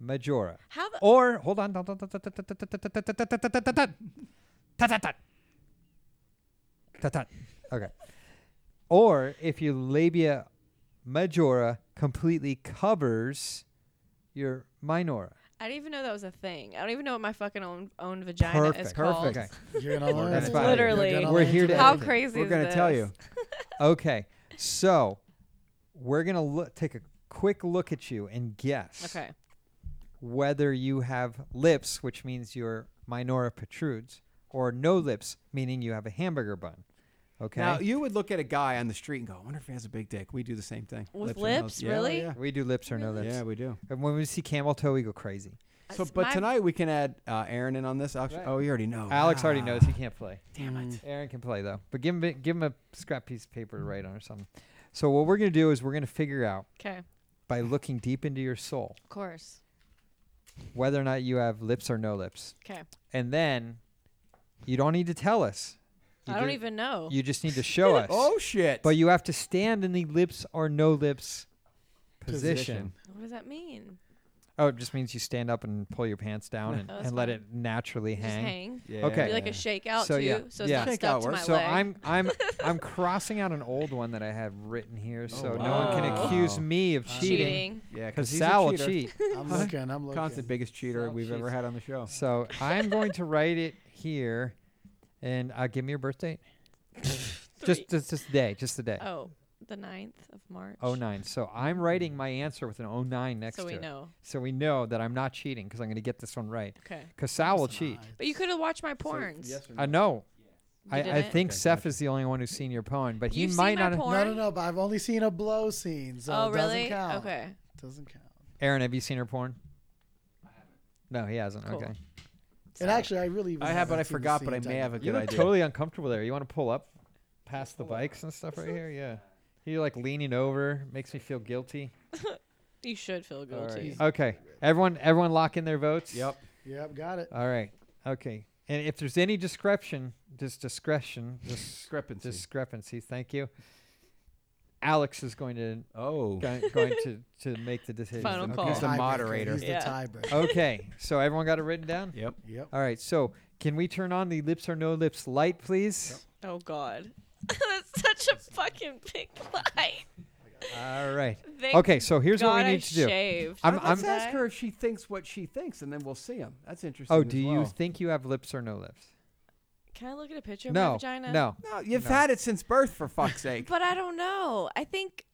[SPEAKER 3] majora.
[SPEAKER 5] How the
[SPEAKER 3] Or hold on. dun- dun- dun- dun- dun- dun- dun- dun- dun- dun- dun- dun- dun- dun- dun. Dun- dun- dun. Dun- dun. Okay. Or if your labia majora completely covers your minora.
[SPEAKER 5] I didn't even know that was a thing. I don't even know what my fucking own own vagina is
[SPEAKER 3] Perfect.
[SPEAKER 5] called.
[SPEAKER 3] Okay.
[SPEAKER 4] You're gonna learn.
[SPEAKER 3] That's
[SPEAKER 4] it.
[SPEAKER 3] fine.
[SPEAKER 4] You're
[SPEAKER 5] Literally.
[SPEAKER 4] gonna
[SPEAKER 3] We're
[SPEAKER 4] learn
[SPEAKER 3] here to
[SPEAKER 4] today.
[SPEAKER 5] How
[SPEAKER 3] Okay.
[SPEAKER 5] crazy
[SPEAKER 2] We're
[SPEAKER 5] is
[SPEAKER 2] going to tell
[SPEAKER 5] this?
[SPEAKER 2] you.
[SPEAKER 3] Okay. So we're gonna look take a quick look at you and guess
[SPEAKER 5] Okay.
[SPEAKER 3] whether you have lips, which means your minora protrudes, or no lips, meaning you have a hamburger bun. Okay.
[SPEAKER 2] Now you would look at a guy on the street and go, "I wonder if he has a big dick." We do the same thing
[SPEAKER 5] With
[SPEAKER 2] or no-
[SPEAKER 5] lips?
[SPEAKER 2] Yeah,
[SPEAKER 5] Really?
[SPEAKER 2] Yeah.
[SPEAKER 3] we do lips or no lips.
[SPEAKER 2] Yeah, we do.
[SPEAKER 3] And when we see camel toe, we go crazy.
[SPEAKER 2] So,
[SPEAKER 5] That's
[SPEAKER 2] but
[SPEAKER 5] my-
[SPEAKER 2] tonight we can add uh, Aaron in on this. Actually,
[SPEAKER 3] Right.
[SPEAKER 2] oh, you already know.
[SPEAKER 3] Alex already
[SPEAKER 2] Ah,
[SPEAKER 3] knows he can't play.
[SPEAKER 2] Damn it.
[SPEAKER 3] Aaron can play though, but give him a- give him a scrap piece of paper to write on or something. So what we're gonna do is we're gonna figure out
[SPEAKER 5] Okay.
[SPEAKER 3] by looking deep into your soul
[SPEAKER 5] Of course.
[SPEAKER 3] whether or not you have lips or no lips,
[SPEAKER 5] Okay.
[SPEAKER 3] and then you don't need to tell us. You
[SPEAKER 5] I don't
[SPEAKER 3] ju-
[SPEAKER 5] even know.
[SPEAKER 3] You just need to show us.
[SPEAKER 2] Oh shit!
[SPEAKER 3] But you have to stand in the lips or no lips
[SPEAKER 2] Position.
[SPEAKER 3] position.
[SPEAKER 5] what does that mean?
[SPEAKER 3] Oh, it just means you stand up and pull your pants down and,
[SPEAKER 5] Oh, that's
[SPEAKER 3] and let
[SPEAKER 5] fine.
[SPEAKER 3] it naturally
[SPEAKER 5] Just
[SPEAKER 3] hang.
[SPEAKER 5] hang.
[SPEAKER 2] Yeah.
[SPEAKER 3] Okay.
[SPEAKER 5] Be like a shakeout
[SPEAKER 3] So,
[SPEAKER 5] too.
[SPEAKER 3] yeah.
[SPEAKER 5] So it's
[SPEAKER 3] Yeah.
[SPEAKER 5] not
[SPEAKER 2] Shakeout
[SPEAKER 5] stuck to my
[SPEAKER 2] works.
[SPEAKER 3] So
[SPEAKER 5] leg.
[SPEAKER 3] I'm I'm I'm crossing out an old one that I have written here,
[SPEAKER 2] Oh,
[SPEAKER 3] so no one can
[SPEAKER 5] wow.
[SPEAKER 3] accuse me of
[SPEAKER 4] Wow.
[SPEAKER 3] cheating
[SPEAKER 2] yeah,
[SPEAKER 3] because
[SPEAKER 2] because
[SPEAKER 3] Sal will
[SPEAKER 2] cheater.
[SPEAKER 3] cheat.
[SPEAKER 4] I'm looking. I'm looking.
[SPEAKER 2] Constant biggest cheater
[SPEAKER 3] Sal
[SPEAKER 2] we've ever
[SPEAKER 3] cheats.
[SPEAKER 2] had on the show.
[SPEAKER 3] So I'm going to write it here, and uh, give me your birth date. just just just the day, just the day.
[SPEAKER 5] Oh, the 9th of March.
[SPEAKER 3] Oh nine. So I'm writing my answer with an oh nine next
[SPEAKER 5] So
[SPEAKER 3] to
[SPEAKER 5] we
[SPEAKER 3] it.
[SPEAKER 5] know.
[SPEAKER 3] So we know that I'm not cheating because I'm going to get this one right.
[SPEAKER 5] Okay.
[SPEAKER 3] Because Sal will cheat.
[SPEAKER 5] But you could have watched my porns.
[SPEAKER 3] I know.
[SPEAKER 5] You
[SPEAKER 3] I, I
[SPEAKER 5] didn't?
[SPEAKER 3] think
[SPEAKER 2] Okay,
[SPEAKER 3] Seth is the only one who's seen your porn, but he
[SPEAKER 5] You've seen
[SPEAKER 3] might
[SPEAKER 5] my
[SPEAKER 3] not. have-
[SPEAKER 5] porn?
[SPEAKER 4] No, no, no. But I've only seen a blow scene, so
[SPEAKER 5] oh,
[SPEAKER 4] it doesn't
[SPEAKER 5] really?
[SPEAKER 4] count.
[SPEAKER 5] Okay.
[SPEAKER 4] Doesn't count.
[SPEAKER 3] Aaron, have you seen her porn? No, he hasn't.
[SPEAKER 5] Cool.
[SPEAKER 3] Okay.
[SPEAKER 4] And actually, I really.
[SPEAKER 2] I have, but I
[SPEAKER 4] haven't seen the
[SPEAKER 2] forgot. But I
[SPEAKER 4] scene
[SPEAKER 2] may have a
[SPEAKER 4] technically.
[SPEAKER 2] good
[SPEAKER 3] You look
[SPEAKER 2] idea.
[SPEAKER 3] totally uncomfortable there. You want to pull up past the bikes and stuff right here? Yeah. You're like leaning over. Makes me feel guilty.
[SPEAKER 5] You should feel
[SPEAKER 3] All right.
[SPEAKER 5] guilty.
[SPEAKER 3] Okay. Everyone, everyone, lock in their votes.
[SPEAKER 2] Yep.
[SPEAKER 4] Yep, got it.
[SPEAKER 3] All right. Okay. And if there's any discretion, just discretion, dis-
[SPEAKER 2] Discrepancy.
[SPEAKER 3] discrepancy. Thank you. Alex is going to
[SPEAKER 2] oh.
[SPEAKER 3] going, going to to make the decision.
[SPEAKER 5] Final
[SPEAKER 3] okay.
[SPEAKER 5] call.
[SPEAKER 2] He's the
[SPEAKER 4] Oh, Tiebreaker.
[SPEAKER 2] moderator.
[SPEAKER 4] He's the
[SPEAKER 5] Yeah.
[SPEAKER 4] tiebreaker.
[SPEAKER 3] okay. So everyone got it written down.
[SPEAKER 2] Yep.
[SPEAKER 4] Yep.
[SPEAKER 3] All right. So can we turn on the lips or no lips light, please?
[SPEAKER 5] Oh, God. That's such a fucking big lie.
[SPEAKER 3] All right.
[SPEAKER 5] Thank
[SPEAKER 3] Okay. So here's
[SPEAKER 5] God
[SPEAKER 3] what we
[SPEAKER 5] I
[SPEAKER 3] need to do.
[SPEAKER 5] shaved.
[SPEAKER 3] I'm-
[SPEAKER 2] Let's
[SPEAKER 3] I'm-
[SPEAKER 2] ask her if she thinks what she thinks, and then we'll see him. That's interesting.
[SPEAKER 3] Oh,
[SPEAKER 2] as
[SPEAKER 3] do you
[SPEAKER 2] well.
[SPEAKER 3] think you have lips or no lips?
[SPEAKER 5] Can I look at a picture of my
[SPEAKER 3] no.
[SPEAKER 5] vagina?
[SPEAKER 3] No.
[SPEAKER 2] No, you've
[SPEAKER 3] No.
[SPEAKER 2] had it since birth, for fuck's sake.
[SPEAKER 5] But I don't know. I think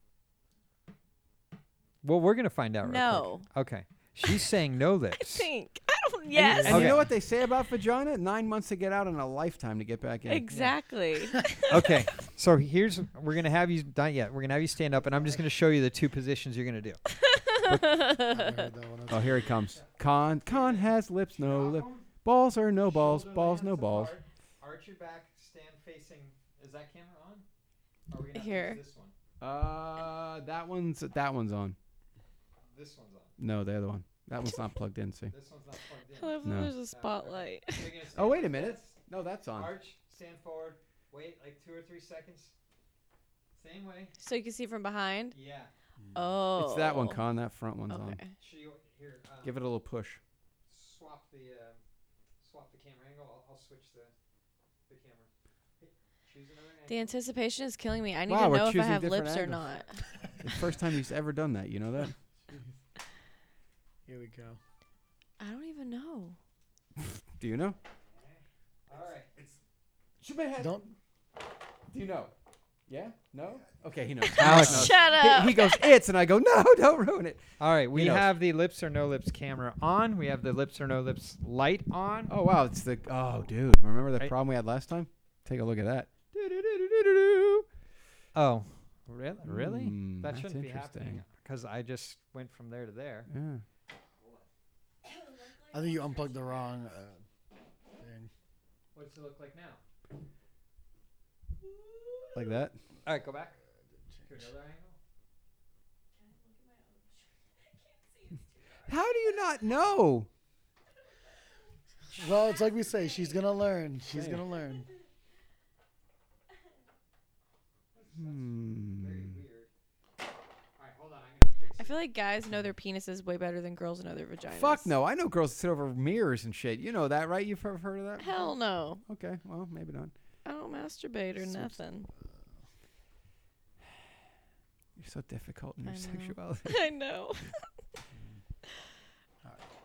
[SPEAKER 3] Well, we're gonna find out. real quick.
[SPEAKER 5] No.
[SPEAKER 3] Okay. She's saying no lips.
[SPEAKER 5] I think I don't.
[SPEAKER 2] And you-
[SPEAKER 5] Yes.
[SPEAKER 2] And you
[SPEAKER 3] Okay.
[SPEAKER 2] know what they say about vagina? Nine months to get out and a lifetime to get back in.
[SPEAKER 5] Exactly.
[SPEAKER 3] okay. So here's we're gonna have you not yet. We're gonna have you stand up, and I'm just gonna show you the two positions you're gonna do.
[SPEAKER 4] I heard that one.
[SPEAKER 2] Oh, here he comes. Con Con has lips, no lip. Balls or no balls, balls no balls.
[SPEAKER 3] Arch your back, stand facing. Is that camera on? Are we
[SPEAKER 5] have to use Here.
[SPEAKER 3] This one.
[SPEAKER 2] Uh, that one's that one's on.
[SPEAKER 3] This one's on.
[SPEAKER 2] No, the other one. That one's not plugged in. See.
[SPEAKER 3] This one's not
[SPEAKER 5] I love that
[SPEAKER 2] No.
[SPEAKER 5] there's a spotlight.
[SPEAKER 2] Oh, wait a minute. No, that's on.
[SPEAKER 3] Arch, stand forward. Wait like two or three seconds. Same way.
[SPEAKER 5] So you can see from behind.
[SPEAKER 3] Yeah.
[SPEAKER 5] Oh.
[SPEAKER 2] Mm. It's that one, Con. That front one's on.
[SPEAKER 5] Okay.
[SPEAKER 3] She here. Um,
[SPEAKER 2] Give it a little push.
[SPEAKER 3] swap the uh, swap the camera angle. I'll, I'll switch the the camera. Choose another
[SPEAKER 5] The anticipation is killing me. I need
[SPEAKER 2] Wow,
[SPEAKER 5] to
[SPEAKER 2] we're
[SPEAKER 5] know if I
[SPEAKER 2] choosing
[SPEAKER 5] have
[SPEAKER 2] different
[SPEAKER 5] lips or
[SPEAKER 2] angles.
[SPEAKER 5] not.
[SPEAKER 2] The first time he's ever done that. You know that.
[SPEAKER 4] Here we go.
[SPEAKER 5] I don't even know.
[SPEAKER 2] Do you know?
[SPEAKER 3] All right.
[SPEAKER 2] Shoot my head.
[SPEAKER 4] Don't
[SPEAKER 2] Do you know? Yeah? No? Okay, he knows.
[SPEAKER 3] Alex.
[SPEAKER 2] knows.
[SPEAKER 5] Shut
[SPEAKER 2] He-
[SPEAKER 5] up.
[SPEAKER 2] He, goes, it's, and I go, no, don't ruin it.
[SPEAKER 3] All right, we
[SPEAKER 2] knows.
[SPEAKER 3] have the lips or no lips camera on. We have the lips or no lips light on.
[SPEAKER 2] Oh, wow, it's the, oh, dude, remember the
[SPEAKER 3] Right.
[SPEAKER 2] problem we had last time? Take a look at that.
[SPEAKER 3] Oh, really? Really?
[SPEAKER 2] Mm,
[SPEAKER 3] that
[SPEAKER 2] that's
[SPEAKER 3] shouldn't be
[SPEAKER 2] interesting.
[SPEAKER 3] happening because I just went from there to there.
[SPEAKER 2] Yeah.
[SPEAKER 4] I think you unplugged the wrong uh, thing.
[SPEAKER 3] What does it look like now?
[SPEAKER 2] Like that?
[SPEAKER 3] All right, go back Uh, to another angle.
[SPEAKER 2] How do you not know?
[SPEAKER 4] Well, it's like we say, she's gonna learn. She's
[SPEAKER 2] Damn.
[SPEAKER 4] gonna learn.
[SPEAKER 5] Hmm.
[SPEAKER 3] All right, hold on. I'm gonna fix
[SPEAKER 5] I feel like guys know their penises way better than girls know their vaginas.
[SPEAKER 2] Fuck no. I know girls sit over mirrors and shit. You know that, right? You've heard heard of that?
[SPEAKER 5] Hell no.
[SPEAKER 2] Okay, well, maybe not.
[SPEAKER 5] I don't masturbate or nothing.
[SPEAKER 2] You're so difficult in your
[SPEAKER 5] I know.
[SPEAKER 2] sexuality.
[SPEAKER 5] I know.
[SPEAKER 3] it.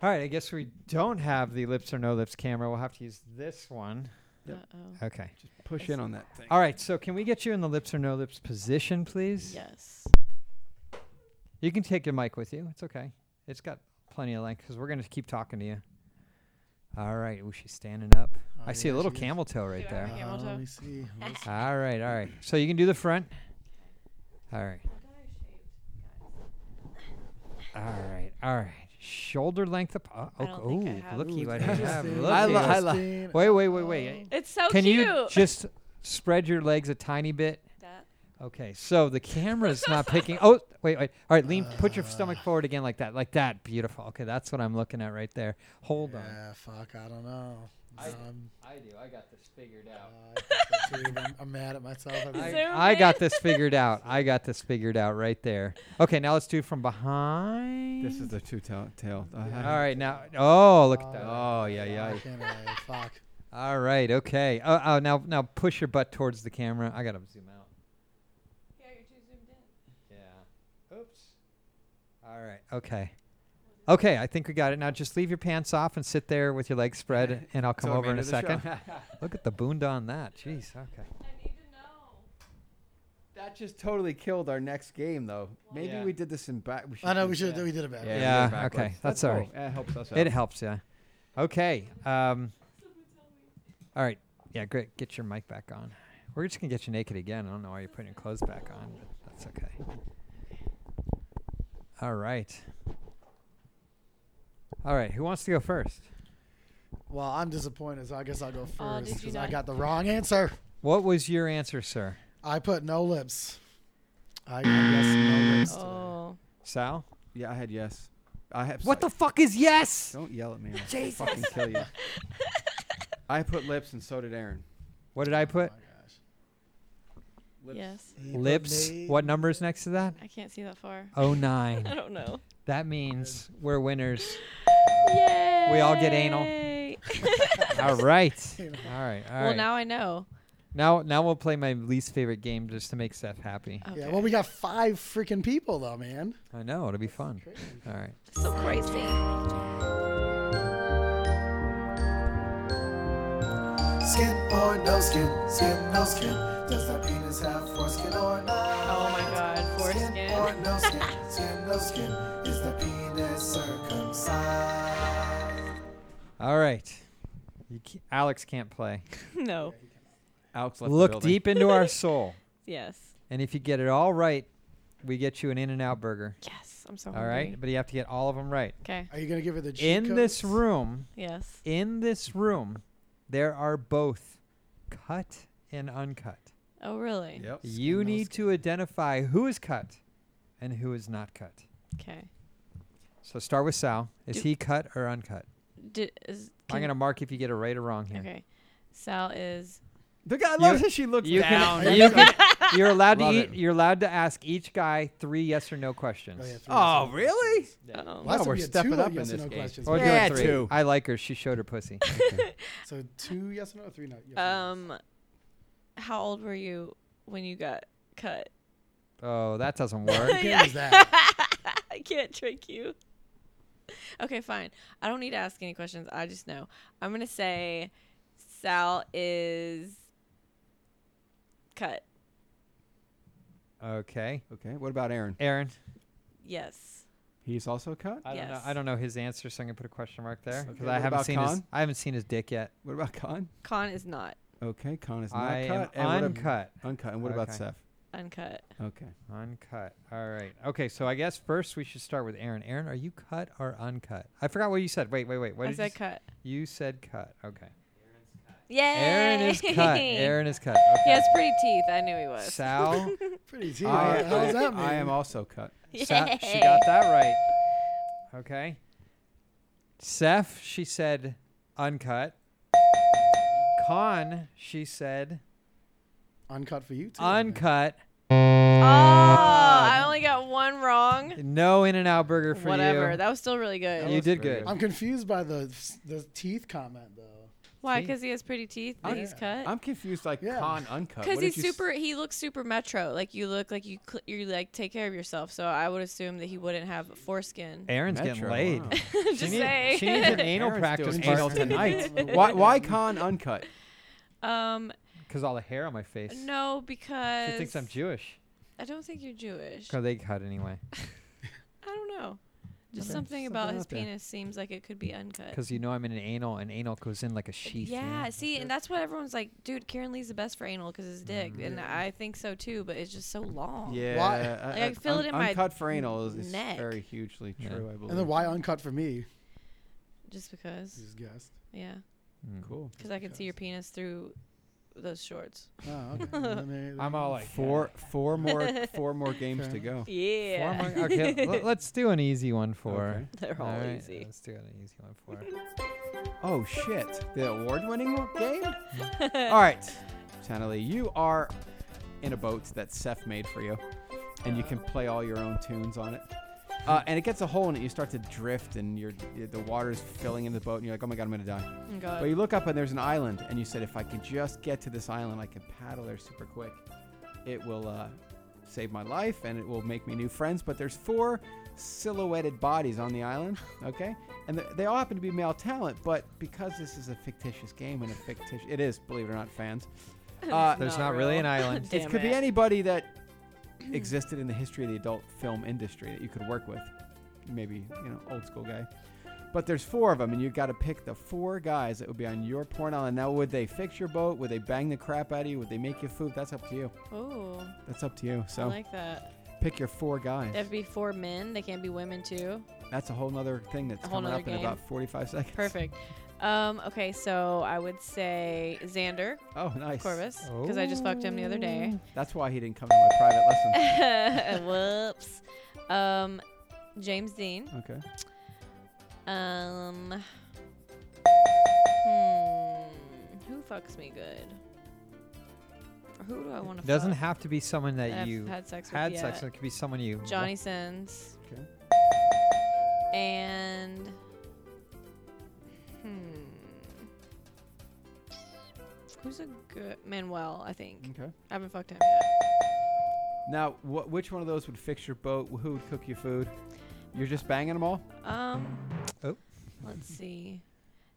[SPEAKER 3] All right, I guess we don't have the lips or no lips camera. We'll have to use this one.
[SPEAKER 2] Yep.
[SPEAKER 5] Uh-oh.
[SPEAKER 3] Okay.
[SPEAKER 2] Just push in on that thing.
[SPEAKER 3] All right, so can we get you in the lips or no lips position, please?
[SPEAKER 5] Yes.
[SPEAKER 3] You can take your mic with you. It's okay. It's got plenty of length because we're going to keep talking to you. All right. Ooh, she's standing up.
[SPEAKER 4] Oh,
[SPEAKER 3] I see a little camel toe right
[SPEAKER 5] Do I
[SPEAKER 3] there.
[SPEAKER 5] have a camel
[SPEAKER 4] Uh, let
[SPEAKER 5] toe?
[SPEAKER 4] me see. Let's-
[SPEAKER 3] All right. All right. So you can do the front. All right. All right. All right. Shoulder length up. Uh,
[SPEAKER 5] I
[SPEAKER 3] oh,
[SPEAKER 5] don't think I
[SPEAKER 3] ooh,
[SPEAKER 5] have-
[SPEAKER 3] looky
[SPEAKER 4] Ooh,
[SPEAKER 3] what I have.
[SPEAKER 4] interesting,
[SPEAKER 3] Look
[SPEAKER 2] I lo- I
[SPEAKER 3] at
[SPEAKER 2] lo-
[SPEAKER 4] interesting.
[SPEAKER 3] Wait, wait, wait, wait.
[SPEAKER 5] It's so
[SPEAKER 3] Can
[SPEAKER 5] Oh, cute.
[SPEAKER 3] you just spread your legs a tiny bit?
[SPEAKER 5] That-
[SPEAKER 3] Okay, so the camera's not picking. Oh, wait, wait. All right, lean. Put your stomach forward again, like that, like that. Beautiful. Okay, that's what I'm looking at right there. Hold on.
[SPEAKER 4] Yeah, fuck, I don't know.
[SPEAKER 3] I-
[SPEAKER 4] Um,
[SPEAKER 3] I do. I got this figured
[SPEAKER 4] uh, I think so too. I'm, I'm mad at myself. I think-
[SPEAKER 5] Zoom
[SPEAKER 3] I, got
[SPEAKER 5] in.
[SPEAKER 3] this figured out. I got this figured out right there. Okay, now let's do it from behind.
[SPEAKER 2] This is the two tail. tail. Uh,
[SPEAKER 3] All right, now. Oh, look at that.
[SPEAKER 2] Oh, yeah, yeah.
[SPEAKER 4] I can't, uh, fuck.
[SPEAKER 3] All right. Okay. Oh, oh, now, now push your butt towards the camera. I gotta zoom out. Yeah. Oops. All right. Okay. Okay. I think we got it. Now just leave your pants off and sit there with your legs spread, and I'll come over in a second. Look at the boond on that. Jeez. Okay.
[SPEAKER 2] that just totally killed our next game, though. Maybe
[SPEAKER 3] Yeah.
[SPEAKER 2] we did this in back.
[SPEAKER 4] I know we should. We did it back.
[SPEAKER 2] Yeah,
[SPEAKER 3] Yeah,
[SPEAKER 2] we did it
[SPEAKER 3] okay,
[SPEAKER 2] backwards.
[SPEAKER 3] that's
[SPEAKER 2] cool.
[SPEAKER 3] all right.
[SPEAKER 2] That helps us out.
[SPEAKER 3] It helps. Yeah. Okay. Um. All right. Yeah. Great. Get your mic back on. We're just gonna get you naked again. I don't know why you're putting your clothes back on, but that's okay. All right. All right. Who wants to go first?
[SPEAKER 4] Well, I'm disappointed, so I guess I'll go
[SPEAKER 5] Oh,
[SPEAKER 4] first
[SPEAKER 5] did you
[SPEAKER 4] because I
[SPEAKER 5] not-
[SPEAKER 4] got the wrong answer.
[SPEAKER 3] What was your answer, sir?
[SPEAKER 4] I put no lips. I, I guess no
[SPEAKER 3] uh,
[SPEAKER 4] lips. today.
[SPEAKER 5] Oh.
[SPEAKER 3] Sal?
[SPEAKER 2] Yeah, I had yes. I had.
[SPEAKER 3] What the fuck is yes?
[SPEAKER 2] Don't yell at me. I'll fucking kill you. I put lips, and so did Aaron.
[SPEAKER 3] What did I
[SPEAKER 4] Oh my
[SPEAKER 3] put?
[SPEAKER 4] gosh.
[SPEAKER 2] Lips.
[SPEAKER 5] Yes.
[SPEAKER 4] He put
[SPEAKER 3] Lips.
[SPEAKER 4] me-
[SPEAKER 3] What number is next to that?
[SPEAKER 5] I can't see that far.
[SPEAKER 3] Oh
[SPEAKER 5] I
[SPEAKER 3] nine.
[SPEAKER 5] don't know.
[SPEAKER 3] That means we're winners.
[SPEAKER 5] Yay!
[SPEAKER 3] We all get anal. All right. All
[SPEAKER 4] Anal.
[SPEAKER 3] right. All
[SPEAKER 5] Well,
[SPEAKER 3] right.
[SPEAKER 5] now I know.
[SPEAKER 3] Now, now we'll play my least favorite game just to make Seth happy.
[SPEAKER 5] Okay.
[SPEAKER 4] Yeah. Well, we got five freaking people though, man.
[SPEAKER 3] I know it'll be fun.
[SPEAKER 4] Crazy.
[SPEAKER 3] All right.
[SPEAKER 5] so crazy.
[SPEAKER 11] Skin or no skin, skin no skin. Does that penis have foreskin or not?
[SPEAKER 5] Oh my god,
[SPEAKER 11] Skin or
[SPEAKER 5] foreskin.
[SPEAKER 11] no skin, skin no skin. Is the penis circumcised?
[SPEAKER 3] All right. You ca Alex can't play.
[SPEAKER 5] no.
[SPEAKER 2] Alex left the
[SPEAKER 3] Look
[SPEAKER 2] building.
[SPEAKER 3] deep into our soul,
[SPEAKER 5] Yes.
[SPEAKER 3] and if you get it all right, we get you an In and Out burger.
[SPEAKER 5] Yes. I'm so
[SPEAKER 3] All right, but you have to get all of them right.
[SPEAKER 5] Okay.
[SPEAKER 4] Are you gonna give her the cheat
[SPEAKER 3] In this
[SPEAKER 4] codes?
[SPEAKER 3] room,
[SPEAKER 5] Yes.
[SPEAKER 3] in this room, there are both cut and uncut.
[SPEAKER 5] Oh really?
[SPEAKER 2] Yep.
[SPEAKER 3] You
[SPEAKER 4] Skin, no
[SPEAKER 3] need to identify who is cut and who is not cut.
[SPEAKER 5] Okay.
[SPEAKER 3] So start with Sal. Is
[SPEAKER 5] Do-
[SPEAKER 3] he cut or uncut?
[SPEAKER 5] D- is,
[SPEAKER 3] I'm
[SPEAKER 5] can-
[SPEAKER 3] gonna mark if you get it right or wrong here.
[SPEAKER 5] Okay. Sal is.
[SPEAKER 2] The guy
[SPEAKER 3] You-
[SPEAKER 2] loves it. She looks
[SPEAKER 3] You
[SPEAKER 2] down.
[SPEAKER 3] can, you can, you're allowed to
[SPEAKER 2] Love
[SPEAKER 3] eat,
[SPEAKER 2] it.
[SPEAKER 3] you're allowed to ask each guy three yes or no questions.
[SPEAKER 4] Oh, yeah, three
[SPEAKER 2] Oh,
[SPEAKER 4] or something.
[SPEAKER 2] really?
[SPEAKER 5] Um,
[SPEAKER 2] Wow,
[SPEAKER 4] Last time
[SPEAKER 2] we're
[SPEAKER 4] we had
[SPEAKER 2] stepping
[SPEAKER 4] two
[SPEAKER 2] up in
[SPEAKER 4] yes
[SPEAKER 2] this
[SPEAKER 4] or no
[SPEAKER 2] game.
[SPEAKER 4] questions.
[SPEAKER 3] Or
[SPEAKER 4] right?
[SPEAKER 3] do
[SPEAKER 2] Oh, Yeah,
[SPEAKER 3] three.
[SPEAKER 2] two.
[SPEAKER 3] I like her. She showed her pussy.
[SPEAKER 4] So two yes or no, three no. Yes or no.
[SPEAKER 5] um, how old were you when you got cut?
[SPEAKER 3] oh, that doesn't work.
[SPEAKER 4] Who is that?
[SPEAKER 5] I can't trick you. Okay, fine. I don't need to ask any questions. I just know. I'm gonna say Sal is cut.
[SPEAKER 3] Okay.
[SPEAKER 2] Okay. What about Aaron?
[SPEAKER 3] Aaron,
[SPEAKER 5] Yes.
[SPEAKER 2] He's also cut.
[SPEAKER 3] I don't know. I
[SPEAKER 5] Yes.
[SPEAKER 3] don't know his answer, so I'm gonna put a question mark there because
[SPEAKER 2] Okay,
[SPEAKER 3] I
[SPEAKER 2] what
[SPEAKER 3] haven't
[SPEAKER 2] about
[SPEAKER 3] seen his.
[SPEAKER 2] Khan?
[SPEAKER 3] I haven't seen his dick yet.
[SPEAKER 2] What about Khan?
[SPEAKER 5] Con is not
[SPEAKER 2] Okay, Khan is not
[SPEAKER 3] I
[SPEAKER 2] cut. And
[SPEAKER 3] am
[SPEAKER 2] what ab-
[SPEAKER 3] uncut.
[SPEAKER 2] uncut. And what about
[SPEAKER 3] Okay.
[SPEAKER 2] Seth?
[SPEAKER 5] uncut.
[SPEAKER 2] Okay.
[SPEAKER 3] Uncut. All right. Okay. So I guess first we should start with Aaron. Aaron, are you cut or uncut? I forgot what you said. Wait, wait, wait. What
[SPEAKER 5] I
[SPEAKER 3] did
[SPEAKER 5] said
[SPEAKER 3] you s-
[SPEAKER 5] cut.
[SPEAKER 3] You said cut. Okay.
[SPEAKER 5] Yay!
[SPEAKER 3] Aaron is cut. Aaron is cut. Okay.
[SPEAKER 5] He has pretty teeth. I knew he was.
[SPEAKER 3] Sal.
[SPEAKER 4] Pretty deep.
[SPEAKER 2] I,
[SPEAKER 4] What the hell does that mean?
[SPEAKER 2] I am also cut.
[SPEAKER 3] Sa- she got that right. Okay. Seth, she said uncut. Con, she said
[SPEAKER 4] uncut for you too.
[SPEAKER 3] uncut.
[SPEAKER 5] oh, I only got one wrong.
[SPEAKER 3] No In and Out Burger for
[SPEAKER 5] Whatever.
[SPEAKER 3] you.
[SPEAKER 5] That was still really good.
[SPEAKER 3] you did
[SPEAKER 2] pretty
[SPEAKER 3] good.
[SPEAKER 4] I'm confused by the the teeth comment though.
[SPEAKER 5] Why?
[SPEAKER 3] See?
[SPEAKER 5] Because he has pretty teeth. that
[SPEAKER 2] I'm-
[SPEAKER 5] he's cut.
[SPEAKER 2] I'm confused, like
[SPEAKER 4] Yeah.
[SPEAKER 2] Khan uncut.
[SPEAKER 5] Because
[SPEAKER 2] Uh, What did
[SPEAKER 5] he's
[SPEAKER 2] you s-
[SPEAKER 5] super. he looks super metro. Like you look like you cl- you like take care of yourself. So I would assume that he wouldn't have foreskin.
[SPEAKER 3] Aaron's getting
[SPEAKER 2] Metro,
[SPEAKER 3] laid.
[SPEAKER 2] wow.
[SPEAKER 5] Just
[SPEAKER 3] She,
[SPEAKER 5] saying.
[SPEAKER 3] need, she needs an anal
[SPEAKER 2] Aaron's
[SPEAKER 3] practice
[SPEAKER 2] doing anal
[SPEAKER 3] partner.
[SPEAKER 2] tonight. why, why Khan uncut?
[SPEAKER 5] um,
[SPEAKER 3] Because all the hair on my face.
[SPEAKER 5] no, because
[SPEAKER 3] She thinks I'm Jewish.
[SPEAKER 5] I don't think you're Jewish. I
[SPEAKER 3] Because they cut anyway.
[SPEAKER 5] don't know. Just
[SPEAKER 2] Okay.
[SPEAKER 5] something
[SPEAKER 2] Something
[SPEAKER 5] about his
[SPEAKER 2] out there.
[SPEAKER 5] penis seems like it could be uncut.
[SPEAKER 3] Because you know I'm in an anal, and anal goes in like a sheath. you know?
[SPEAKER 5] Yeah, see, and that's what everyone's like, dude. Karen Lee's the best for anal because his dick, and I think so too. But it's just so long.
[SPEAKER 2] Mm. Yeah.
[SPEAKER 4] Oh,
[SPEAKER 2] uh,
[SPEAKER 4] Why?
[SPEAKER 5] Like, I feel it in my
[SPEAKER 2] Uncut for anal is, is
[SPEAKER 5] neck.
[SPEAKER 2] very hugely
[SPEAKER 3] Yeah.
[SPEAKER 2] true, I believe.
[SPEAKER 4] And then why uncut for me?
[SPEAKER 5] Just because.
[SPEAKER 4] Just guessed.
[SPEAKER 5] Yeah,
[SPEAKER 3] Mm.
[SPEAKER 2] Cool.
[SPEAKER 5] because I can see your penis through those shorts.
[SPEAKER 4] Oh, okay. Well, then
[SPEAKER 3] I'm all like
[SPEAKER 2] Four, four more, four more games to go.
[SPEAKER 3] Four
[SPEAKER 5] Yeah,
[SPEAKER 3] more- okay, l- let's do an easy one for.
[SPEAKER 2] Okay.
[SPEAKER 5] they're all,
[SPEAKER 3] All right,
[SPEAKER 5] easy.
[SPEAKER 3] Let's do an easy one for.
[SPEAKER 2] Oh shit! The award-winning game. All right, Channelie, you are in a boat that Seth made for you, and you can play all your own tunes on it. Uh, and it gets a hole in it. You start to drift, and you're, you the water's filling in the boat, and you're like, "Oh my god, I'm gonna die!"
[SPEAKER 5] Oh, God.
[SPEAKER 2] But you look up, and there's an island, and you said, "If I can just get to this island, I can paddle there super quick. It will uh, save my life, and it will make me new friends." But there's four silhouetted bodies on the island. Okay, and th- they all happen to be male talent, but because this is a fictitious game and a fictitious, it is, believe it or not, fans. Uh,
[SPEAKER 3] There's not really
[SPEAKER 5] real.
[SPEAKER 3] an island.
[SPEAKER 5] Damn
[SPEAKER 2] it could be
[SPEAKER 5] it.
[SPEAKER 2] anybody that existed in the history of the adult film industry that you could work with. Maybe, you know, old school guy. But there's four of them, and you got to pick the four guys that would be on your porn island. Now, would they fix your boat? Would they bang the crap out of you? Would they make you food? That's up to you.
[SPEAKER 5] Oh,
[SPEAKER 2] That's up to you.
[SPEAKER 5] I
[SPEAKER 2] So
[SPEAKER 5] like that.
[SPEAKER 2] pick your four guys.
[SPEAKER 5] That'd be four men. They can't be women too.
[SPEAKER 2] That's a whole nother thing that's
[SPEAKER 5] A whole
[SPEAKER 2] coming up
[SPEAKER 5] nother
[SPEAKER 2] in
[SPEAKER 5] game.
[SPEAKER 2] about 45 seconds.
[SPEAKER 5] Perfect. Um, okay, so I would say Xander
[SPEAKER 2] Oh, nice.
[SPEAKER 5] Corvus because I just fucked him the other day.
[SPEAKER 3] Oh.
[SPEAKER 2] That's why he didn't come to my private lesson.
[SPEAKER 3] Oh.
[SPEAKER 5] Whoops. Um, James Dean.
[SPEAKER 2] Okay.
[SPEAKER 5] Um. Hmm. Who fucks me good? Or who do I want to?
[SPEAKER 3] It doesn't have to be someone that
[SPEAKER 5] I've
[SPEAKER 3] you
[SPEAKER 5] had sex with
[SPEAKER 3] had
[SPEAKER 5] yet.
[SPEAKER 3] sex with. It could be someone you.
[SPEAKER 5] Johnny Sins.
[SPEAKER 2] Okay.
[SPEAKER 5] And. Hmm. Who's a good Manuel? I
[SPEAKER 3] Mm.
[SPEAKER 5] think
[SPEAKER 2] Okay.
[SPEAKER 5] I haven't fucked him yet.
[SPEAKER 2] Now, wh- which one of those would fix your boat? Who would cook you food? You're just banging them all?
[SPEAKER 5] Um.
[SPEAKER 3] Oh.
[SPEAKER 5] Let's see.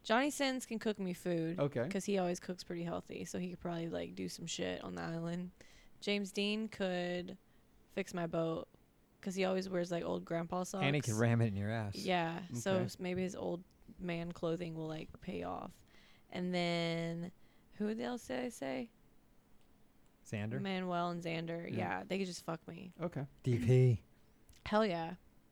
[SPEAKER 5] Johnny Sins can cook me food.
[SPEAKER 2] Okay.
[SPEAKER 5] because he always cooks pretty healthy, so he could probably like do some shit on the island. James Dean could fix my boat because he always wears like old grandpa socks.
[SPEAKER 3] And he can ram it in your ass.
[SPEAKER 5] Yeah, so
[SPEAKER 2] Okay.
[SPEAKER 5] s- maybe his old man clothing will like pay off. And then who else did I say?
[SPEAKER 3] Xander.
[SPEAKER 5] Manuel and Xander.
[SPEAKER 2] Yeah.
[SPEAKER 5] Yeah. they could just fuck me.
[SPEAKER 2] Okay.
[SPEAKER 3] DP.
[SPEAKER 5] Hell yeah,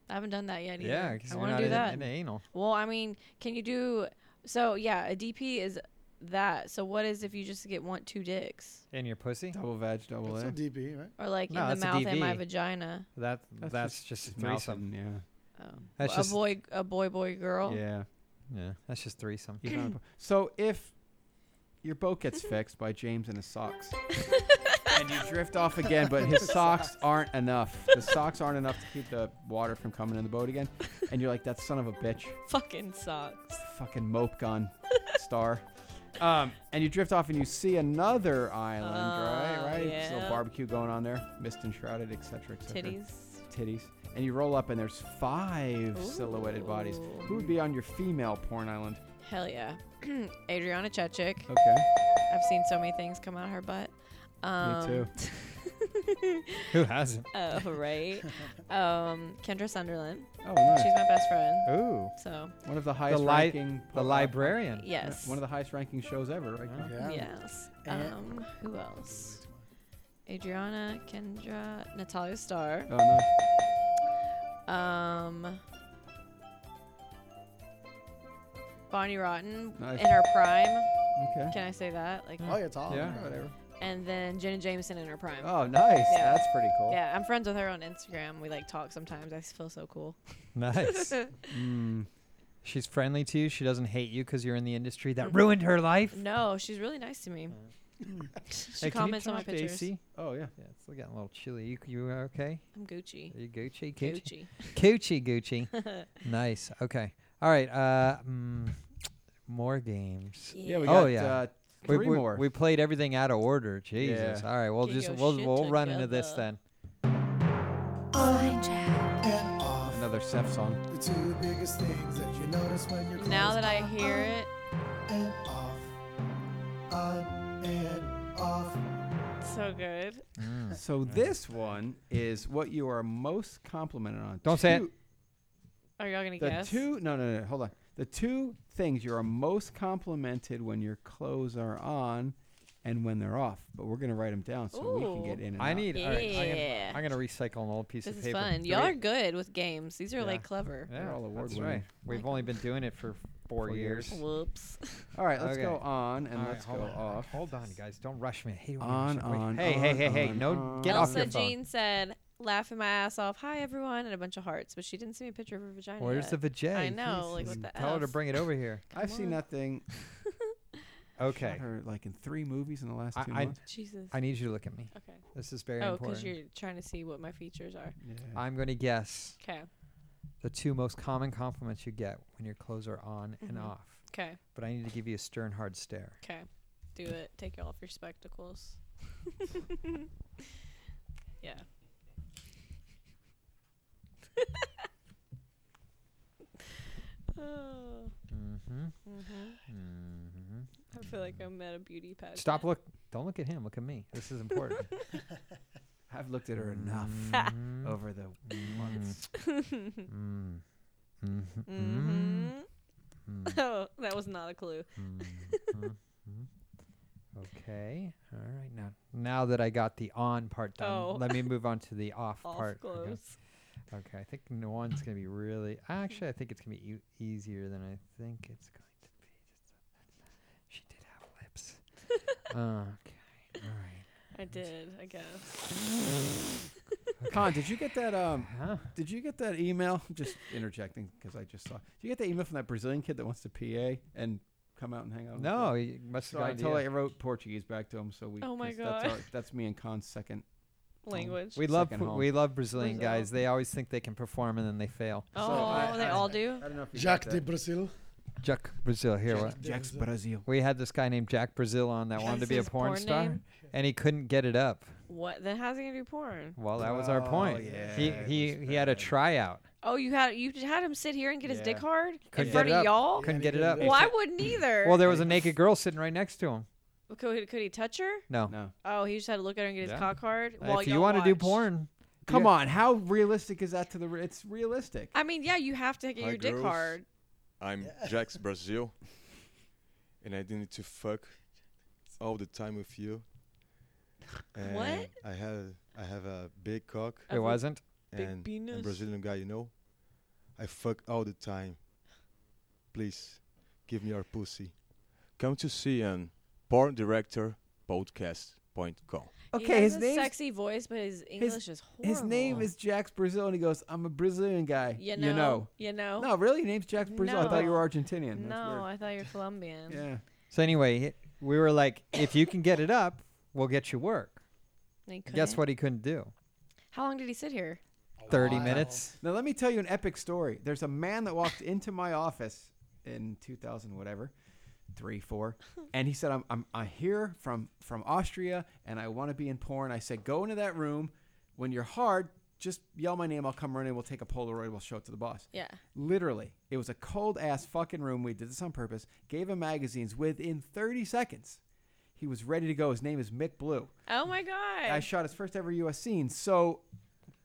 [SPEAKER 5] I haven't done that yet either.
[SPEAKER 3] Yeah,
[SPEAKER 5] I
[SPEAKER 3] because you're
[SPEAKER 5] want
[SPEAKER 3] not
[SPEAKER 5] to do
[SPEAKER 3] in,
[SPEAKER 5] that.
[SPEAKER 3] in anal.
[SPEAKER 5] Well, I mean, can you do? So yeah, a DP is that. So what is if you just get one two dicks?
[SPEAKER 3] In your pussy.
[SPEAKER 2] Double veg, double
[SPEAKER 4] That's
[SPEAKER 2] A.
[SPEAKER 4] so DP, right?
[SPEAKER 5] or like
[SPEAKER 3] No,
[SPEAKER 5] in the
[SPEAKER 3] that's a
[SPEAKER 5] mouth and my
[SPEAKER 3] DV.
[SPEAKER 5] vagina.
[SPEAKER 3] That that's, just, threesome.
[SPEAKER 2] threesome, Yeah.
[SPEAKER 5] Oh.
[SPEAKER 3] That's
[SPEAKER 5] a
[SPEAKER 3] just-
[SPEAKER 5] boy, a boy, boy, girl.
[SPEAKER 2] Yeah.
[SPEAKER 3] Yeah, that's just threesome.
[SPEAKER 2] You found a bo- so if your boat gets fixed by James and his socks, and you drift off again, but his socks aren't enough. The socks aren't enough to keep the water from coming in the boat again, and you're like, "That son of a bitch,
[SPEAKER 5] Fucking socks.
[SPEAKER 2] fucking mope gun star." Um, and you drift off, and you see another island, right?
[SPEAKER 5] Uh,
[SPEAKER 2] Right? There's a little
[SPEAKER 5] yeah.
[SPEAKER 2] barbecue going on there, mist enshrouded, etc., etc.
[SPEAKER 5] Titties.
[SPEAKER 2] titties. And you roll up, and there's five silhouetted bodies.
[SPEAKER 5] Ooh.
[SPEAKER 2] Who would be on your female porn island?
[SPEAKER 5] Hell yeah. Adriana Chechik.
[SPEAKER 2] Okay,
[SPEAKER 5] I've seen so many things come out of her butt. Um,
[SPEAKER 2] me Oh. too.
[SPEAKER 3] Who hasn't?
[SPEAKER 5] Oh, right. um, Kendra Sunderland.
[SPEAKER 2] Oh, nice.
[SPEAKER 5] She's my best friend.
[SPEAKER 2] Ooh,
[SPEAKER 5] So,
[SPEAKER 2] one of the highest
[SPEAKER 3] li-
[SPEAKER 2] ranking.
[SPEAKER 3] The librarian.
[SPEAKER 5] yes.
[SPEAKER 2] One of the highest ranking shows ever, right? now.
[SPEAKER 4] Yeah. Oh,
[SPEAKER 5] Yes.
[SPEAKER 4] And-
[SPEAKER 5] Um, who else? Adriana, Kendra, Natalia Starr.
[SPEAKER 2] Oh, nice.
[SPEAKER 5] Um, Bonnie Rotten
[SPEAKER 2] Nice.
[SPEAKER 5] in her prime.
[SPEAKER 2] Okay.
[SPEAKER 5] Can I say that? Like,
[SPEAKER 4] Oh, yeah, it's all.
[SPEAKER 2] Yeah,
[SPEAKER 4] her.
[SPEAKER 2] whatever.
[SPEAKER 5] and then Jenna Jameson in her prime.
[SPEAKER 3] Oh, nice.
[SPEAKER 5] Yeah.
[SPEAKER 3] That's pretty cool.
[SPEAKER 5] Yeah, I'm friends with her on Instagram. We like talk sometimes. I feel so cool.
[SPEAKER 3] Nice. Mm. She's friendly to you. She doesn't hate you because you're in the industry. That ruined her life.
[SPEAKER 5] No, she's really nice to me. she
[SPEAKER 3] Hey, can you
[SPEAKER 5] comments
[SPEAKER 3] turn
[SPEAKER 5] on my
[SPEAKER 3] off the
[SPEAKER 5] pictures.
[SPEAKER 3] AC?
[SPEAKER 2] Oh yeah.
[SPEAKER 3] Yeah, it's getting a little chilly. You, you okay?
[SPEAKER 5] I'm Gucci.
[SPEAKER 3] Are you Gucci? Gucci?
[SPEAKER 5] Gucci.
[SPEAKER 3] Coochie Gucci. nice. Okay. All right. Uh, mm, more games.
[SPEAKER 2] Yeah, we
[SPEAKER 3] Oh,
[SPEAKER 2] got
[SPEAKER 3] yeah.
[SPEAKER 2] Uh,
[SPEAKER 3] We,
[SPEAKER 2] three
[SPEAKER 3] we-
[SPEAKER 2] more.
[SPEAKER 3] we played everything out of order. Jesus.
[SPEAKER 2] Yeah.
[SPEAKER 3] All right. We'll
[SPEAKER 5] Get
[SPEAKER 3] just
[SPEAKER 5] your
[SPEAKER 3] we'll
[SPEAKER 5] shit
[SPEAKER 3] we'll run into this
[SPEAKER 5] together.
[SPEAKER 3] then.
[SPEAKER 11] On and off.
[SPEAKER 2] Another Seth song.
[SPEAKER 11] The two biggest things that you notice when you're
[SPEAKER 5] Now
[SPEAKER 11] close
[SPEAKER 5] that I
[SPEAKER 11] are
[SPEAKER 5] hear
[SPEAKER 11] on
[SPEAKER 5] it,
[SPEAKER 11] and off, on and off.
[SPEAKER 5] it's so good.
[SPEAKER 2] So this one is what you are most complimented on.
[SPEAKER 3] Don't say it.
[SPEAKER 2] Two-
[SPEAKER 5] Are y'all gonna
[SPEAKER 2] The
[SPEAKER 5] guess?
[SPEAKER 2] two. No, no, no. Hold on. The two things you are most complimented when your clothes are on, and when they're off. But we're gonna write them down so we can
[SPEAKER 5] Ooh.
[SPEAKER 2] get in. And
[SPEAKER 3] I
[SPEAKER 2] out.
[SPEAKER 3] need. All right, I'm, gonna,
[SPEAKER 5] Yeah.
[SPEAKER 3] I'm gonna recycle an old piece
[SPEAKER 5] This
[SPEAKER 3] of
[SPEAKER 5] is
[SPEAKER 3] paper.
[SPEAKER 5] fun. Y'all are good with games. These are like
[SPEAKER 3] Yeah.
[SPEAKER 5] clever.
[SPEAKER 3] Yeah,
[SPEAKER 2] They're all
[SPEAKER 3] that's
[SPEAKER 2] award-winning.
[SPEAKER 5] Oh
[SPEAKER 3] right. We've only been doing it for four,
[SPEAKER 2] Four years.
[SPEAKER 3] years.
[SPEAKER 5] Whoops.
[SPEAKER 2] All right. Let's
[SPEAKER 3] Okay.
[SPEAKER 2] go on and
[SPEAKER 3] All right,
[SPEAKER 2] let's
[SPEAKER 3] hold
[SPEAKER 2] go
[SPEAKER 3] on.
[SPEAKER 2] off.
[SPEAKER 3] Hold on, you guys. Don't rush me. I hate when you
[SPEAKER 2] On,
[SPEAKER 3] rush me. Wait,
[SPEAKER 2] on,
[SPEAKER 3] hey, hey,
[SPEAKER 2] on,
[SPEAKER 3] hey, hey.
[SPEAKER 2] on,
[SPEAKER 3] No,
[SPEAKER 2] on.
[SPEAKER 3] get off
[SPEAKER 5] Elsa
[SPEAKER 3] your phone.
[SPEAKER 5] Jean said, laughing my ass off. Hi everyone, and a bunch of hearts, but she didn't send me a picture of her vagina.
[SPEAKER 3] Where's
[SPEAKER 5] yet.
[SPEAKER 3] the vajay?
[SPEAKER 5] I know, like, what the
[SPEAKER 3] Tell her to
[SPEAKER 5] F?
[SPEAKER 3] bring it over here.
[SPEAKER 2] I've seen that thing. shot
[SPEAKER 3] Okay.
[SPEAKER 2] Her like in three movies in the last
[SPEAKER 3] I-
[SPEAKER 2] two
[SPEAKER 3] I-
[SPEAKER 2] months.
[SPEAKER 5] Jesus.
[SPEAKER 3] I need you to look at me.
[SPEAKER 5] okay.
[SPEAKER 3] This is very
[SPEAKER 5] Oh,
[SPEAKER 3] important.
[SPEAKER 5] because you're trying to see what my features are.
[SPEAKER 2] Yeah.
[SPEAKER 3] I'm going to guess
[SPEAKER 5] Okay.
[SPEAKER 3] the two most common compliments you get when your clothes are on and
[SPEAKER 5] Mhm.
[SPEAKER 3] off.
[SPEAKER 5] Okay.
[SPEAKER 3] But I need to give you a stern, hard stare.
[SPEAKER 5] Okay. Do it. Take off your spectacles. yeah.
[SPEAKER 3] Mm-hmm.
[SPEAKER 5] oh,
[SPEAKER 3] Mm-hmm.
[SPEAKER 5] hmm
[SPEAKER 3] Mm-hmm.
[SPEAKER 5] I feel like I'm at a beauty pageant.
[SPEAKER 3] Stop. Look. Don't look at him. Look at me. This is important.
[SPEAKER 2] I've looked at her enough Oh.
[SPEAKER 3] Mhm.
[SPEAKER 2] over the months.
[SPEAKER 3] Mm. Mhm.
[SPEAKER 5] hmm
[SPEAKER 3] Mm.
[SPEAKER 5] Oh, that was not a clue.
[SPEAKER 3] Mhm. okay. All right. Now, now that I got the on part done,
[SPEAKER 5] Oh.
[SPEAKER 3] let me move on to the off,
[SPEAKER 5] Off
[SPEAKER 3] part.
[SPEAKER 5] close.
[SPEAKER 3] Okay. okay. I think no one's gonna be really. Actually, I think it's gonna be e- easier than I think it's going to be. uh, She did have lips. okay. All right.
[SPEAKER 5] I did, I guess.
[SPEAKER 2] Con, did you get that? Um,
[SPEAKER 3] Huh?
[SPEAKER 2] Did you get that email? Just interjecting because I just saw. Did you get that email from that Brazilian kid that wants to PA and come out and hang out? with
[SPEAKER 3] No,
[SPEAKER 2] us?
[SPEAKER 3] you must
[SPEAKER 2] So
[SPEAKER 3] have E
[SPEAKER 2] I
[SPEAKER 3] gotten to
[SPEAKER 2] totally
[SPEAKER 3] you.
[SPEAKER 2] wrote Portuguese back to him. So we.
[SPEAKER 5] Oh my
[SPEAKER 2] 'cause That's,
[SPEAKER 5] God.
[SPEAKER 2] our, that's me and Con's second.
[SPEAKER 5] Language.
[SPEAKER 3] We love
[SPEAKER 2] second
[SPEAKER 3] Pu-
[SPEAKER 2] home.
[SPEAKER 3] we love Brazilian
[SPEAKER 5] Brazil.
[SPEAKER 3] guys. They always think they can perform and then they fail.
[SPEAKER 5] oh,
[SPEAKER 2] I-
[SPEAKER 5] they
[SPEAKER 2] I-
[SPEAKER 5] all do?
[SPEAKER 2] I don't know if you got
[SPEAKER 4] Jacques de
[SPEAKER 2] that.
[SPEAKER 4] Brazil.
[SPEAKER 3] Jack Brazil here. What?
[SPEAKER 2] Jack's Brazil.
[SPEAKER 3] We had this guy named Jack Brazil on that wanted to
[SPEAKER 5] That's
[SPEAKER 3] be a
[SPEAKER 5] his
[SPEAKER 3] porn,
[SPEAKER 5] porn
[SPEAKER 3] star,
[SPEAKER 5] name?
[SPEAKER 3] and he couldn't get it up.
[SPEAKER 5] What? Then how's he gonna do porn?
[SPEAKER 3] Well, that was our
[SPEAKER 2] Oh,
[SPEAKER 3] point.
[SPEAKER 2] yeah,
[SPEAKER 3] he
[SPEAKER 2] it
[SPEAKER 3] he
[SPEAKER 2] was
[SPEAKER 3] he had a
[SPEAKER 2] bad.
[SPEAKER 3] tryout.
[SPEAKER 5] Oh, you had you had him sit here and get his dick
[SPEAKER 2] Yeah.
[SPEAKER 5] hard
[SPEAKER 3] Couldn't
[SPEAKER 5] in
[SPEAKER 3] get
[SPEAKER 5] front
[SPEAKER 3] it
[SPEAKER 5] of
[SPEAKER 3] up.
[SPEAKER 5] y'all?
[SPEAKER 3] Couldn't
[SPEAKER 4] Yeah,
[SPEAKER 3] get it
[SPEAKER 4] he
[SPEAKER 3] up.
[SPEAKER 5] Well, I wouldn't either.
[SPEAKER 3] Well, there was a naked girl sitting right next to him.
[SPEAKER 5] could, could he touch her?
[SPEAKER 3] No.
[SPEAKER 2] No.
[SPEAKER 5] Oh, he just had to look at her and get his
[SPEAKER 3] Yeah.
[SPEAKER 5] cock hard.
[SPEAKER 3] Uh,
[SPEAKER 5] while
[SPEAKER 3] if you
[SPEAKER 5] y'all
[SPEAKER 3] want to do
[SPEAKER 5] watched.
[SPEAKER 3] porn,
[SPEAKER 2] Come
[SPEAKER 3] Yeah.
[SPEAKER 2] on, how realistic is that to the? Re- it's realistic.
[SPEAKER 5] I mean, yeah, you have to get
[SPEAKER 10] Hi,
[SPEAKER 5] your dick
[SPEAKER 10] girls.
[SPEAKER 5] hard.
[SPEAKER 10] I'm Jax Brazil, and I need to fuck all the time with you. And
[SPEAKER 5] What?
[SPEAKER 10] I have I have a big cock
[SPEAKER 3] it
[SPEAKER 5] Of-
[SPEAKER 3] wasn't.
[SPEAKER 5] Big
[SPEAKER 10] and
[SPEAKER 5] penis.
[SPEAKER 10] a Brazilian guy, you know. I fuck all the time. Please, give me your pussy. Come to see an porn director podcast.com.
[SPEAKER 5] He has a
[SPEAKER 2] name's-
[SPEAKER 5] sexy voice, but his English is horrible.
[SPEAKER 2] His name is Jack's Brazil, and he goes, "I'm a Brazilian guy."
[SPEAKER 5] You know.
[SPEAKER 2] You know.
[SPEAKER 5] You know.
[SPEAKER 2] No, really, your name's Jack's Brazil. I thought you
[SPEAKER 5] No.
[SPEAKER 2] were Argentinian.
[SPEAKER 5] No,
[SPEAKER 2] That's
[SPEAKER 5] I thought you were Colombian.
[SPEAKER 2] weird. Yeah.
[SPEAKER 3] So anyway, he- we were like, if you can get it up, we'll get you work.
[SPEAKER 5] And he
[SPEAKER 3] Guess
[SPEAKER 5] couldn't?
[SPEAKER 3] what he couldn't do?
[SPEAKER 5] How long did he sit here?
[SPEAKER 3] Thirty
[SPEAKER 4] Wow.
[SPEAKER 3] minutes.
[SPEAKER 2] Now let me tell you an epic story. There's a man that walked into my office in 2000 whatever, three four, and he said, "I'm I'm I here from from Austria, and I want to be in porn." I said, "Go into that room. When you're hard, just yell my name. I'll come running. We'll take a Polaroid. We'll show it to the boss."
[SPEAKER 5] Yeah.
[SPEAKER 2] Literally, it was a cold ass fucking room. We did this on purpose. Gave him magazines within 30 seconds. He was ready to go. His name is Mick Blue.
[SPEAKER 5] Oh my god.
[SPEAKER 2] I shot his first ever U.S. scene. So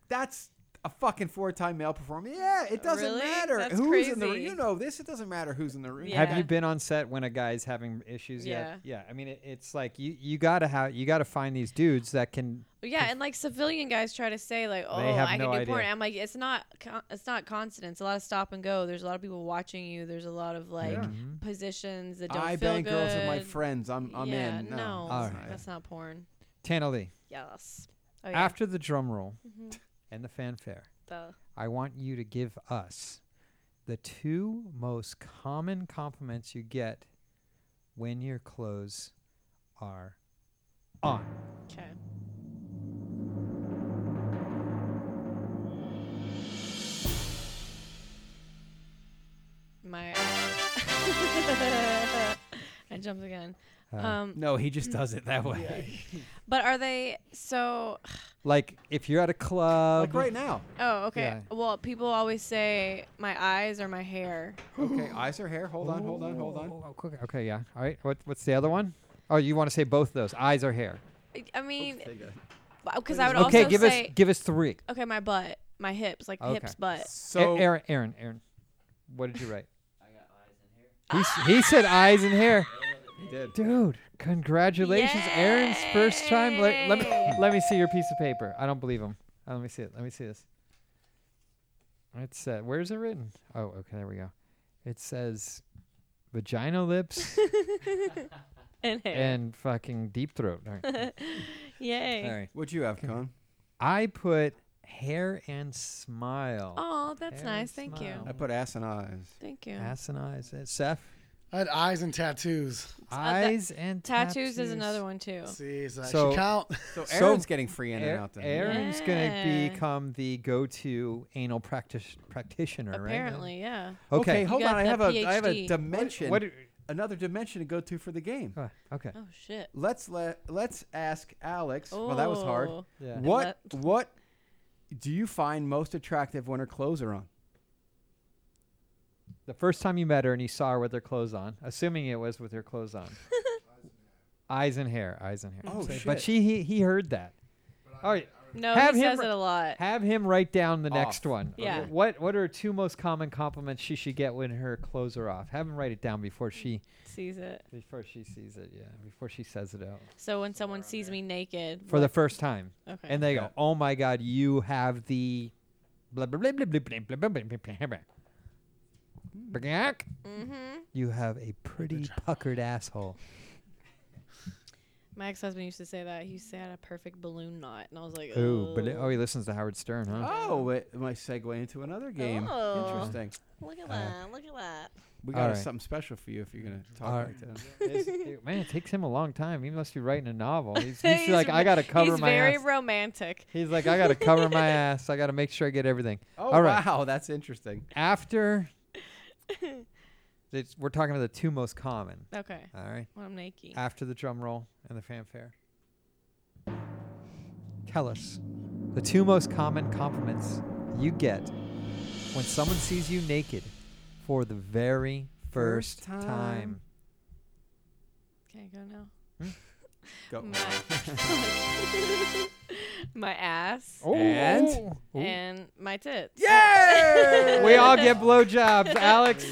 [SPEAKER 2] that's a fucking four-time male performer. Yeah, it doesn't
[SPEAKER 5] Really?
[SPEAKER 2] matter
[SPEAKER 5] That's
[SPEAKER 2] who's in the room.
[SPEAKER 5] crazy.
[SPEAKER 2] You know this. It doesn't matter who's in the room.
[SPEAKER 3] Have you been on set when a guy's having issues yet? Yeah. I mean, it, it's like you you gotta have you gotta find these dudes that can.
[SPEAKER 5] Yeah, and like civilian guys try to say like, "Oh,
[SPEAKER 3] have
[SPEAKER 5] I
[SPEAKER 3] no
[SPEAKER 5] can do porn."
[SPEAKER 3] idea.
[SPEAKER 5] I'm like, it's not, con- it's not constant. It's a lot of stop and go. There's a lot of people watching you. There's a lot of like
[SPEAKER 2] Yeah.
[SPEAKER 5] positions that don't
[SPEAKER 2] I
[SPEAKER 5] feel
[SPEAKER 2] bang
[SPEAKER 5] good.
[SPEAKER 2] girls with my friends. I'm I'm
[SPEAKER 5] yeah,
[SPEAKER 2] in. Oh, No,
[SPEAKER 5] no,
[SPEAKER 3] All
[SPEAKER 5] that's,
[SPEAKER 3] right.
[SPEAKER 5] that's not porn.
[SPEAKER 3] Tana Lee,
[SPEAKER 5] Yes. Oh, yeah.
[SPEAKER 3] after the drum roll
[SPEAKER 5] Mhm.
[SPEAKER 3] and the fanfare,
[SPEAKER 5] Duh.
[SPEAKER 3] I want you to give us the two most common compliments you get when your clothes are on.
[SPEAKER 5] Okay. My. I jumped again.
[SPEAKER 2] Uh.
[SPEAKER 5] um,
[SPEAKER 2] no, he just does it that way.
[SPEAKER 5] But are they so?
[SPEAKER 3] Like if you're at a
[SPEAKER 2] Like
[SPEAKER 3] club,
[SPEAKER 2] right now.
[SPEAKER 5] Oh, okay.
[SPEAKER 3] Yeah.
[SPEAKER 5] Well, people always say my eyes or my hair.
[SPEAKER 2] Okay, eyes or hair? Hold on, hold on, hold on.
[SPEAKER 3] Okay, okay, yeah. All right. What, what's the other one? Oh, you want to say both those? Eyes or hair?
[SPEAKER 5] I- I mean, because I would
[SPEAKER 3] okay,
[SPEAKER 5] also
[SPEAKER 3] give
[SPEAKER 5] say
[SPEAKER 3] us give us three.
[SPEAKER 5] okay, my butt, my hips, like
[SPEAKER 3] Okay.
[SPEAKER 5] hips, butt.
[SPEAKER 3] So Eh, Aaron, Aaron, Aaron, what did you write? I got eyes and hair. He, s- he said eyes and hair. He
[SPEAKER 2] did.
[SPEAKER 3] Dude, congratulations, Aaron's first time. Let, let me let me see your piece of paper. I don't believe him. Uh, let me see it. Let me see this. It said, where is it written? Oh, okay, there we go. It says, vagina lips
[SPEAKER 5] and hair.
[SPEAKER 3] and fucking deep throat. All right.
[SPEAKER 5] Yay.
[SPEAKER 3] All right.
[SPEAKER 2] What'd you have, Con?
[SPEAKER 3] I put hair and smile.
[SPEAKER 5] Oh, that's
[SPEAKER 3] Hair
[SPEAKER 5] nice.
[SPEAKER 3] and
[SPEAKER 5] Thank
[SPEAKER 3] smile.
[SPEAKER 2] I put ass and eyes.
[SPEAKER 5] Thank you.
[SPEAKER 3] Ass and eyes. Uh, Seth,
[SPEAKER 4] I had eyes and tattoos.
[SPEAKER 5] Uh, that-
[SPEAKER 3] eyes and
[SPEAKER 5] tattoos,
[SPEAKER 3] tattoos
[SPEAKER 5] is another one too.
[SPEAKER 4] See, so, that
[SPEAKER 3] So-
[SPEAKER 4] should count.
[SPEAKER 2] So Aaron's getting free in and
[SPEAKER 3] Aar-
[SPEAKER 2] out then.
[SPEAKER 3] Aaron's
[SPEAKER 5] Yeah.
[SPEAKER 3] gonna become the go-to anal practice practitioner,
[SPEAKER 5] Apparently, yeah.
[SPEAKER 3] right?
[SPEAKER 2] Okay, hold
[SPEAKER 5] got
[SPEAKER 2] on. I have a
[SPEAKER 5] that
[SPEAKER 2] I have a
[SPEAKER 5] PhD.
[SPEAKER 2] dimension.
[SPEAKER 3] What? do-
[SPEAKER 2] another dimension to go to for the game.
[SPEAKER 3] uh, okay.
[SPEAKER 5] Oh shit.
[SPEAKER 2] Let's let let's ask Alex. Well, that was hard.
[SPEAKER 5] Oh.
[SPEAKER 3] Yeah.
[SPEAKER 2] What what do you find most attractive when her clothes are on?
[SPEAKER 3] The first time you met her and you saw her with her clothes on, assuming it was with her clothes on. eyes and hair. Eyes and hair.
[SPEAKER 2] Oh,
[SPEAKER 3] So-
[SPEAKER 2] shit.
[SPEAKER 3] But she he, he heard that. All right.
[SPEAKER 5] No,
[SPEAKER 3] Have
[SPEAKER 5] he
[SPEAKER 3] him
[SPEAKER 5] says
[SPEAKER 3] re-
[SPEAKER 5] it a lot.
[SPEAKER 3] Have him write down the next
[SPEAKER 2] Off.
[SPEAKER 3] one.
[SPEAKER 5] Yeah. Okay.
[SPEAKER 3] What what are two most common compliments she should get when her clothes are off? Have him write it down before she
[SPEAKER 5] Sees it.
[SPEAKER 3] before she sees it. Yeah. Before she says it out
[SPEAKER 5] So when someone sees me naked,
[SPEAKER 3] for the first time.
[SPEAKER 5] okay.
[SPEAKER 3] and they
[SPEAKER 2] Yeah.
[SPEAKER 3] go, "Oh my God, you have the blah blah blah blah blah blah blah blah blah blah blah blah." blah."
[SPEAKER 5] mm-hmm.
[SPEAKER 3] You have a pretty puckered asshole.
[SPEAKER 5] My ex-husband used to say that he used to had a perfect balloon knot, and I was like,
[SPEAKER 3] Ooh, but oh, he listens to Howard Stern, huh?
[SPEAKER 2] Oh, it might segue into another game.
[SPEAKER 7] Oh.
[SPEAKER 2] Interesting.
[SPEAKER 7] Look at that. Look at that.
[SPEAKER 2] We got
[SPEAKER 3] Alright.
[SPEAKER 2] something special for you if you're gonna talk
[SPEAKER 3] Alright.
[SPEAKER 2] like that.
[SPEAKER 3] It's- Man, it takes him a long time. He must be writing a novel. He's, he's
[SPEAKER 5] He's
[SPEAKER 3] like, I gotta cover
[SPEAKER 5] he's
[SPEAKER 3] my
[SPEAKER 5] very
[SPEAKER 3] ass.
[SPEAKER 5] romantic.
[SPEAKER 3] He's like, I gotta cover my ass. I gotta make sure I get everything.
[SPEAKER 2] Oh
[SPEAKER 3] Alright.
[SPEAKER 2] wow, that's interesting.
[SPEAKER 3] After, it's, we're talking about the two most common.
[SPEAKER 5] Okay,
[SPEAKER 3] All right.
[SPEAKER 5] when I'm naked.
[SPEAKER 2] Uh,
[SPEAKER 3] after the drum roll and the fanfare. Tell us the two most common compliments you get when someone sees you naked for the very
[SPEAKER 2] First
[SPEAKER 3] first, time.
[SPEAKER 2] time.
[SPEAKER 5] Can I go now?
[SPEAKER 2] Go.
[SPEAKER 5] Mm. My, my
[SPEAKER 2] Oh,
[SPEAKER 5] ass
[SPEAKER 2] And?
[SPEAKER 5] and my tits.
[SPEAKER 2] Yay!
[SPEAKER 3] we all get blowjobs, Alex.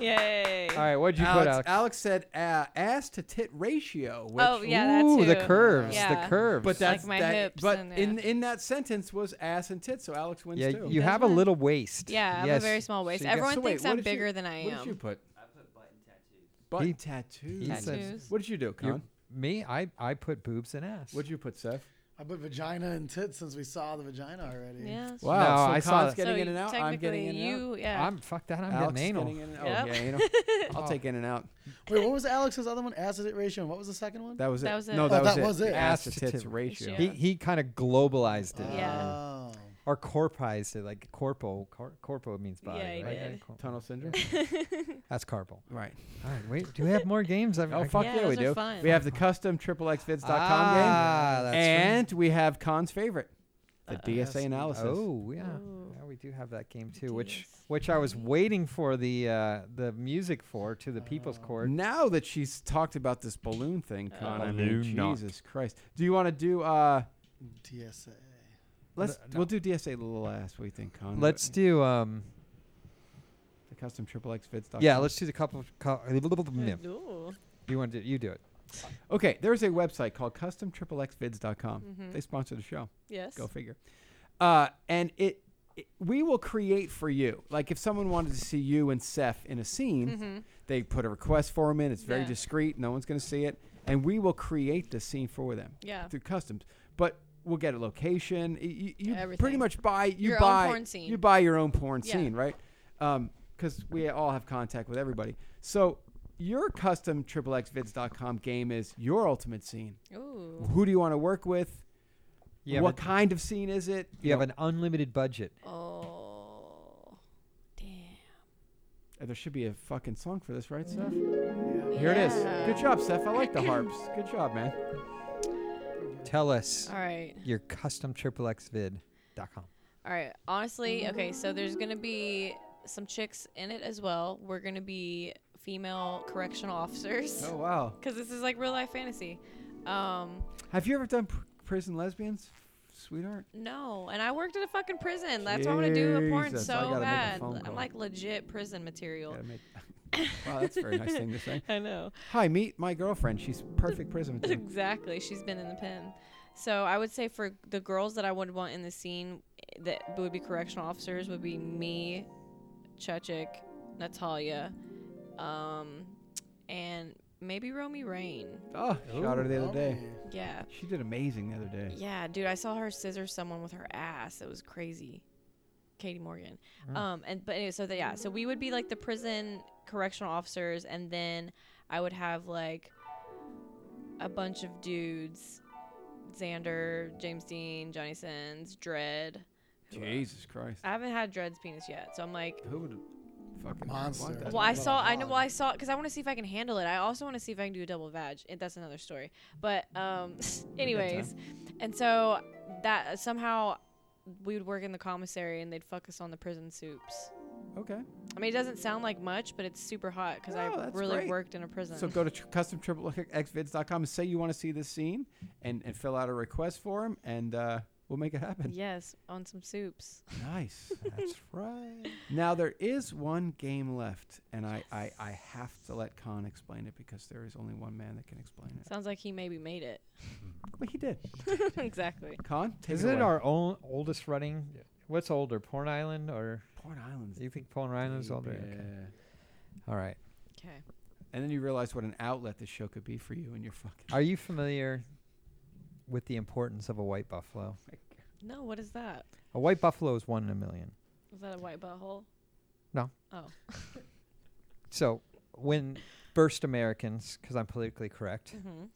[SPEAKER 5] Yay!
[SPEAKER 3] All right, what'd you
[SPEAKER 2] Alex,
[SPEAKER 3] put out?
[SPEAKER 2] Alex said uh, ass to tit ratio, which
[SPEAKER 5] Oh, yeah, that
[SPEAKER 3] Ooh, the
[SPEAKER 5] too.
[SPEAKER 3] curves,
[SPEAKER 5] Yeah.
[SPEAKER 3] the curves.
[SPEAKER 2] but that's
[SPEAKER 5] my
[SPEAKER 2] that,
[SPEAKER 5] hips
[SPEAKER 2] but
[SPEAKER 5] and, uh,
[SPEAKER 2] in in that sentence was ass and tit, so Alex wins
[SPEAKER 3] yeah,
[SPEAKER 2] too.
[SPEAKER 3] you have a
[SPEAKER 5] mine.
[SPEAKER 3] little waist.
[SPEAKER 5] Yeah, I have a
[SPEAKER 3] yes,
[SPEAKER 5] very small waist.
[SPEAKER 3] she got-
[SPEAKER 5] Everyone
[SPEAKER 2] So wait,
[SPEAKER 5] thinks
[SPEAKER 2] what
[SPEAKER 5] I'm
[SPEAKER 2] did you-
[SPEAKER 5] bigger than I
[SPEAKER 2] What did you
[SPEAKER 5] am.
[SPEAKER 2] put?
[SPEAKER 3] He-
[SPEAKER 2] Button tattoos.
[SPEAKER 3] he said-
[SPEAKER 5] Tattoos.
[SPEAKER 2] What did you do,
[SPEAKER 3] You're-
[SPEAKER 2] Con?
[SPEAKER 3] Me, I, I put boobs and ass.
[SPEAKER 2] What'd you put, Seth?
[SPEAKER 4] I put vagina and tits since we saw the vagina already.
[SPEAKER 5] Yeah. sure.
[SPEAKER 3] Wow, No,
[SPEAKER 2] so
[SPEAKER 3] I saw
[SPEAKER 2] Con's
[SPEAKER 3] that.
[SPEAKER 2] getting
[SPEAKER 5] so
[SPEAKER 2] in and out. I'm getting in
[SPEAKER 5] technically
[SPEAKER 2] and out.
[SPEAKER 5] you, yeah.
[SPEAKER 3] I'm fuck that. I'm
[SPEAKER 2] Alex
[SPEAKER 3] getting anal.
[SPEAKER 2] getting in and out.
[SPEAKER 5] Yep.
[SPEAKER 2] Oh, yeah, anal. I'll take in and out.
[SPEAKER 4] Wait, what was Alex's other one? Acid ratio. And what was the second one?
[SPEAKER 2] That was it.
[SPEAKER 5] That was it.
[SPEAKER 2] No,
[SPEAKER 5] Oh,
[SPEAKER 2] that,
[SPEAKER 4] that
[SPEAKER 2] was,
[SPEAKER 4] was
[SPEAKER 2] it.
[SPEAKER 4] it.
[SPEAKER 2] Ass to
[SPEAKER 3] Ass to
[SPEAKER 2] tits
[SPEAKER 3] tit
[SPEAKER 2] ratio.
[SPEAKER 5] ratio.
[SPEAKER 3] He he kind of globalized it.
[SPEAKER 5] Yeah.
[SPEAKER 4] Oh.
[SPEAKER 3] Or corpized it, like corpo. Cor- corpo means body.
[SPEAKER 5] Yeah, he
[SPEAKER 3] right?
[SPEAKER 5] did.
[SPEAKER 3] Cor-
[SPEAKER 2] Tunnel syndrome.
[SPEAKER 3] That's carpal.
[SPEAKER 2] right.
[SPEAKER 3] All right, wait. Do we have more games? I've,
[SPEAKER 2] Oh
[SPEAKER 3] I-
[SPEAKER 2] fuck
[SPEAKER 5] Yeah,
[SPEAKER 2] yeah, we
[SPEAKER 5] those are
[SPEAKER 2] do.
[SPEAKER 5] fun.
[SPEAKER 2] We have the custom triple xvids.com
[SPEAKER 3] ah,
[SPEAKER 2] game,
[SPEAKER 3] That's right.
[SPEAKER 2] and we have Con's favorite. The DSA analysis.
[SPEAKER 3] Oh yeah, yeah, we do have that game too, which which I was waiting for the uh, the music for to the People's
[SPEAKER 5] Oh.
[SPEAKER 3] Court.
[SPEAKER 2] Now that she's talked about this balloon thing, Con, I mean,
[SPEAKER 3] Balloon knock.
[SPEAKER 2] Jesus Christ. Do you want to do? Uh,
[SPEAKER 4] DSA.
[SPEAKER 2] let's we'll do DSA last. What do you think, Con?
[SPEAKER 3] Let's do um
[SPEAKER 2] the custom triple X vids.
[SPEAKER 3] yeah, let's do the couple. Do you want to you do it?
[SPEAKER 2] Okay, there's a website called customxxxvids.com.
[SPEAKER 5] Mhm.
[SPEAKER 2] They sponsor the show.
[SPEAKER 5] Yes.
[SPEAKER 2] Go figure. Uh, and it, it- we will create for you. Like if someone wanted to see you and Seth in a scene,
[SPEAKER 5] Mhm.
[SPEAKER 2] they put a request form in. It's very
[SPEAKER 5] Yeah.
[SPEAKER 2] discreet. No one's going to see it, and we will create the scene for them.
[SPEAKER 5] Yeah.
[SPEAKER 2] Through customs, but we'll get a location. Y- y- You, pretty
[SPEAKER 5] Everything.
[SPEAKER 2] much buy you
[SPEAKER 5] Your own
[SPEAKER 2] buy
[SPEAKER 5] porn scene.
[SPEAKER 2] you buy your own porn
[SPEAKER 5] Yeah.
[SPEAKER 2] scene, right? Because we all have contact with everybody. So your custom xxxvids.com game is your ultimate scene.
[SPEAKER 5] Ooh.
[SPEAKER 2] Who do you want to work with?
[SPEAKER 3] You have
[SPEAKER 2] what
[SPEAKER 3] a-
[SPEAKER 2] kind of scene is it?
[SPEAKER 3] You have an unlimited budget.
[SPEAKER 5] Oh.
[SPEAKER 2] Uh, There should be a fucking song for this, right, Seth? Here it is.
[SPEAKER 5] Oh.
[SPEAKER 2] Good job, Seth. I like the harps. Good job, man.
[SPEAKER 3] Tell us.
[SPEAKER 5] All right.
[SPEAKER 3] Your custom triple X vid.com.
[SPEAKER 5] All right. Honestly, okay, so there's going to be some chicks in it as well. We're going to be female correctional officers.
[SPEAKER 2] Oh wow.
[SPEAKER 5] Because this is like real life fantasy. Um,
[SPEAKER 2] Have you ever done pr- prison lesbians, sweetheart?
[SPEAKER 5] no. And I worked at a fucking prison. That's why I want to do a porn
[SPEAKER 2] Jesus, I
[SPEAKER 5] so
[SPEAKER 2] gotta make a
[SPEAKER 5] bad.
[SPEAKER 2] phone
[SPEAKER 5] I'm
[SPEAKER 2] call.
[SPEAKER 5] like legit prison material.
[SPEAKER 2] Wow, that's a very nice thing to say.
[SPEAKER 5] I know.
[SPEAKER 2] Hi, meet my girlfriend. She's perfect prison. material.
[SPEAKER 5] Exactly. She's been in the pen. So I would say for the girls that I would want in the scene eh, that would be correctional officers would be me, Chechik, Natalia, um, and maybe Romy Rain.
[SPEAKER 2] Oh, shot her the other day.
[SPEAKER 4] Oh,
[SPEAKER 5] Yeah.
[SPEAKER 2] She did amazing the other day.
[SPEAKER 5] Yeah, dude, I saw her scissor someone with her ass. It was crazy. Katie Morgan.
[SPEAKER 2] Mm.
[SPEAKER 5] Um, and but anyway, so that yeah, so we would be like the prison correctional officers, and then I would have like a bunch of dudes: Xander, James Dean, Johnny Sins, Dread.
[SPEAKER 2] Jesus Christ.
[SPEAKER 5] I haven't had Dread's penis yet, so I'm like.
[SPEAKER 2] Who would fucking
[SPEAKER 4] Monster.
[SPEAKER 2] want that?
[SPEAKER 5] Well, I saw. I know. Well, I saw because I want to see if I can handle it. I also want to see if I can do a double vag. and That's another story. But um, anyways, and so that somehow we would work in the commissary and they'd fuck us on the prison soups.
[SPEAKER 2] Okay.
[SPEAKER 5] I mean, it doesn't sound like much, but it's super hot because
[SPEAKER 2] No,
[SPEAKER 5] I
[SPEAKER 2] that's
[SPEAKER 5] really
[SPEAKER 2] great.
[SPEAKER 5] worked in a prison.
[SPEAKER 2] So go to tr- customxxvids.com and say you want to see this scene, and, and fill out a request form, and uh, we'll make it happen.
[SPEAKER 5] yes, on some soups.
[SPEAKER 2] Nice. That's right. Now there is one game left, and I, I, I have to let Khan explain it because there is only one man that can explain it.
[SPEAKER 5] Sounds like he maybe made it.
[SPEAKER 2] But he did.
[SPEAKER 5] exactly.
[SPEAKER 2] Khan, take
[SPEAKER 3] Is
[SPEAKER 2] it,
[SPEAKER 3] it
[SPEAKER 2] away.
[SPEAKER 3] our own oldest running? What's older, Porn Island or?
[SPEAKER 2] Porn Island's
[SPEAKER 3] You think Porn Island's older? Okay.
[SPEAKER 2] Yeah.
[SPEAKER 3] All right.
[SPEAKER 5] Okay.
[SPEAKER 2] And then you realize what an outlet this show could be for you, and you're fucking.
[SPEAKER 3] Are you familiar with the importance of a white buffalo?
[SPEAKER 5] No, what is that?
[SPEAKER 3] A white buffalo is one in a million.
[SPEAKER 5] Is that a white butthole?
[SPEAKER 3] No.
[SPEAKER 5] Oh.
[SPEAKER 3] So when first Americans, because I'm politically correct,
[SPEAKER 5] Mhm.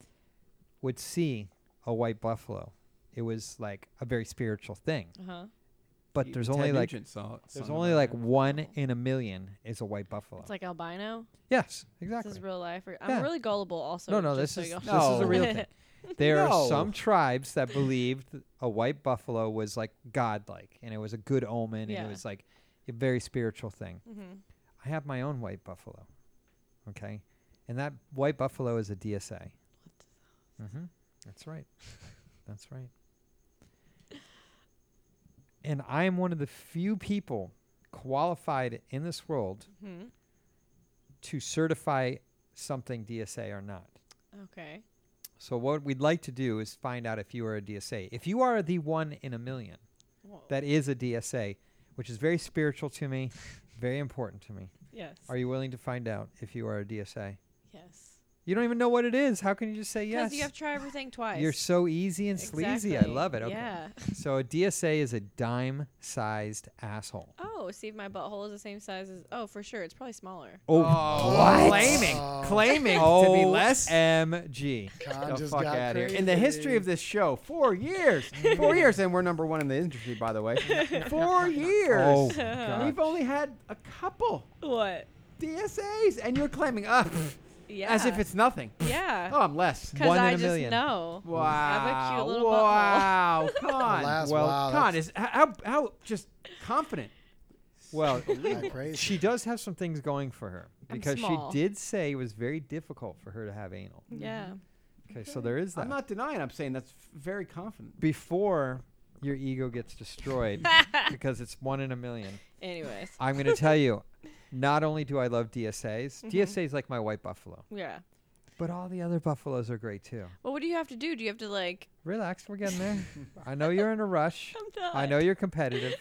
[SPEAKER 3] would see a white buffalo, it was like a very spiritual thing.
[SPEAKER 5] Uh huh.
[SPEAKER 3] But
[SPEAKER 2] Y-
[SPEAKER 3] there's
[SPEAKER 2] Ted
[SPEAKER 3] only like
[SPEAKER 2] Nugent saw it-
[SPEAKER 3] there's
[SPEAKER 2] sung
[SPEAKER 3] only
[SPEAKER 2] about
[SPEAKER 3] like
[SPEAKER 2] it.
[SPEAKER 3] one in a million is a white buffalo.
[SPEAKER 5] It's like albino.
[SPEAKER 3] yes,
[SPEAKER 5] This
[SPEAKER 3] exactly.
[SPEAKER 5] is real life. Or, I'm
[SPEAKER 3] Yeah.
[SPEAKER 5] really gullible also.
[SPEAKER 3] no, no,
[SPEAKER 5] just
[SPEAKER 3] this
[SPEAKER 5] so
[SPEAKER 3] is
[SPEAKER 5] y'all
[SPEAKER 3] this is a
[SPEAKER 5] know.
[SPEAKER 3] real thing. There are
[SPEAKER 2] No.
[SPEAKER 3] some tribes that believed th- a white buffalo was like godlike, and it was a good omen, and
[SPEAKER 5] Yeah.
[SPEAKER 3] it was like a very spiritual thing.
[SPEAKER 5] Mhm.
[SPEAKER 3] I have my own white buffalo, okay, and that white buffalo is a DSA. Mm-hmm. That's right. That's right. And I am one of the few people qualified in this world
[SPEAKER 5] Mhm.
[SPEAKER 3] to certify something DSA or not.
[SPEAKER 5] Okay.
[SPEAKER 3] So what we'd like to do is find out if you are a DSA. If you are the one in a million
[SPEAKER 5] Whoa.
[SPEAKER 3] that is a DSA, which is very spiritual to me, very important to me.
[SPEAKER 5] Yes.
[SPEAKER 3] Are you willing to find out if you are a DSA?
[SPEAKER 5] yes.
[SPEAKER 3] You don't even know what it is. How can you just say yes?
[SPEAKER 5] Because you have to try everything twice.
[SPEAKER 3] You're so easy and sleazy. I
[SPEAKER 5] Exactly.
[SPEAKER 3] love it. Okay.
[SPEAKER 5] Yeah.
[SPEAKER 3] So a DSA is a dime-sized asshole.
[SPEAKER 5] oh, see if my butthole is the same size as. Oh, for sure. It's probably smaller.
[SPEAKER 3] Oh, what? Oh.
[SPEAKER 2] Claiming,
[SPEAKER 4] Oh,
[SPEAKER 2] claiming to be less.
[SPEAKER 3] OMG.
[SPEAKER 4] Con
[SPEAKER 2] the
[SPEAKER 4] just
[SPEAKER 2] fuck
[SPEAKER 4] got
[SPEAKER 2] out here. In the history of this show, four years, four years, and we're number one in the industry, by the way. Four years.
[SPEAKER 3] Oh, God.
[SPEAKER 2] We've only had a couple
[SPEAKER 5] What?
[SPEAKER 2] DSAs, and you're claiming up.
[SPEAKER 5] Yeah.
[SPEAKER 2] As if it's nothing.
[SPEAKER 5] Yeah.
[SPEAKER 2] Oh, I'm less.
[SPEAKER 5] 'Cause One I in a just million. know.
[SPEAKER 2] Wow.
[SPEAKER 5] I have a cute little butthole.
[SPEAKER 2] wow. Con.
[SPEAKER 4] Alas,
[SPEAKER 2] well,
[SPEAKER 4] wow,
[SPEAKER 2] Con
[SPEAKER 4] that's-
[SPEAKER 2] is how how just confident.
[SPEAKER 3] Well,
[SPEAKER 4] Not crazy.
[SPEAKER 3] she does have some things going for her
[SPEAKER 5] I'm
[SPEAKER 3] because she
[SPEAKER 5] small.
[SPEAKER 3] did say it was very difficult for her to have anal.
[SPEAKER 5] Yeah.
[SPEAKER 3] Okay, so there is that.
[SPEAKER 2] I'm not denying. I'm saying that's f- very confident.
[SPEAKER 3] Before your ego gets destroyed because it's one in a million.
[SPEAKER 5] Anyways.
[SPEAKER 3] I'm going to tell you, not only do I love DSAs,
[SPEAKER 5] Mm-hmm.
[SPEAKER 3] DSAs like my white buffalo,
[SPEAKER 5] Yeah.
[SPEAKER 3] but all the other buffaloes are great too.
[SPEAKER 5] Well, what do you have to do? Do you have to like?
[SPEAKER 3] Relax, we're getting there. I know you're in a rush.
[SPEAKER 5] I'm
[SPEAKER 3] I know you're competitive.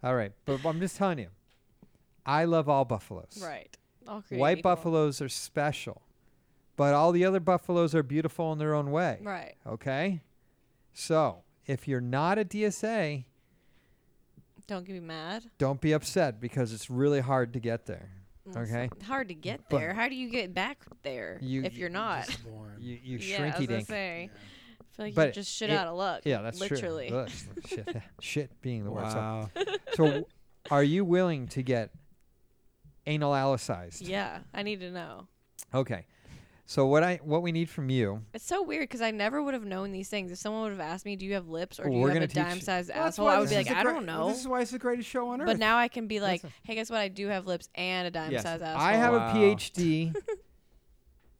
[SPEAKER 3] all right, but I'm just telling you, I love all buffaloes.
[SPEAKER 5] Right. All created
[SPEAKER 3] White
[SPEAKER 5] equal.
[SPEAKER 3] buffaloes are special, but all the other buffaloes are beautiful in their own way.
[SPEAKER 5] Right.
[SPEAKER 3] Okay? So, if you're not a DSA,
[SPEAKER 5] Don't get me mad.
[SPEAKER 3] don't be upset because it's really hard to get there.
[SPEAKER 5] Well, it's
[SPEAKER 3] Okay?
[SPEAKER 5] Hard to get
[SPEAKER 3] But-
[SPEAKER 5] there. How do you get back there
[SPEAKER 3] You-
[SPEAKER 5] if
[SPEAKER 3] you-
[SPEAKER 5] you're not?
[SPEAKER 3] You, you
[SPEAKER 5] yeah, I
[SPEAKER 3] shrinky
[SPEAKER 5] was gonna
[SPEAKER 3] dink.
[SPEAKER 5] say. I feel like
[SPEAKER 3] But
[SPEAKER 5] you're just shit
[SPEAKER 3] it-
[SPEAKER 5] out of luck.
[SPEAKER 3] Yeah, that's
[SPEAKER 5] literally.
[SPEAKER 3] true. Look, shit, shit being the word.
[SPEAKER 2] Wow.
[SPEAKER 3] So, so are you willing to get anal alicized?
[SPEAKER 5] yeah, I need to know.
[SPEAKER 3] Okay. So what I what we need from you
[SPEAKER 5] It's so weird because I never would have known these things. If someone would have asked me, "Do you have lips or do
[SPEAKER 3] Well,
[SPEAKER 5] you
[SPEAKER 3] we're
[SPEAKER 5] have
[SPEAKER 3] gonna
[SPEAKER 5] a
[SPEAKER 3] teach you-
[SPEAKER 5] dime-sized
[SPEAKER 2] Well, that's
[SPEAKER 5] asshole?"
[SPEAKER 2] why
[SPEAKER 5] I would be
[SPEAKER 2] this
[SPEAKER 5] like,
[SPEAKER 2] is the
[SPEAKER 5] "I
[SPEAKER 2] great-
[SPEAKER 5] don't
[SPEAKER 2] well,
[SPEAKER 5] know."
[SPEAKER 2] This is why it's the greatest show on earth.
[SPEAKER 5] But now I can be like, "Hey, guess what? I do have lips and a dime-sized asshole."
[SPEAKER 3] I have
[SPEAKER 2] Wow.
[SPEAKER 3] a PhD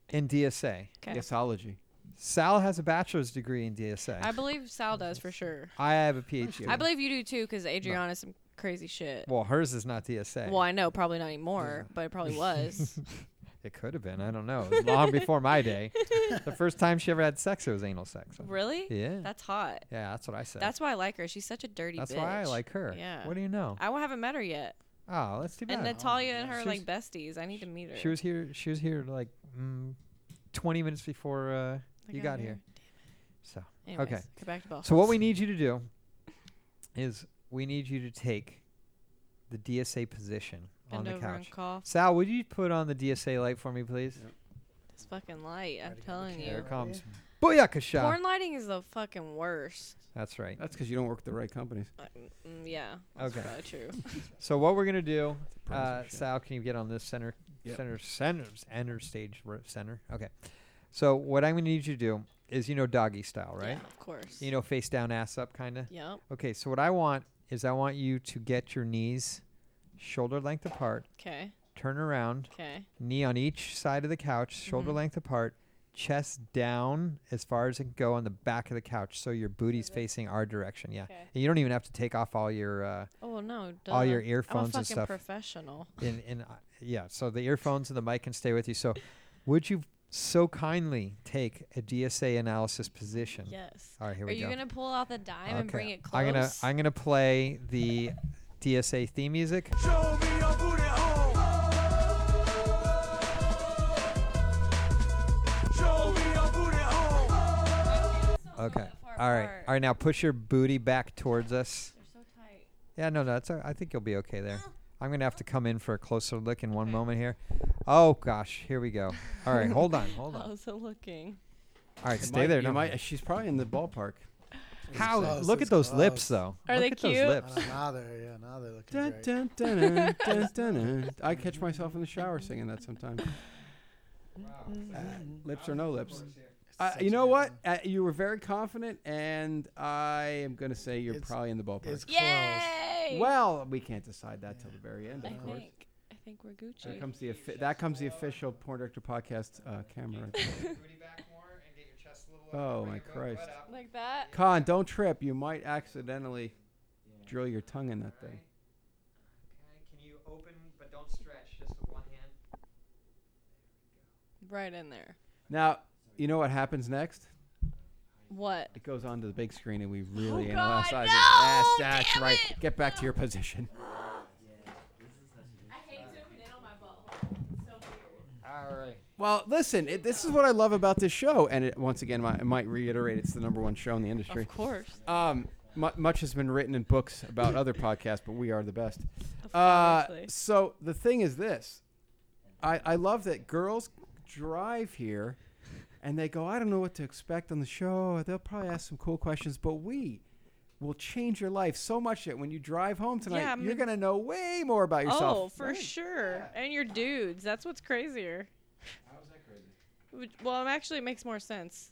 [SPEAKER 3] in DSA.
[SPEAKER 5] 'Kay.
[SPEAKER 2] Yesology.
[SPEAKER 3] Sal has a bachelor's degree in DSA.
[SPEAKER 5] I believe Sal does for sure.
[SPEAKER 3] I have a PhD.
[SPEAKER 5] I believe you do too, because Adriana's some crazy shit.
[SPEAKER 3] Well, hers is not DSA.
[SPEAKER 5] Well, I know probably not anymore, but it probably was.
[SPEAKER 3] It could have been. I don't know. It was long before my day. The first time she ever had sex, it was anal sex.
[SPEAKER 5] really?
[SPEAKER 3] Yeah.
[SPEAKER 5] That's hot.
[SPEAKER 3] yeah, that's what I said.
[SPEAKER 5] That's why I like her. She's such a dirty.
[SPEAKER 3] That's why I
[SPEAKER 5] bitch.
[SPEAKER 3] like her.
[SPEAKER 5] Yeah.
[SPEAKER 3] What do you know?
[SPEAKER 5] I haven't met her yet,
[SPEAKER 3] oh, that's too bad.
[SPEAKER 5] and Natalia and her are
[SPEAKER 3] She
[SPEAKER 5] like besties. I need to meet her.
[SPEAKER 3] She was here. She was here like mm, 20 minutes before uh,
[SPEAKER 5] I
[SPEAKER 3] you
[SPEAKER 5] got
[SPEAKER 3] got
[SPEAKER 5] here.
[SPEAKER 3] here. So
[SPEAKER 5] Anyways,
[SPEAKER 3] okay.
[SPEAKER 5] Get back
[SPEAKER 2] Oh,
[SPEAKER 5] to
[SPEAKER 3] So what we need you to do is we need you to take the DSA position
[SPEAKER 5] Bend
[SPEAKER 3] on the
[SPEAKER 5] over and
[SPEAKER 3] couch.
[SPEAKER 5] cough.
[SPEAKER 3] Sal, would you put on the DSA light for me, please?
[SPEAKER 5] This fucking light. I'm telling
[SPEAKER 3] Here
[SPEAKER 5] you.
[SPEAKER 3] it comes. Booyakasha.
[SPEAKER 5] Porn lighting is the fucking worst.
[SPEAKER 3] That's right.
[SPEAKER 2] That's because you don't work at the right companies.
[SPEAKER 5] Uh, mm, yeah. That's
[SPEAKER 3] Okay.
[SPEAKER 5] probably true.
[SPEAKER 3] So what we're gonna do,
[SPEAKER 2] Browser
[SPEAKER 3] uh,
[SPEAKER 2] shit.
[SPEAKER 3] Sal, can you get on this center,
[SPEAKER 2] Yep.
[SPEAKER 3] center, center, center stage, ro- center? Okay. So what I'm gonna need you to do is, you know, doggy style, right?
[SPEAKER 5] Yeah, of course.
[SPEAKER 3] You know, face down, ass up, kind of.
[SPEAKER 5] Yep.
[SPEAKER 3] Okay. So what I want is, I want you to get your knees shoulder length apart,
[SPEAKER 5] Okay.
[SPEAKER 3] turn around,
[SPEAKER 5] Okay.
[SPEAKER 3] knee on each side of the couch, shoulder
[SPEAKER 5] Mhm.
[SPEAKER 3] length apart, chest down as far as it can go on the back of the couch, so your booty's facing our direction. Yeah.
[SPEAKER 5] Okay.
[SPEAKER 3] And you don't even have to take off all your. Uh,
[SPEAKER 5] Oh well, no. Duh.
[SPEAKER 3] All your
[SPEAKER 5] I'm a
[SPEAKER 3] earphones and
[SPEAKER 5] fucking
[SPEAKER 3] stuff.
[SPEAKER 5] professional.
[SPEAKER 3] in in uh, yeah so the earphones and the mic can stay with you so would you so kindly take a dsa analysis position
[SPEAKER 5] Yes.
[SPEAKER 3] all right Oh, here
[SPEAKER 5] Are
[SPEAKER 3] we
[SPEAKER 5] you
[SPEAKER 3] go
[SPEAKER 5] gonna pull out the dime and bring it close?
[SPEAKER 3] i'm gonna i'm gonna play the dsa theme music okay all right all right now push your booty back towards us
[SPEAKER 5] They're so tight.
[SPEAKER 3] yeah no no that's all- i think you'll be okay there
[SPEAKER 5] Oh.
[SPEAKER 3] i'm gonna have to come in for a closer look in one moment here oh gosh here we go all right hold on hold on
[SPEAKER 5] How's it looking?
[SPEAKER 3] all right
[SPEAKER 2] You
[SPEAKER 3] stay
[SPEAKER 2] might-
[SPEAKER 3] there
[SPEAKER 2] you
[SPEAKER 3] no
[SPEAKER 2] might- she's probably in the ballpark.
[SPEAKER 3] How?
[SPEAKER 4] Close,
[SPEAKER 3] look at
[SPEAKER 4] it's
[SPEAKER 3] those lips,
[SPEAKER 4] close.
[SPEAKER 3] though.
[SPEAKER 5] Are
[SPEAKER 3] look
[SPEAKER 5] they
[SPEAKER 3] at
[SPEAKER 5] cute?
[SPEAKER 3] Those
[SPEAKER 4] I
[SPEAKER 3] lips.
[SPEAKER 4] don't know, now they're yeah, now they're looking
[SPEAKER 2] Dun,
[SPEAKER 4] great.
[SPEAKER 2] dun, dun, dun, dun, dun, dun. I catch myself in the shower singing that sometimes. Uh, lips or no lips. Uh,
[SPEAKER 4] Such
[SPEAKER 2] you know
[SPEAKER 4] good
[SPEAKER 2] what? Uh, you were very confident, and I am going to say you're
[SPEAKER 4] It's-
[SPEAKER 2] probably in the
[SPEAKER 4] It's
[SPEAKER 2] ballpark.
[SPEAKER 4] close.
[SPEAKER 5] Yay!
[SPEAKER 2] Well, we can't decide that till the very end,
[SPEAKER 5] I
[SPEAKER 2] of course.
[SPEAKER 5] think I think we're
[SPEAKER 2] There
[SPEAKER 5] Gucci.
[SPEAKER 2] comes the offi- that comes the official porn director podcast uh, camera. Oh my Christ!
[SPEAKER 5] Like that.
[SPEAKER 2] Con, don't trip. You might accidentally drill your tongue in that thing.
[SPEAKER 3] Can you open but don't stretch? Just with one hand.
[SPEAKER 5] Right in there.
[SPEAKER 2] Now, you know what happens next?
[SPEAKER 5] What?
[SPEAKER 2] It goes onto the big screen, and we really
[SPEAKER 5] Oh, God,
[SPEAKER 2] analyze it.
[SPEAKER 5] no!
[SPEAKER 2] Yes, that's
[SPEAKER 5] Damn
[SPEAKER 2] right.
[SPEAKER 5] it!
[SPEAKER 2] Get back to your position.
[SPEAKER 5] I hate zooming in on my butthole. It's so weird.
[SPEAKER 3] All right.
[SPEAKER 2] Well, listen, it, this is what I love about this show, and it, once again, my, I might reiterate, it's the number one show in the industry.
[SPEAKER 5] Of course.
[SPEAKER 2] Um, mu- much has been written in books about other podcasts, but we are the best. Uh,
[SPEAKER 5] Obviously.
[SPEAKER 2] so the thing is this, I, I love that girls drive here, and they go, I don't know what to expect on the show. They'll probably ask some cool questions, but we will change your life so much that when you drive home tonight,
[SPEAKER 5] Yeah, Oh, I
[SPEAKER 2] you're
[SPEAKER 5] mean-
[SPEAKER 2] gonna know way more about yourself.
[SPEAKER 5] Oh, for sure. And your dudes. That's what's crazier.
[SPEAKER 3] How is that crazy?
[SPEAKER 5] Which- Well, it actually makes more sense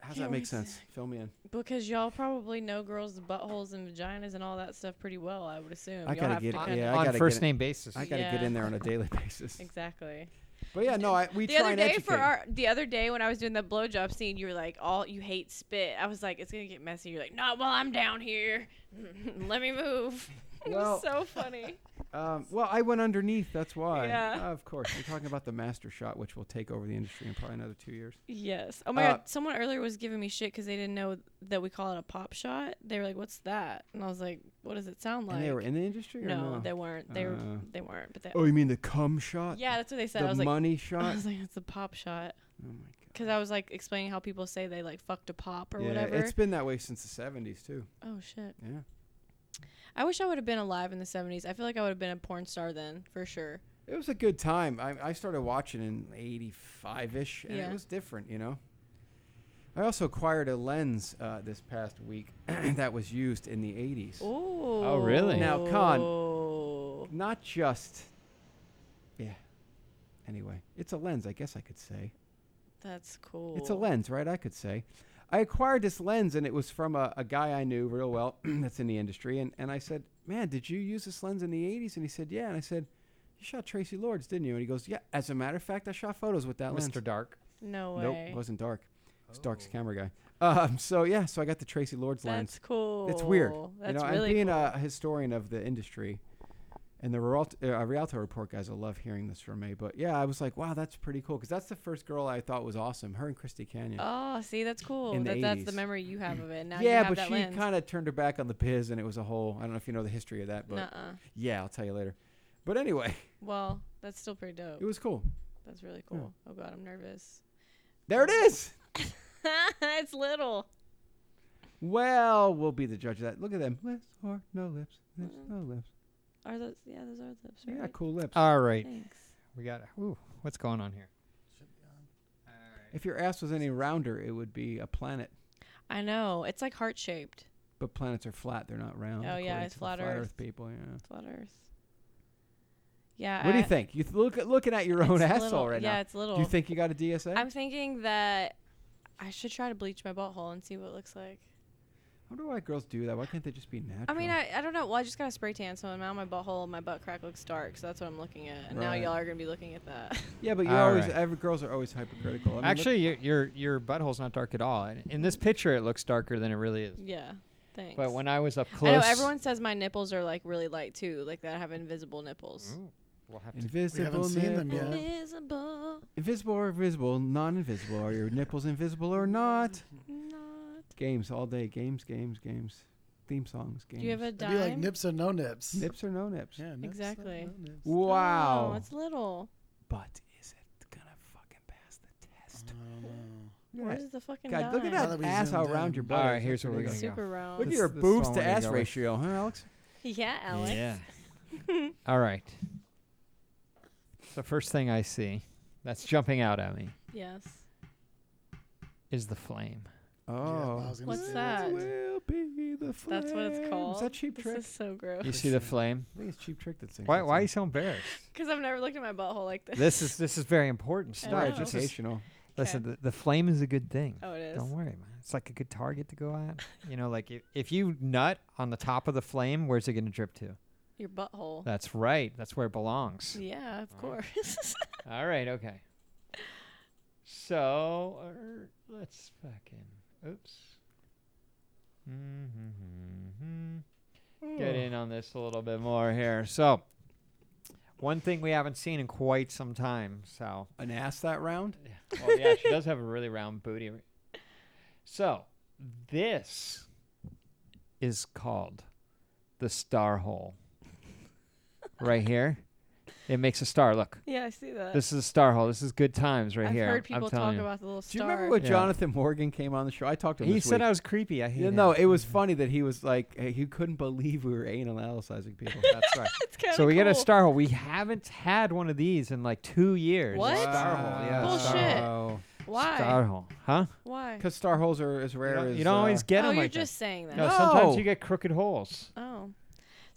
[SPEAKER 2] How's
[SPEAKER 5] Can't
[SPEAKER 2] that make
[SPEAKER 5] wait.
[SPEAKER 2] sense? Fill me in.
[SPEAKER 5] because y'all probably know girls' buttholes and vaginas and all that stuff pretty well. I would assume.
[SPEAKER 2] I
[SPEAKER 5] Y'all
[SPEAKER 2] gotta
[SPEAKER 5] have
[SPEAKER 2] get
[SPEAKER 5] to
[SPEAKER 2] it.
[SPEAKER 5] kinda-
[SPEAKER 2] Yeah, I
[SPEAKER 3] On
[SPEAKER 2] gotta
[SPEAKER 3] first
[SPEAKER 2] get
[SPEAKER 3] name basis.
[SPEAKER 2] I gotta get
[SPEAKER 5] Yeah.
[SPEAKER 2] in there on a daily basis.
[SPEAKER 5] Exactly.
[SPEAKER 2] But yeah, no, I, we
[SPEAKER 5] the
[SPEAKER 2] try
[SPEAKER 5] other
[SPEAKER 2] and
[SPEAKER 5] day
[SPEAKER 2] educate.
[SPEAKER 5] for our the other day when I was doing the blowjob scene, you were like, "All you hate spit." I was like, "It's gonna get messy." You're like, "Not while I'm down here. Let me move." it
[SPEAKER 2] Well-
[SPEAKER 5] was so funny.
[SPEAKER 2] um, well, I went underneath. That's why.
[SPEAKER 5] Yeah.
[SPEAKER 2] of course, we're talking about the master shot, which will take over the industry in probably another two years.
[SPEAKER 5] Yes. Oh my
[SPEAKER 2] Uh,
[SPEAKER 5] god! Someone earlier was giving me shit because they didn't know that we call it a pop shot. They were like, "What's that?" And I was like, "What does it sound like?"
[SPEAKER 2] and they were in the industry. Or
[SPEAKER 5] no,
[SPEAKER 2] no,
[SPEAKER 5] they weren't. They were.
[SPEAKER 2] Uh,
[SPEAKER 5] They weren't. But they,
[SPEAKER 2] Oh, you mean the cum shot?
[SPEAKER 5] yeah, that's what they said.
[SPEAKER 2] the
[SPEAKER 5] I was like,
[SPEAKER 2] money shot.
[SPEAKER 5] I was like, "It's a pop shot."
[SPEAKER 2] oh my
[SPEAKER 5] Because I was like explaining how people say they like fucked a pop or
[SPEAKER 2] yeah,
[SPEAKER 5] whatever.
[SPEAKER 2] it's been that way since the '70s too.
[SPEAKER 5] oh shit.
[SPEAKER 2] Yeah.
[SPEAKER 5] I wish I would have been alive in the 70s. I feel like I would have been a porn star then, for sure.
[SPEAKER 2] It was a good time. I, I started watching in '85 ish, and
[SPEAKER 5] Yeah.
[SPEAKER 2] it was different, you know. I also acquired a lens uh, this past week that was used in the '80s.
[SPEAKER 5] Ooh.
[SPEAKER 3] really?
[SPEAKER 2] Oh, Now, Con-
[SPEAKER 5] Ooh.
[SPEAKER 2] Not just, yeah. Anyway, it's a lens. I guess I could say
[SPEAKER 5] That's cool.
[SPEAKER 2] it's a lens, right? I could say. I acquired this lens, and it was from a, a guy I knew real well that's in the industry, and and I said, "Man, did you use this lens in the '80s?" And he said, "Yeah." And I said, "You shot Tracy Lords, didn't you?" And he goes, "Yeah." As a matter of fact, I shot photos with that lens.
[SPEAKER 3] Mr. Dark.
[SPEAKER 5] No way. Oh.
[SPEAKER 2] Nope, wasn't dark. It's Dark's camera guy. Um, so yeah, so I got the Tracy Lords
[SPEAKER 5] That's
[SPEAKER 2] lens.
[SPEAKER 5] cool.
[SPEAKER 2] It's weird. you
[SPEAKER 5] That's
[SPEAKER 2] know,
[SPEAKER 5] really
[SPEAKER 2] I'm being
[SPEAKER 5] cool.
[SPEAKER 2] a historian of the industry, and the Rialto, uh, Rialto report guys. I love hearing this from me, but yeah, I was like, wow, that's pretty cool because that's the first girl I thought was awesome. Her and Christy Canyon.
[SPEAKER 5] Oh, see, that's cool.
[SPEAKER 2] In the
[SPEAKER 5] That, that's the
[SPEAKER 2] 80s.
[SPEAKER 5] memory you have of it. Now you
[SPEAKER 2] yeah,
[SPEAKER 5] have
[SPEAKER 2] but
[SPEAKER 5] that
[SPEAKER 2] she
[SPEAKER 5] lens.
[SPEAKER 2] kind of turned her back on the biz, and it was a whole. I don't know if you know the history of that, but
[SPEAKER 5] Nuh-uh.
[SPEAKER 2] yeah, I'll tell you later. But anyway,
[SPEAKER 5] Well, that's still pretty dope.
[SPEAKER 2] it was cool.
[SPEAKER 5] that's really cool. Oh god, I'm nervous.
[SPEAKER 2] There it is.
[SPEAKER 5] it's little.
[SPEAKER 2] Well, we'll be the judge of that. Look at them. Lips or no lips. Lips, no lips.
[SPEAKER 5] Are those? Yeah, those are lips. Mm-hmm. Right? Oh.
[SPEAKER 2] Yeah, cool lips.
[SPEAKER 3] All right.
[SPEAKER 5] Thanks.
[SPEAKER 3] We got. Ooh, what's going on here?
[SPEAKER 2] If your ass was any rounder, it would be a planet.
[SPEAKER 5] I know. It's like heart shaped.
[SPEAKER 2] But planets are flat; they're not round.
[SPEAKER 5] Oh, yeah,
[SPEAKER 2] according
[SPEAKER 5] it's
[SPEAKER 2] to the
[SPEAKER 5] flat
[SPEAKER 2] flat
[SPEAKER 5] Earth.
[SPEAKER 2] people. Yeah.
[SPEAKER 5] Flat Earth. Yeah.
[SPEAKER 2] What do you
[SPEAKER 5] I-
[SPEAKER 2] think? You th- look at looking at your own
[SPEAKER 5] Uh, it's
[SPEAKER 2] asshole
[SPEAKER 5] little.
[SPEAKER 2] right
[SPEAKER 5] yeah,
[SPEAKER 2] now.
[SPEAKER 5] it's little.
[SPEAKER 2] Do you think you got a DSA?
[SPEAKER 5] I'm thinking that I should try to bleach my butthole and see what it looks like.
[SPEAKER 2] I wonder why girls do that. Why can't they just be natural?
[SPEAKER 5] I mean, I, I don't know. Well, I just got a spray tan, so now my butthole, my butt crack looks dark, so that's what I'm looking at. And now
[SPEAKER 2] Right.
[SPEAKER 5] y'all are gonna be looking at that.
[SPEAKER 2] yeah, but you
[SPEAKER 3] All
[SPEAKER 2] always
[SPEAKER 3] right.
[SPEAKER 2] every girls are always hypercritical. I mean, look-
[SPEAKER 3] Actually, your, your your butthole's not dark at all. In, in this picture, it looks darker than it really is.
[SPEAKER 5] yeah. Thanks.
[SPEAKER 3] But when I was up
[SPEAKER 5] I
[SPEAKER 3] close,
[SPEAKER 5] know everyone says my nipples are like really light too, like that I have invisible nipples.
[SPEAKER 3] Ooh, Oh, we'll have to.
[SPEAKER 2] invisible.
[SPEAKER 4] seen them
[SPEAKER 2] nipple.
[SPEAKER 4] yet.
[SPEAKER 5] Invisible,
[SPEAKER 2] Invisible or visible, non-invisible. Are your nipples invisible or not?
[SPEAKER 5] not.
[SPEAKER 2] Games all day. Games, games, games. Theme songs. Games.
[SPEAKER 5] Do you have a
[SPEAKER 4] It'd be
[SPEAKER 5] dime?
[SPEAKER 4] like nips or no nips.
[SPEAKER 2] nips or no nips?
[SPEAKER 4] Yeah, nips or
[SPEAKER 5] Exactly.
[SPEAKER 4] no nips.
[SPEAKER 2] Wow.
[SPEAKER 5] Oh, it's little.
[SPEAKER 2] but is it gonna fucking pass the test?
[SPEAKER 4] I don't know.
[SPEAKER 2] Look at
[SPEAKER 5] Where's the fucking
[SPEAKER 2] God,
[SPEAKER 5] dime?
[SPEAKER 2] look at
[SPEAKER 4] Uh-huh. Now that
[SPEAKER 2] that
[SPEAKER 4] we
[SPEAKER 2] ass
[SPEAKER 4] zoomed
[SPEAKER 2] how
[SPEAKER 4] in.
[SPEAKER 2] round your butt
[SPEAKER 3] All right,
[SPEAKER 2] is.
[SPEAKER 3] here's
[SPEAKER 2] That's
[SPEAKER 3] what we're gonna
[SPEAKER 2] ridiculous.
[SPEAKER 3] go.
[SPEAKER 5] Super round.
[SPEAKER 2] Look at
[SPEAKER 3] This-
[SPEAKER 2] your
[SPEAKER 3] this
[SPEAKER 2] boobs
[SPEAKER 3] one
[SPEAKER 2] to
[SPEAKER 3] we're gonna
[SPEAKER 2] ass
[SPEAKER 3] go with.
[SPEAKER 2] ratio, huh, Alex?
[SPEAKER 5] Yeah, Alex.
[SPEAKER 3] Yeah. All right. The first thing I see that's jumping out at me
[SPEAKER 5] Yes.
[SPEAKER 3] is the flame.
[SPEAKER 4] Yeah, I
[SPEAKER 2] Oh.
[SPEAKER 4] was gonna
[SPEAKER 5] What's
[SPEAKER 4] say
[SPEAKER 5] that?
[SPEAKER 2] Will be the
[SPEAKER 5] That's what it's
[SPEAKER 2] flames.
[SPEAKER 5] called.
[SPEAKER 2] Is that Cheap
[SPEAKER 5] this
[SPEAKER 2] Trick?
[SPEAKER 5] is so gross.
[SPEAKER 3] You see the flame?
[SPEAKER 2] I think it's Cheap Trick that sings.
[SPEAKER 3] Why
[SPEAKER 2] that
[SPEAKER 3] why are you
[SPEAKER 2] song.
[SPEAKER 3] so embarrassed?
[SPEAKER 5] Because I've never looked at my butthole like this.
[SPEAKER 3] This is this is very important
[SPEAKER 5] I
[SPEAKER 2] It's
[SPEAKER 3] stuff.
[SPEAKER 2] not
[SPEAKER 5] know.
[SPEAKER 3] This is-
[SPEAKER 2] educational.
[SPEAKER 3] Listen, the, the flame is a good thing.
[SPEAKER 5] Oh, it is.
[SPEAKER 3] Don't worry, man. It's like a good target to go at. You know, like if, if you nut on the top of the flame, where's it going to drip to?
[SPEAKER 5] Your butthole.
[SPEAKER 3] That's right. That's where it belongs.
[SPEAKER 5] yeah, of course.
[SPEAKER 3] All right. Okay. So er, let's fucking. Oops. Mm-hmm. Get in on this a little bit more here. So, one thing we haven't seen in quite some time. So,
[SPEAKER 2] An ass that round?
[SPEAKER 3] well, yeah, she does have a really round booty. So, this is called the star hole. Right here, it makes a star. Look,
[SPEAKER 5] yeah, I see that.
[SPEAKER 3] this is a star hole. This is good times right
[SPEAKER 5] I've
[SPEAKER 3] here.
[SPEAKER 5] heard
[SPEAKER 3] I'm-
[SPEAKER 5] people
[SPEAKER 3] I'm
[SPEAKER 5] talk
[SPEAKER 3] telling you.
[SPEAKER 5] about the little
[SPEAKER 2] Do
[SPEAKER 5] star.
[SPEAKER 2] you remember when
[SPEAKER 3] Yeah.
[SPEAKER 2] Jonathan Morgan came on the show? I talked to him.
[SPEAKER 3] He
[SPEAKER 2] this
[SPEAKER 3] said
[SPEAKER 2] week.
[SPEAKER 3] I was creepy. I hate
[SPEAKER 2] Yeah,
[SPEAKER 3] him.
[SPEAKER 2] no, it was funny that he was like, eh, he couldn't believe we were analyzing people.
[SPEAKER 3] That's right.
[SPEAKER 5] It's kinda
[SPEAKER 3] so we got a
[SPEAKER 5] cool.
[SPEAKER 3] star hole. We haven't had one of these in like two years.
[SPEAKER 5] What?
[SPEAKER 3] Star hole. Yeah.
[SPEAKER 5] Bullshit.
[SPEAKER 3] Star hole.
[SPEAKER 5] Why?
[SPEAKER 3] Star hole. Huh?
[SPEAKER 5] Why?
[SPEAKER 2] Because star holes are as
[SPEAKER 3] You
[SPEAKER 2] rare
[SPEAKER 3] don't,
[SPEAKER 2] as.
[SPEAKER 3] you don't always
[SPEAKER 2] uh,
[SPEAKER 3] get
[SPEAKER 5] oh,
[SPEAKER 3] them
[SPEAKER 5] you're Oh.
[SPEAKER 3] like that.
[SPEAKER 5] just saying that.
[SPEAKER 3] No, sometimes
[SPEAKER 2] No.
[SPEAKER 3] you get crooked holes.
[SPEAKER 5] Oh.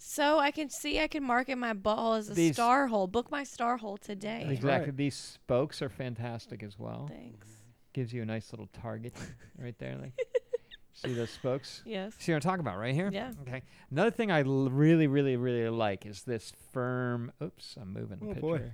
[SPEAKER 5] So I can see I can market my butthole as a
[SPEAKER 3] These-
[SPEAKER 5] star hole. Book my star hole today.
[SPEAKER 3] Exactly. These spokes are fantastic as well.
[SPEAKER 5] Thanks.
[SPEAKER 3] Gives you a nice little target right there. Like, see those spokes?
[SPEAKER 5] Yes.
[SPEAKER 3] See what I'm talking about right here?
[SPEAKER 5] Yeah.
[SPEAKER 3] Okay. Another thing I l- really, really, really like is this firm. Oops, I'm moving the
[SPEAKER 12] Oh,
[SPEAKER 3] picture.
[SPEAKER 12] boy.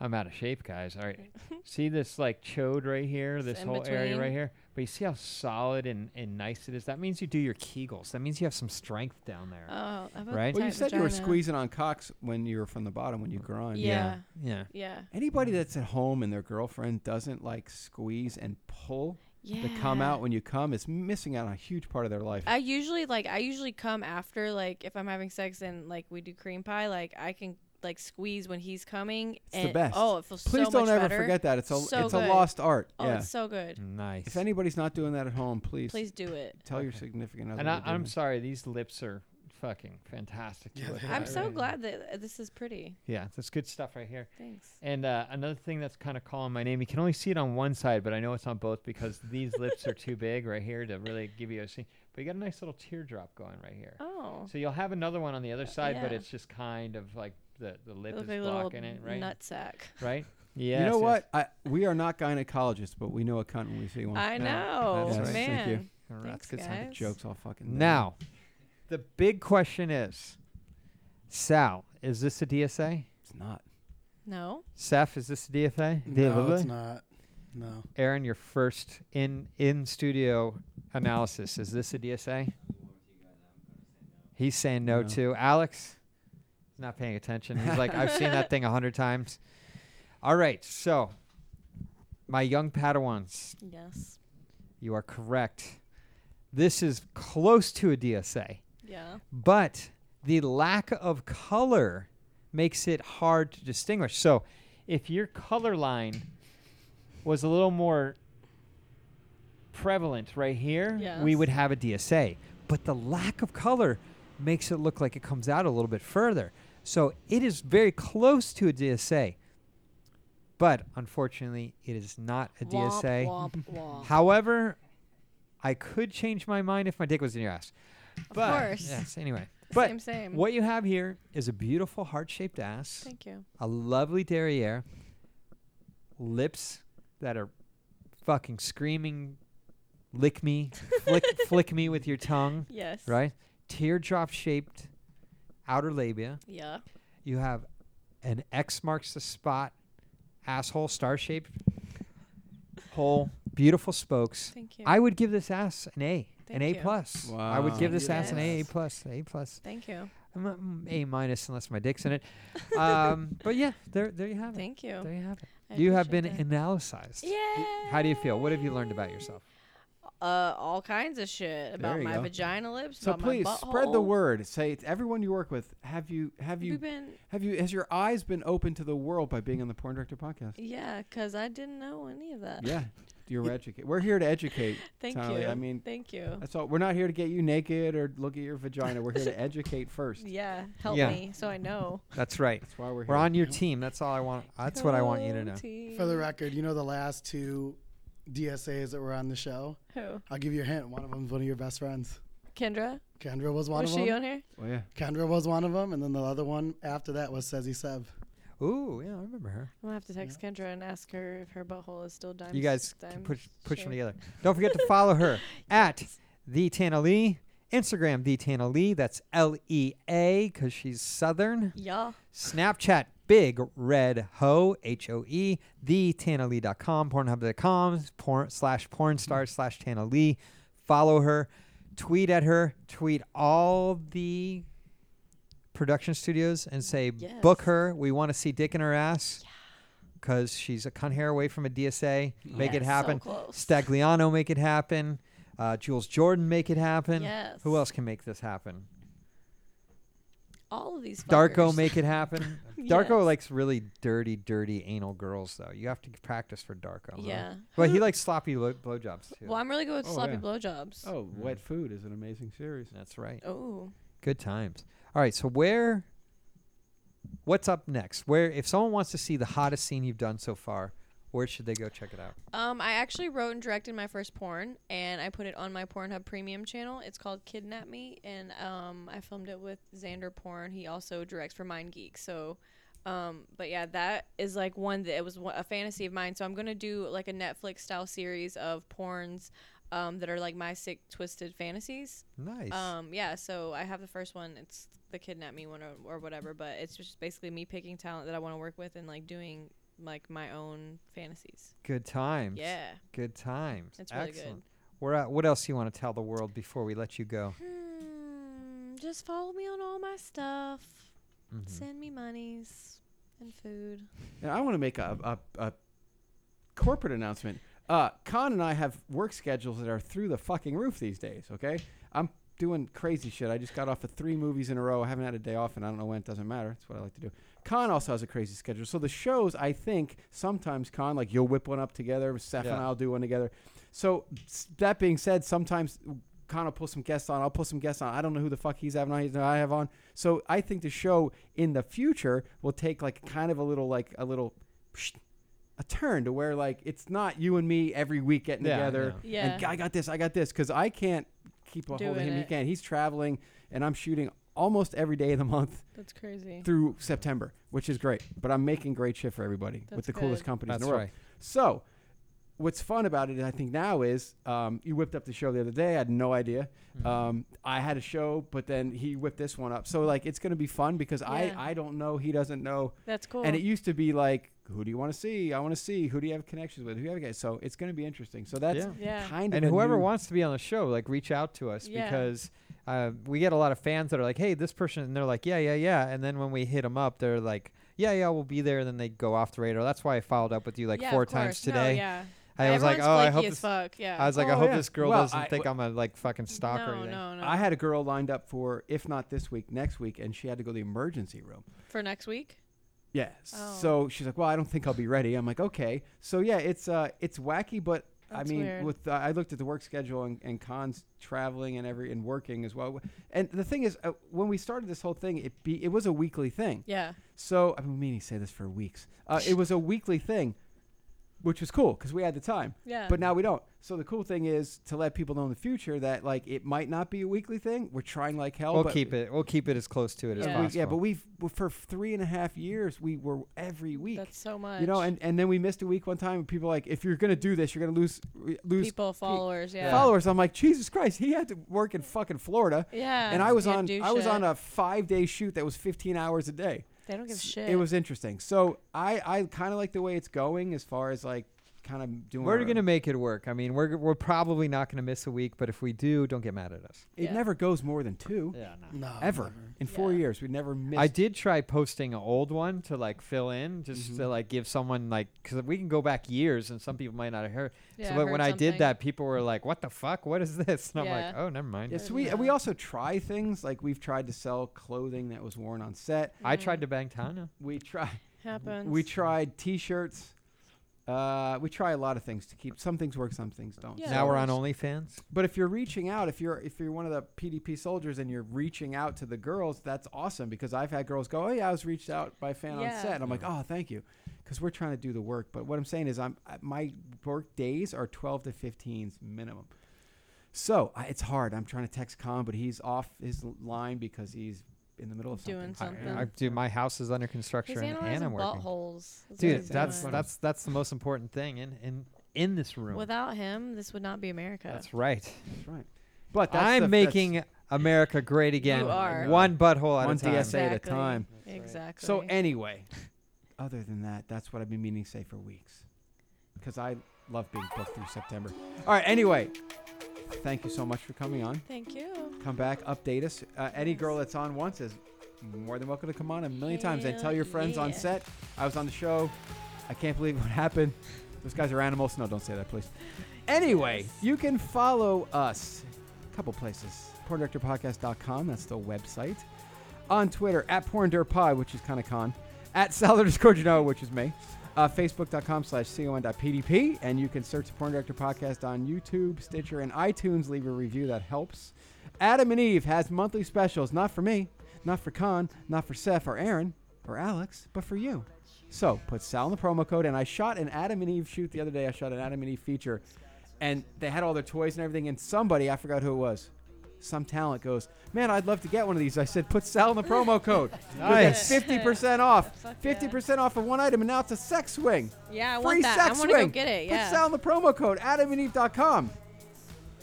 [SPEAKER 3] I'm out of shape, guys. All right. see this like chode right here, this
[SPEAKER 12] in
[SPEAKER 3] whole area right
[SPEAKER 12] between.
[SPEAKER 3] here. But you see how solid and, and nice it is. That means you do your Kegels. That means you have some strength down there.
[SPEAKER 12] Uh,
[SPEAKER 5] Oh, I have a
[SPEAKER 3] right.
[SPEAKER 2] Well, you
[SPEAKER 5] tight
[SPEAKER 2] said you were
[SPEAKER 5] vagina.
[SPEAKER 2] squeezing on cocks when you were from the bottom when you grind.
[SPEAKER 5] Yeah.
[SPEAKER 3] Yeah.
[SPEAKER 5] Yeah.
[SPEAKER 2] Anybody that's at home and their girlfriend doesn't like squeeze and pull the come
[SPEAKER 5] Yeah.
[SPEAKER 2] out when you come is missing out on a huge part of their life.
[SPEAKER 5] I usually like I usually come after like if I'm having sex and like we do cream pie like I can like squeeze when he's coming
[SPEAKER 2] the
[SPEAKER 5] and
[SPEAKER 2] best.
[SPEAKER 5] oh it feels
[SPEAKER 2] Please
[SPEAKER 5] so
[SPEAKER 2] don't
[SPEAKER 5] much
[SPEAKER 2] ever
[SPEAKER 5] better.
[SPEAKER 2] forget that. It's a-
[SPEAKER 5] So
[SPEAKER 2] it's a
[SPEAKER 5] good.
[SPEAKER 2] lost art.
[SPEAKER 5] oh
[SPEAKER 2] Yeah.
[SPEAKER 5] it's so good
[SPEAKER 3] Nice.
[SPEAKER 2] If anybody's not doing that at home, please
[SPEAKER 5] please do it
[SPEAKER 2] tell your significant other.
[SPEAKER 3] And
[SPEAKER 2] to
[SPEAKER 3] I,
[SPEAKER 2] do
[SPEAKER 3] I'm
[SPEAKER 2] that.
[SPEAKER 3] sorry, these lips are fucking fantastic. to look
[SPEAKER 5] I'm
[SPEAKER 3] at
[SPEAKER 5] so
[SPEAKER 3] right now.
[SPEAKER 5] glad that uh, this is pretty
[SPEAKER 3] Yeah, that's good stuff right here.
[SPEAKER 5] Thanks.
[SPEAKER 3] And uh, another thing that's kind of calling my name, you can only see it on one side, but I know it's on both because these lips are too big right here to really give you a scene. But you got a nice little teardrop going right here.
[SPEAKER 5] Oh. Uh,
[SPEAKER 3] So you'll have another one on the other side, but
[SPEAKER 5] yeah.
[SPEAKER 3] it's just kind of like the, the lip
[SPEAKER 5] Look
[SPEAKER 3] is
[SPEAKER 5] like a little
[SPEAKER 3] blocking it, right?
[SPEAKER 5] nut sack.
[SPEAKER 3] Right?
[SPEAKER 2] you
[SPEAKER 3] Yes,
[SPEAKER 2] know
[SPEAKER 3] yes.
[SPEAKER 2] what? I, we are not gynecologists, but we know a cunt when we see one.
[SPEAKER 5] I
[SPEAKER 2] Yeah.
[SPEAKER 5] know,
[SPEAKER 2] That's right. Thank you.
[SPEAKER 5] man.
[SPEAKER 2] That's
[SPEAKER 5] Thanks,
[SPEAKER 2] good side
[SPEAKER 5] guys.
[SPEAKER 2] jokes all fucking day.
[SPEAKER 3] Now, the big question is Sal, is this a DSA?
[SPEAKER 2] It's not.
[SPEAKER 5] no
[SPEAKER 3] Seth, is this a DFA?
[SPEAKER 4] No, it's not. No.
[SPEAKER 3] Aaron, your first in in studio analysis is this a DSA? He's saying no,
[SPEAKER 12] No.
[SPEAKER 3] too. Alex, he's not paying attention. He's like, I've seen that thing a hundred times. All right, so my young Padawans,
[SPEAKER 5] yes
[SPEAKER 3] you are correct. This is close to a DSA.
[SPEAKER 5] Yeah.
[SPEAKER 3] But the lack of color makes it hard to distinguish. So if your color line was a little more prevalent right here, we would have a DSA. But the lack of color makes it look like it comes out a little bit further. So it is very close to a DSA. But unfortunately, it is not a
[SPEAKER 12] Womp,
[SPEAKER 3] DSA.
[SPEAKER 12] womp, womp.
[SPEAKER 3] However, I could change my mind if my dick was in your ass.
[SPEAKER 5] Of
[SPEAKER 3] But,
[SPEAKER 5] course.
[SPEAKER 3] Yes, anyway. But
[SPEAKER 5] Same, same.
[SPEAKER 3] what you have here is a beautiful heart shaped ass.
[SPEAKER 5] Thank you.
[SPEAKER 3] A lovely derriere. Lips that are fucking screaming, lick me, flick, flick me with your tongue.
[SPEAKER 5] Yes.
[SPEAKER 3] Right? Teardrop shaped outer labia.
[SPEAKER 5] Yeah.
[SPEAKER 3] You have an X marks the spot asshole star shaped hole. Beautiful spokes.
[SPEAKER 5] Thank you.
[SPEAKER 3] I would give this ass an A, an A
[SPEAKER 5] Thank you.
[SPEAKER 3] plus. I would
[SPEAKER 2] Wow.
[SPEAKER 3] give this ass an A, A
[SPEAKER 5] Yes.
[SPEAKER 3] plus, A plus.
[SPEAKER 5] Thank you
[SPEAKER 3] I'm a- mm, A minus unless my dick's in it. Um, but yeah, there, there you have it.
[SPEAKER 5] thank you
[SPEAKER 3] There you have it.
[SPEAKER 5] I
[SPEAKER 3] you have been
[SPEAKER 5] appreciate that.
[SPEAKER 3] analyzed. How do you feel? What have you learned about yourself?
[SPEAKER 5] uh all kinds of shit about
[SPEAKER 2] you
[SPEAKER 5] my
[SPEAKER 2] go.
[SPEAKER 5] vagina lips
[SPEAKER 2] So
[SPEAKER 5] about
[SPEAKER 2] please
[SPEAKER 5] my
[SPEAKER 2] spread the
[SPEAKER 5] butthole.
[SPEAKER 2] word. Say to everyone you work with, have you have you
[SPEAKER 5] We've been-
[SPEAKER 2] have you has your eyes been open to the world by being on the Porn Director podcast?
[SPEAKER 5] Yeah, 'cause I didn't know any of that.
[SPEAKER 2] Yeah. You're educate. We're here to educate.
[SPEAKER 5] Thank
[SPEAKER 2] Tali. I
[SPEAKER 5] you.
[SPEAKER 2] mean,
[SPEAKER 5] Thank you.
[SPEAKER 2] That's all. We're not here to get you naked or look at your vagina. We're here to educate first.
[SPEAKER 5] Yeah, help
[SPEAKER 3] Yeah.
[SPEAKER 5] me so I know.
[SPEAKER 3] That's right.
[SPEAKER 2] That's why we're
[SPEAKER 3] We're
[SPEAKER 2] here.
[SPEAKER 3] on your team. That's all I want. That's what I want you to know.
[SPEAKER 4] For the record, you know the last two DSAs that were on the show.
[SPEAKER 5] Who?
[SPEAKER 4] I'll give you a hint. One of them's one of your best friends.
[SPEAKER 5] Kendra,
[SPEAKER 4] Kendra was one
[SPEAKER 5] was
[SPEAKER 4] of them.
[SPEAKER 5] she on here?
[SPEAKER 2] Oh yeah.
[SPEAKER 4] Kendra was one of them, and then the other one after that was Sezzy Sev.
[SPEAKER 3] Ooh, yeah, I remember her.
[SPEAKER 5] I'm gonna have to text Kendra and ask her if her butthole is still diamond.
[SPEAKER 3] you guys can
[SPEAKER 5] dime
[SPEAKER 3] push push them
[SPEAKER 5] shaped.
[SPEAKER 3] together. Don't forget to follow her at the Tana Lee Instagram. The Tana Lee. That's L E A because she's Southern.
[SPEAKER 5] Yeah.
[SPEAKER 3] Snapchat. Big Red Ho H O E. The TanaLee.com. Pornhub.com. Porn slash porn star slash Tana Lee. Follow her. Tweet at her. Tweet all the production studios and say book her. We want to see dick in her ass because she's a cunt hair away from a DSA. Make it
[SPEAKER 5] Yes, so
[SPEAKER 3] happen.
[SPEAKER 5] close.
[SPEAKER 3] Stagliano make it happen. Uh, Jules Jordan make it happen.
[SPEAKER 5] Yes.
[SPEAKER 3] Who else can make this happen?
[SPEAKER 5] All of these.
[SPEAKER 3] Darko
[SPEAKER 5] fuckers.
[SPEAKER 3] make it happen. Darko
[SPEAKER 5] Yes.
[SPEAKER 3] likes really dirty, dirty anal girls though. You have to practice for Darko. huh?
[SPEAKER 5] Yeah.
[SPEAKER 3] But he likes sloppy lo- blowjobs too.
[SPEAKER 5] Well, I'm really good with
[SPEAKER 2] Oh,
[SPEAKER 5] sloppy
[SPEAKER 2] yeah.
[SPEAKER 5] blowjobs.
[SPEAKER 2] Oh, Wet Food is an amazing series.
[SPEAKER 3] That's right.
[SPEAKER 5] Oh.
[SPEAKER 3] Good times. All right, so where what's up next? Where if someone wants to see the hottest scene you've done so far, Where should they go check it out?
[SPEAKER 5] Um, I actually wrote and directed my first porn, and I put it on my Pornhub Premium channel. It's called Kidnap Me, and um, I filmed it with Xander Porn. He also directs for Mind Geek. So, um, but yeah, that is like one that it was one- a fantasy of mine. So I'm gonna do like a Netflix style series of porns. Um, that are like my sick, twisted fantasies.
[SPEAKER 3] Nice.
[SPEAKER 5] Um, yeah. So I have the first one. It's the kidnap me one or, or whatever, but it's just basically me picking talent that I want to work with and like doing like my own fantasies.
[SPEAKER 3] Good times.
[SPEAKER 5] Yeah.
[SPEAKER 3] Good times.
[SPEAKER 5] It's really good.
[SPEAKER 3] Excellent. Where, uh, what else do you want to tell the world before we let you go?
[SPEAKER 5] Mm, Just follow me on all my stuff.
[SPEAKER 3] Mhm.
[SPEAKER 5] Send me monies and food.
[SPEAKER 2] And I want to make a, a, a corporate announcement. Uh, Con and I have work schedules that are through the fucking roof these days. Okay, I'm doing crazy shit. I just got off of three movies in a row. I haven't had a day off, and I don't know when. It doesn't matter. That's what I like to do. Con also has a crazy schedule. So the shows, I think, sometimes Con like you'll whip one up together. Seth and
[SPEAKER 3] Yeah.
[SPEAKER 2] I'll do one together. So s- that being said, sometimes Con will pull some guests on. I'll pull some guests on. I don't know who the fuck he's having on. He's I have on. So I think the show in the future will take like kind of a little like a little. a turn to where like it's not you and me every week getting
[SPEAKER 13] Yeah,
[SPEAKER 2] together
[SPEAKER 13] yeah.
[SPEAKER 2] and
[SPEAKER 13] Yeah.
[SPEAKER 2] I got this I got this because I can't keep a hold of
[SPEAKER 5] Doing
[SPEAKER 2] him he
[SPEAKER 5] it.
[SPEAKER 2] can't he's traveling and I'm shooting almost every day of the month
[SPEAKER 5] That's crazy.
[SPEAKER 2] through September which is great but I'm making great shit for everybody with
[SPEAKER 5] That's
[SPEAKER 2] the coolest
[SPEAKER 5] good.
[SPEAKER 2] companies in the
[SPEAKER 3] That's
[SPEAKER 2] world
[SPEAKER 3] right.
[SPEAKER 2] so what's fun about it I think now is um, you whipped up the show the other day I had no idea
[SPEAKER 3] Mm-hmm.
[SPEAKER 2] um, I had a show but then he whipped this one up so like it's gonna be fun because
[SPEAKER 5] Yeah.
[SPEAKER 2] I I don't know he doesn't know
[SPEAKER 5] That's cool.
[SPEAKER 2] and it used to be like, who do you want to see? I want to see. Who do you have connections with? Who do you have guys? So it's going to be interesting. So that's
[SPEAKER 3] Yeah.
[SPEAKER 5] Yeah.
[SPEAKER 2] kind of
[SPEAKER 3] and
[SPEAKER 2] a
[SPEAKER 3] whoever
[SPEAKER 2] new-
[SPEAKER 3] wants to be on the show, like reach out to us
[SPEAKER 5] Yeah.
[SPEAKER 3] because uh, we get a lot of fans that are like, "Hey, this person," and they're like, "Yeah, yeah, yeah," and then when we hit them up, they're like, "Yeah, yeah, we'll be there," and then they go off the radar. That's why I followed up with you like
[SPEAKER 5] Yeah,
[SPEAKER 3] four
[SPEAKER 5] of
[SPEAKER 3] times
[SPEAKER 5] course. No,
[SPEAKER 3] today.
[SPEAKER 5] yeah.
[SPEAKER 3] I was like, "Oh,
[SPEAKER 5] Everyone's
[SPEAKER 3] I hope
[SPEAKER 5] flaky as
[SPEAKER 3] this."
[SPEAKER 5] fuck, yeah.
[SPEAKER 3] I was like, "I
[SPEAKER 5] Oh,
[SPEAKER 3] hope
[SPEAKER 5] yeah.
[SPEAKER 3] this girl
[SPEAKER 2] Well,
[SPEAKER 3] doesn't
[SPEAKER 2] I-
[SPEAKER 3] think I'm a like fucking stalker." or
[SPEAKER 5] No,
[SPEAKER 3] anything.
[SPEAKER 5] no, no.
[SPEAKER 2] I had a girl lined up for if not this week, next week, and she had to go to the emergency room.
[SPEAKER 5] For next week?
[SPEAKER 2] Yeah.
[SPEAKER 5] Oh.
[SPEAKER 2] So she's like, "Well, I don't think I'll be ready." I'm like, "Okay." So yeah, it's uh, it's wacky, but
[SPEAKER 5] That's
[SPEAKER 2] I mean,
[SPEAKER 5] weird.
[SPEAKER 2] with uh, I looked at the work schedule and, and cons traveling and every and working as well. And the thing is, uh, when we started this whole thing, it be it was a weekly thing.
[SPEAKER 5] Yeah.
[SPEAKER 2] So I've been meaning to say this for weeks. Uh, it was a weekly thing, which was cool because we had the time.
[SPEAKER 5] Yeah.
[SPEAKER 2] But now we don't. So the cool thing is to let people know in the future that like it might not be a weekly thing. We're trying like hell.
[SPEAKER 3] We'll
[SPEAKER 2] Oh, but
[SPEAKER 3] keep it. We'll keep it as close to it as
[SPEAKER 2] Yeah.
[SPEAKER 3] possible.
[SPEAKER 2] We, yeah, but we've well, for three and a half years we were every week.
[SPEAKER 5] That's so much.
[SPEAKER 2] You know, and, and then we missed a week one time. And people were like, if you're gonna do this, you're gonna lose lose
[SPEAKER 5] People,
[SPEAKER 2] pe-
[SPEAKER 5] followers, yeah.
[SPEAKER 2] followers. I'm like, Jesus Christ, he had to work in fucking Florida.
[SPEAKER 5] Yeah,
[SPEAKER 2] and I was
[SPEAKER 5] he had
[SPEAKER 2] on
[SPEAKER 5] to do
[SPEAKER 2] I was
[SPEAKER 5] shit.
[SPEAKER 2] on a five day shoot that was 15 hours a day.
[SPEAKER 5] They don't give a
[SPEAKER 2] S-
[SPEAKER 5] shit.
[SPEAKER 2] It was interesting. So I I kind of like the way it's going as far as like kind of doing.
[SPEAKER 3] We're
[SPEAKER 2] our-
[SPEAKER 3] gonna make it work. I mean, we're we're probably not gonna miss a week, but if we do, don't get mad at us.
[SPEAKER 2] It never goes more than two.
[SPEAKER 3] Yeah,
[SPEAKER 4] no.
[SPEAKER 2] Ever in four years, we never missed.
[SPEAKER 3] Oh, I did try posting an old one to like fill in, just to like give someone like because we can go back years and some people might not have heard.
[SPEAKER 2] Yeah,
[SPEAKER 3] so, but
[SPEAKER 2] heard
[SPEAKER 3] when I
[SPEAKER 2] something.
[SPEAKER 3] did that, people were like, "What the fuck? What is this?" And I'm like,
[SPEAKER 2] Yeah.
[SPEAKER 3] "Oh, never mind."
[SPEAKER 2] Yes, we we also try things like we've tried to sell clothing that was worn on set.
[SPEAKER 3] I tried to bang Tana.
[SPEAKER 2] We try.
[SPEAKER 5] Happens.
[SPEAKER 2] We tried T-shirts. Uh, we try a lot of things to keep. Some things work, some things don't.
[SPEAKER 3] Yeah. Now we're on OnlyFans.
[SPEAKER 2] But if you're reaching out, if you're if you're one of the PDP soldiers and you're reaching out to the girls, that's awesome because I've had girls go, "Oh yeah, I was reached out by a fan on
[SPEAKER 13] Yeah.
[SPEAKER 2] set." And I'm like, "Oh, thank you," because we're trying to do the work. But what I'm saying is, I'm I- my work days are 12 to 15s minimum. So I, it's hard. I'm trying to text Con, but he's off his l- line because he's in the middle of
[SPEAKER 5] Doing
[SPEAKER 2] something.
[SPEAKER 5] something.
[SPEAKER 3] I, dude, my house is under construction
[SPEAKER 5] He's
[SPEAKER 3] and
[SPEAKER 5] analyzing
[SPEAKER 3] I'm working.
[SPEAKER 5] buttholes. That's what
[SPEAKER 3] Dude,
[SPEAKER 5] he's
[SPEAKER 3] that's
[SPEAKER 5] doing.
[SPEAKER 3] that's that's the most important thing in in in this room.
[SPEAKER 5] Without him, this would not be America.
[SPEAKER 3] That's right.
[SPEAKER 2] That's right. But that's
[SPEAKER 3] I'm
[SPEAKER 2] the- that's-
[SPEAKER 3] making America great again.
[SPEAKER 5] You are.
[SPEAKER 3] One butthole at
[SPEAKER 2] One
[SPEAKER 3] a time.
[SPEAKER 2] DSA at a time.
[SPEAKER 5] Exactly.
[SPEAKER 2] So anyway, other than that, that's what I've been meaning to say for weeks, because I love being booked through September. All right. Anyway, thank you so much for coming on.
[SPEAKER 5] Thank you.
[SPEAKER 2] Come back, update us. Uh, any girl that's on once is more than welcome to come on a million times and tell your friends on
[SPEAKER 5] yeah.
[SPEAKER 2] set. I was on the show. I can't believe what happened. Those guys are animals. No, don't say that, please. Anyway, you can follow us a couple places. PornDirectorPodcast.com, that's the website. On Twitter, at PornDirtPod, which is kind of con. At Salad underscore Genoa, which is me. Uh, Facebook.com slash con.pdp. And you can search the Porn Director Podcast on YouTube, Stitcher, and iTunes. Leave a review, that helps. Adam and Eve has monthly specials, not for me, not for Con, not for Seth or Aaron or Alex, but for you. So put Sal in the promo code, and I shot an Adam and Eve shoot the other day. I shot an Adam and Eve feature, and they had all their toys and everything. And somebody, I forgot who it was, some talent goes, "Man, I'd love to get one of these." I said, "Put Sal in the promo code.
[SPEAKER 14] Nice.
[SPEAKER 2] fifty percent off. Fifty percent off of one item, and now it's a sex swing.
[SPEAKER 5] Yeah, I
[SPEAKER 2] Free
[SPEAKER 5] want that. I
[SPEAKER 2] sex
[SPEAKER 5] wanna go
[SPEAKER 2] swing.
[SPEAKER 5] get it, yeah.
[SPEAKER 2] Put Sal in the promo code AdamandEve.com.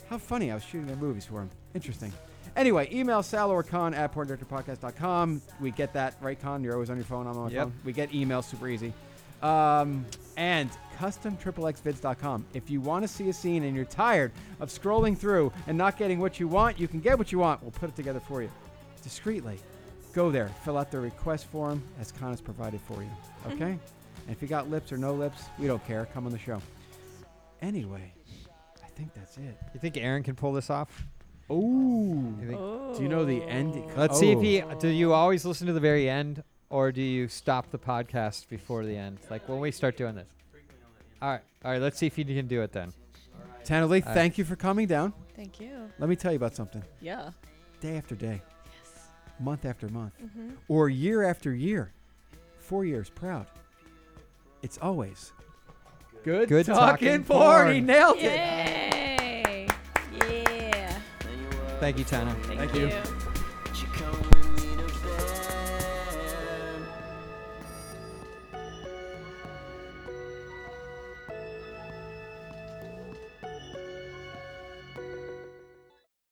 [SPEAKER 2] How funny! I was shooting their movies for him. Interesting. Anyway, email Sal or Con at porndirectorpodcast.com. We get that right, Con. You're always on your phone. I'm on my
[SPEAKER 3] Yep.
[SPEAKER 2] phone. We get email super easy. Um, and customxxvids.com. If you want to see a scene and you're tired of scrolling through and not getting what you want, you can get what you want. We'll put it together for you discreetly. Go there, fill out the request form as Con has provided for you. Okay? and if you got lips or no lips, we don't care. Come on the show. Anyway, I think that's it.
[SPEAKER 3] You think Aaron can pull this off?
[SPEAKER 2] Oh.
[SPEAKER 3] You think-
[SPEAKER 2] Do you know the end?
[SPEAKER 3] Let's see if
[SPEAKER 2] Oh.
[SPEAKER 3] he. Do you always listen to the very end, or do you stop the podcast before the end? Like when we start doing this. All right, all right. Let's see if he can do it then.
[SPEAKER 2] Tana Lee,
[SPEAKER 3] All right.
[SPEAKER 2] thank you for coming down.
[SPEAKER 5] Thank you.
[SPEAKER 2] Let me tell you about something.
[SPEAKER 5] Yeah.
[SPEAKER 2] Day after day. Month after month.
[SPEAKER 5] Mhm.
[SPEAKER 2] Or year after year. Four years proud. It's always good,
[SPEAKER 3] Good
[SPEAKER 2] talking,
[SPEAKER 3] talking
[SPEAKER 2] porn. He
[SPEAKER 3] porn.
[SPEAKER 2] nailed it.
[SPEAKER 5] Yay. Yeah.
[SPEAKER 3] Thank you, Tana.
[SPEAKER 5] Thank, you.